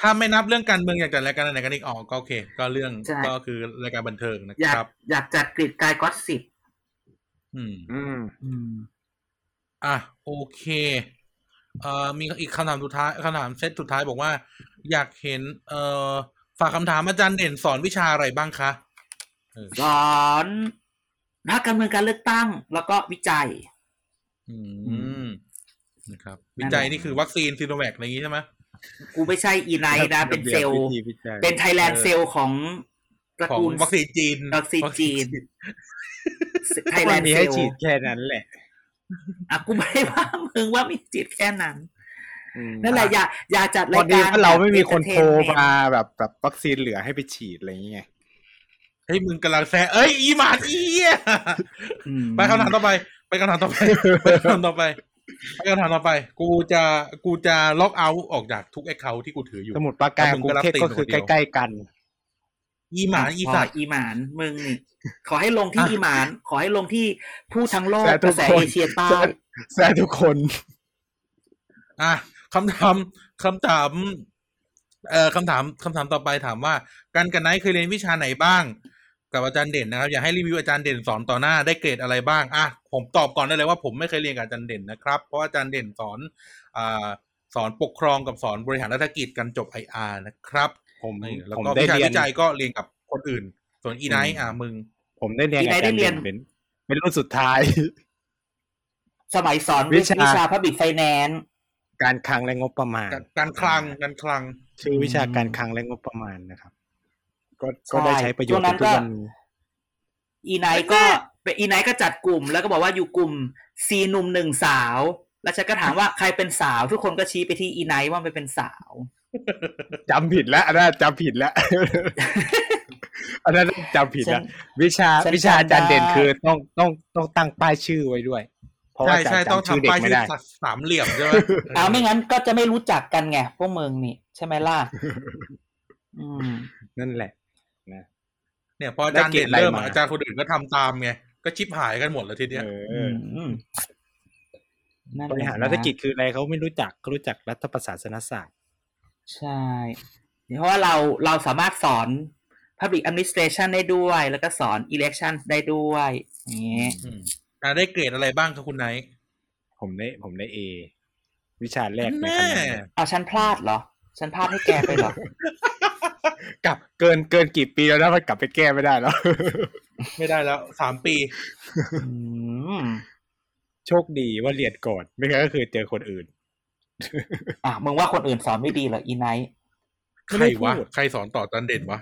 Speaker 2: ถ้าไม่นับเรื่องการเมืองอยากจัดรายการไหนกันอีกออกก็โอเค ก็เรื่อง
Speaker 4: ใช่
Speaker 2: ก็คือรายการบันเทิงนะ
Speaker 4: อยาก
Speaker 2: ครับ
Speaker 4: อยากจัดกรีดกลายก็สิบ
Speaker 2: อืม
Speaker 3: อืม
Speaker 4: อืม
Speaker 2: อ่ะโอเคเอ่อมีอีกคำถามสุดท้ายคำถามเซตสุดท้ายบอกว่า อยากเห็น เอ่อฝากคำถามอาจารย์เด่นสอนวิชาอะไรบ้างคะเออ
Speaker 4: สอนนักการเมืองการเลือกตั้ง แล้วก็วิจัย
Speaker 2: อื
Speaker 4: อื
Speaker 2: มนะครับ วิจัยนี่คือวัคซีนซีโนแวคอะไรอย่างงี้ใช่ไหม
Speaker 4: กูไม่ใช่อีไนท์นะ เป็นเซลล์ เป็นไทยแลนด์เซลล์ของตระ
Speaker 2: ของ
Speaker 4: กูล
Speaker 2: วัคซีนจีน
Speaker 4: วัคซีนจี นไทยแล
Speaker 3: มัน น
Speaker 4: ด์
Speaker 3: มี
Speaker 4: เซ
Speaker 3: ให้
Speaker 4: ล
Speaker 3: ฉีด
Speaker 4: ล์
Speaker 3: แค่นั้นแหละ
Speaker 4: อ่ะกูไม่ได้ว่ามึงว่ามีจิตแค่นั้น นั่นแหละอย่าอย่าจัด
Speaker 3: ต
Speaker 4: รา
Speaker 3: อน
Speaker 4: ย
Speaker 3: นี้
Speaker 4: การ
Speaker 3: ถ้าเราไม่มีคนโทร
Speaker 4: แบบ entertainment
Speaker 3: มาแบบแบบวัคซีนเหลือให้ไปฉีดอะไรอย่างเงี้ย
Speaker 2: เฮ้ยมึงกำลังแซะเอ้ยอีหมาดอีเหี้ ย
Speaker 4: อืม
Speaker 2: ไปคำถามต่อไป ไปคำถาม ต่อไปไปคำถามต่อไปไปคำถามต่อไป กูจะกูจะล็อกเอาท์ออกจากทุกแอคเคาท์ที่กูถืออยู่
Speaker 3: สมุดปราการ
Speaker 2: แล้ว
Speaker 3: กับ
Speaker 2: มึ
Speaker 3: กรุ
Speaker 2: งก็
Speaker 3: ง
Speaker 2: รับ
Speaker 3: เทพ
Speaker 2: ติด
Speaker 3: ก็คือ
Speaker 2: คนเดี
Speaker 3: ใก
Speaker 2: ยว
Speaker 3: ล้ๆกัน
Speaker 2: อีหมาอีสัตว์
Speaker 4: อีหมานมึงนี่ขอให้ลงที่
Speaker 2: อ่ะ
Speaker 4: อีหมาน ขอให้ลงที่ผู้ทั้ง โลก
Speaker 3: แสะ
Speaker 4: ก
Speaker 3: ทุ
Speaker 4: ระ
Speaker 3: ก
Speaker 4: แส
Speaker 3: คน
Speaker 4: เอเชียใต้
Speaker 3: แซะทุกคน
Speaker 2: อ่ะคำถามคำถามเอ่อคำถามคำถามต่อไปถามว่า กันกับไนท์เคยเรียนวิชาไหนบ้าง กับอาจารย์เด่นนะครับ อยากให้รีวิวอาจารย์เด่นสอนต่อหน้าได้เกรดอะไรบ้างอ่ะผมตอบก่อนได้เลยว่าผมไม่เคยเรียนกับอาจารย์เด่นนะครับ เพราะว่าอาจารย์เด่นสอนอ่าสอนปกครองกับสอนบริหารรัฐกิจกันจบ IR นะครับ
Speaker 3: ผม
Speaker 2: เออแล้ว
Speaker 3: ผม
Speaker 2: ก็
Speaker 3: ได้
Speaker 2: วิชา
Speaker 3: เรีย
Speaker 2: วิ
Speaker 3: น
Speaker 2: จัยก็เรียนกับคนอื่น ส่วนอีไนท์อ่ะมึง
Speaker 3: ผมได้เรียนกับอาจารย์เด่นเป็นเป็นรุ่นสุดท้าย
Speaker 4: สมัยสอน
Speaker 3: วิ
Speaker 4: วิ
Speaker 3: ชา
Speaker 4: ชาพับบิ c ไฟแนนซ์
Speaker 3: การคลังและงบประมาณ
Speaker 2: การการคลังการคลัง
Speaker 3: ชื่อวิชาการคลังและงบประมาณนะครับ ก็ก็ได้ใช้ประโยชน์
Speaker 4: ใช่
Speaker 3: ในทุกวัน
Speaker 4: ช่วงนั้นก็
Speaker 3: นี้
Speaker 4: อีไนท์ก็เป็นอีไนท์ก็จัดกลุ่ม แล้วก็บอกว่าอยู่กลุ่มซีหนุ่มหนึ่งสาว แล้วฉันก็ถามว่าใครเป็นสาว ทุกคนก็ชี้ไปที่อีไนท์ว่ามันเป็นสาว
Speaker 3: จำผิดแล้วอันนั้นจำผิด แล้ว อันนั้นจำผิด
Speaker 4: ฉั
Speaker 3: แล้
Speaker 4: น
Speaker 3: ววิชา
Speaker 4: ฉัน
Speaker 3: วิชาอาจารย์
Speaker 4: จำได้
Speaker 3: เด่นคือต้องต้องต้องตั้งป้ายชื่อไว้ด้วย เพราะว่า
Speaker 2: ใช่
Speaker 3: อา
Speaker 2: ใช่
Speaker 3: จารย์
Speaker 2: ต้อง
Speaker 3: จำชื่
Speaker 2: ทำ
Speaker 3: อเด็ก
Speaker 2: ป้าย
Speaker 3: ไม่
Speaker 2: ชื่อ
Speaker 3: ได้
Speaker 2: สามเหลี่ยมใช่ไหม
Speaker 4: เอาไม่งั้นก็จะไม่รู้จักกันไงพวกเมืองนี่ ใช่ไหมล่ะ อืม
Speaker 3: นั่นแหละ
Speaker 2: เนี่ยพออาจารย์เด่นเริ่ม
Speaker 3: ได้เกรดอะไรมา
Speaker 2: อะอาจารย์คนอื่นก็ทำตามไงก็ชิบหายกันหมดแล้วทีเนี้ย
Speaker 3: เอ
Speaker 4: อื
Speaker 3: อ
Speaker 4: มอืมนั่นแะ
Speaker 3: บริหารรัฐกิจคืออะไรเขาไม่รู้จักเขารู้จักรัฐประศาสนศาสตร์
Speaker 4: ใช่ เพราะว่าเราเราสามารถสอน Public Administration ได้ด้วย แล้วก็สอน Election ได้ด้วยอย่างนี้
Speaker 2: มอ่าได้เกรดอะไรบ้างครับคุณไนท์
Speaker 3: ผมได้ผมได้เอวิชาแรกใน
Speaker 2: แน่
Speaker 3: คณะเนี่ย
Speaker 4: เอาฉันพลาดเหรอ ฉันพลาดให้แกไปเหรอ
Speaker 3: กลับเกินเกินกี่ปีแล้วนะมันกลับไปแก้ไม่ได้แล้ว
Speaker 2: ไม่ได้แล้วสามปี
Speaker 4: อืม
Speaker 3: โชคดีว่าเรียนก่อนไม่งั้นก็คือเจอคนอื่น
Speaker 4: อ่ะมึงว่าคนอื่นสอนไม่ดีเหรออีไนท์
Speaker 3: ไม่
Speaker 2: ใคร
Speaker 3: ได้พู
Speaker 2: วะ
Speaker 3: ด
Speaker 2: ใครสอนต่ออาจารย์เด่นวะ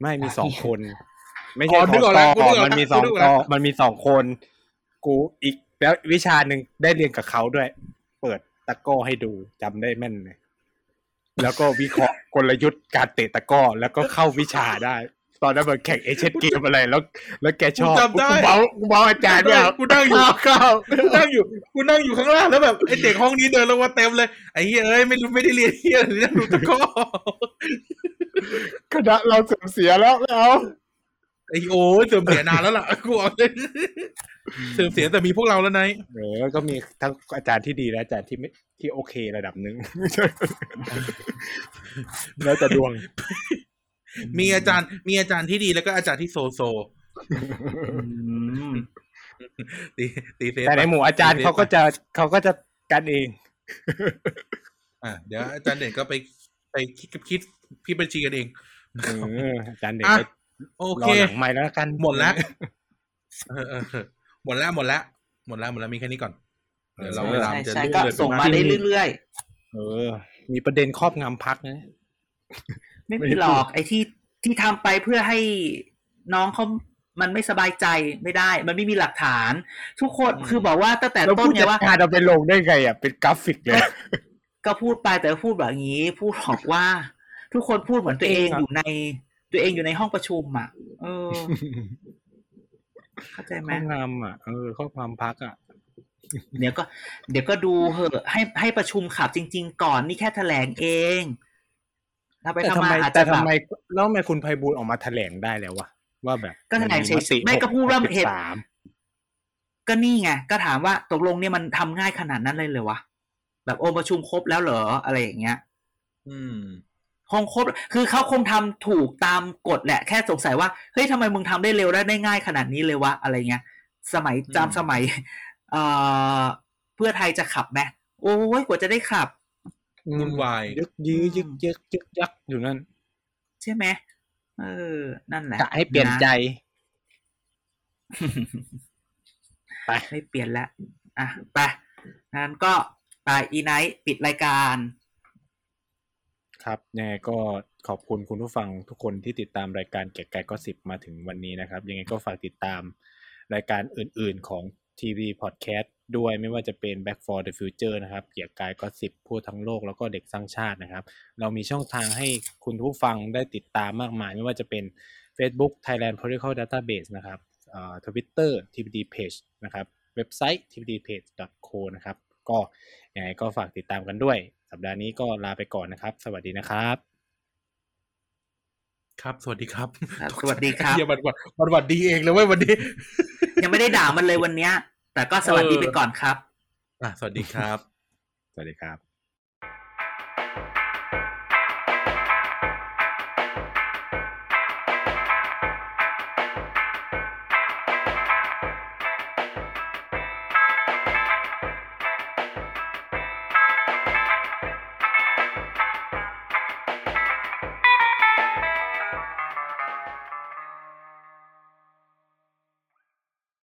Speaker 3: ไม่มี
Speaker 4: อ่ะ
Speaker 3: สอง
Speaker 4: อีก
Speaker 3: คน ไม่ใช่
Speaker 2: อ๋อ
Speaker 3: ส
Speaker 2: นึ
Speaker 3: อก ง
Speaker 2: ออก
Speaker 3: ต
Speaker 2: แล้ว
Speaker 3: อ
Speaker 2: กูนึกออกแล้ว
Speaker 3: มันมีสอง
Speaker 2: กูนึกออก
Speaker 3: ต
Speaker 2: แล้
Speaker 3: อ
Speaker 2: ว
Speaker 3: มันมีสองคน กูอีกแล้ววิชาหนึ่งได้เรียนกับเขาด้วย เปิดตะกร้อให้ดูจำได้แม่นเลยแล้วก็วิเคราะห์ กลยุทธ์การเตะตะกร้อแล้วก็เข้าวิชาได้ ตอนนั้นมันแข่งเอเชียนเกมอะไรแล้ว แล้วแกชอบ
Speaker 2: กูจำได้
Speaker 3: กูเบากูเบาอาจารย์ด้วย
Speaker 2: กูนั่งอยู่
Speaker 3: ข้าว
Speaker 2: กูนั่งอยู่กูนั่งอยู่ข้างล่างแล้วแบบไอเด็กห้องนี้เดินลงมาเต็มเลยไอ้เหี้ยเอ้ยไม่รู้ไม่ได้เรียนเหี้ยอะไรนะดูตะกร้อ
Speaker 3: คณะเราเสื่อมเสียแล้วแล้ว
Speaker 2: ไอโอ้ยเสื่อมเสียนานแล้วล่ะ กูบอกเลยเสื่อมเสียแต่มีพวกเราแล้วไนาย
Speaker 3: เออก็มีทั้งอาจารย์ที่ดีและอาจารย์ที่ไม่ที่โอเคระดับหนึ่ง แล้วแต่ดวง
Speaker 2: มีอาจารย์ มีอาจารย์ที่ดีแล้วก็อาจารย์ที่โซโซ
Speaker 4: อืม
Speaker 2: ตีตีเซฟ
Speaker 3: แต่ในหมู่อาจารย์เขาก็จะเขาก็จะกันเอง
Speaker 2: อ่ะเดี๋ยวอาจารย์เด่นก็ไปไปคิดคิดพี่บัญชีกันเอง
Speaker 3: เอออาจารย์เด็ก
Speaker 2: อ่ะ
Speaker 3: ก็
Speaker 2: โอ
Speaker 3: ร
Speaker 2: เค
Speaker 3: อหลังไม่แล้วกัน
Speaker 2: หมดแล้วเออเออเออหมดแล้วหมดแล้วหมดแล้วหมดแล้วมีแค่นี้ก่อน เดี๋ยวเราเวลา
Speaker 4: ใช่
Speaker 2: มันจะ
Speaker 4: ใช่
Speaker 2: เลื่อน
Speaker 4: ก็
Speaker 2: เลื่อน
Speaker 4: ส่งมาได้เรื่อย
Speaker 3: เออ มีประเด็นครอบงำพักนะ
Speaker 4: ๆ ไม่มีหรอกไอ้ที่ที่ทำไปเพื่อให้น้องเขามันไม่สบายใจไม่ได้ มันไม่มีหลักฐาน ทุกคนคือบอกว่าตั้งแต่
Speaker 3: แล้ว
Speaker 4: ต้น
Speaker 3: ผู้
Speaker 4: ไง
Speaker 3: จัด
Speaker 4: ว่า
Speaker 3: การเอาไปลงได้ไงอ่ะ เป็นกราฟิกเลย
Speaker 4: ก็พูดไปแต่พูดแบบนี้ พูดบอกว่า ทุกคนพูดเหมือนตัวเอง
Speaker 3: ครับ
Speaker 4: อยู่ในตัวเองอยู่ในห้องประชุมอ่ะ เอ อ เข้าใจไห
Speaker 3: ค
Speaker 4: ม
Speaker 3: รอบงำอ่ะเออครอบงำพักอ่ะ
Speaker 4: เดี๋ยวก็ เดี๋ยวก็ดูเหอะให้ให้ประชุมข่าวจริง ๆ ก่อนนี่แค่แถลงเองทำไป
Speaker 3: แต่
Speaker 4: ทำ
Speaker 3: ทำไม
Speaker 4: มาอาจ
Speaker 3: แต่
Speaker 4: จะแบ
Speaker 3: ทำ
Speaker 4: บ
Speaker 3: ไมแล้วทำไมคุณไพบูลย์ออกมาแถลงได้แล้ววะว่าแบบ
Speaker 4: ก็แถลงเฉ
Speaker 3: นติ
Speaker 4: ยๆไม่ก็พูดว่า
Speaker 3: 63
Speaker 4: เหตุก็นี่ไงก็ถามว่าตกลงเนี่ยมันทำง่ายขนาดนั้นเลยเหรอวะแบบโอประชุมครบแล้วเหรออะไรอย่างเงี้ย
Speaker 2: อืม
Speaker 4: คงครบ คือเขาคงทำถูกตามกฎแหละ แค่สงสัยว่า เฮ้ยทำไมมึงทำได้เร็วและได้ง่ายขนาดนี้เลยวะ อะไรเงี้ย สมัย
Speaker 2: อืม
Speaker 4: จำสมัย เอ่อ เพื่อไทยจะขับไหมโอ้ยกว่าจะได้ขับ
Speaker 3: อืม
Speaker 2: วุ่นวาย
Speaker 3: ยึกยื้อยึกยึกยึกยักอยู่นั่น
Speaker 4: ใช่ไหมเออ นั่นแหละ
Speaker 3: กะให้เปลี่ยนะ ใจ ไป
Speaker 4: ไม่เปลี่ยนแล้วอ่ะไปนั้นก็ไปอีไนท์ปิดรายการ
Speaker 3: ครับยังไงก็ขอบคุณคุณผู้ฟังทุกคนที่ติดตามรายการเกียกไก่ก็สิบมาถึงวันนี้นะครับ ยังไงก็ฝากติดตามรายการอื่นๆของทีวีพอดแคสต์ด้วยไม่ว่าจะเป็น Back for the Future นะครับ เกียกไก่ก็สิบทั่วทั้งโลกแล้วก็เด็กสร้างชาตินะครับ เรามีช่องทางให้คุณผู้ฟังได้ติดตามมากมาย ไม่ว่าจะเป็น Facebook Thailand Political Database นะครับทวิตเตอร์ TPD Page นะครับ เว็บไซต์ tpdpage.co นะครับ ก็ยังไงก็ฝากติดตามกันด้วย สัปดาห์นี้ก็ลาไปก่อนนะครับ สวัสดีนะครับ
Speaker 2: ครับ สวัสดีครับ
Speaker 4: ครับสวัสดีครับ
Speaker 2: เฮียบัดวัดบัดวัดดีเองเลยเว้ยวันนี้
Speaker 4: ยังไม่ได้ด่ามันเลยวันเนี้ย แต่ก็สวัสดีไปก่อนครับ
Speaker 2: อ่ะ สวัสดีครับ
Speaker 3: สวัสดีครับ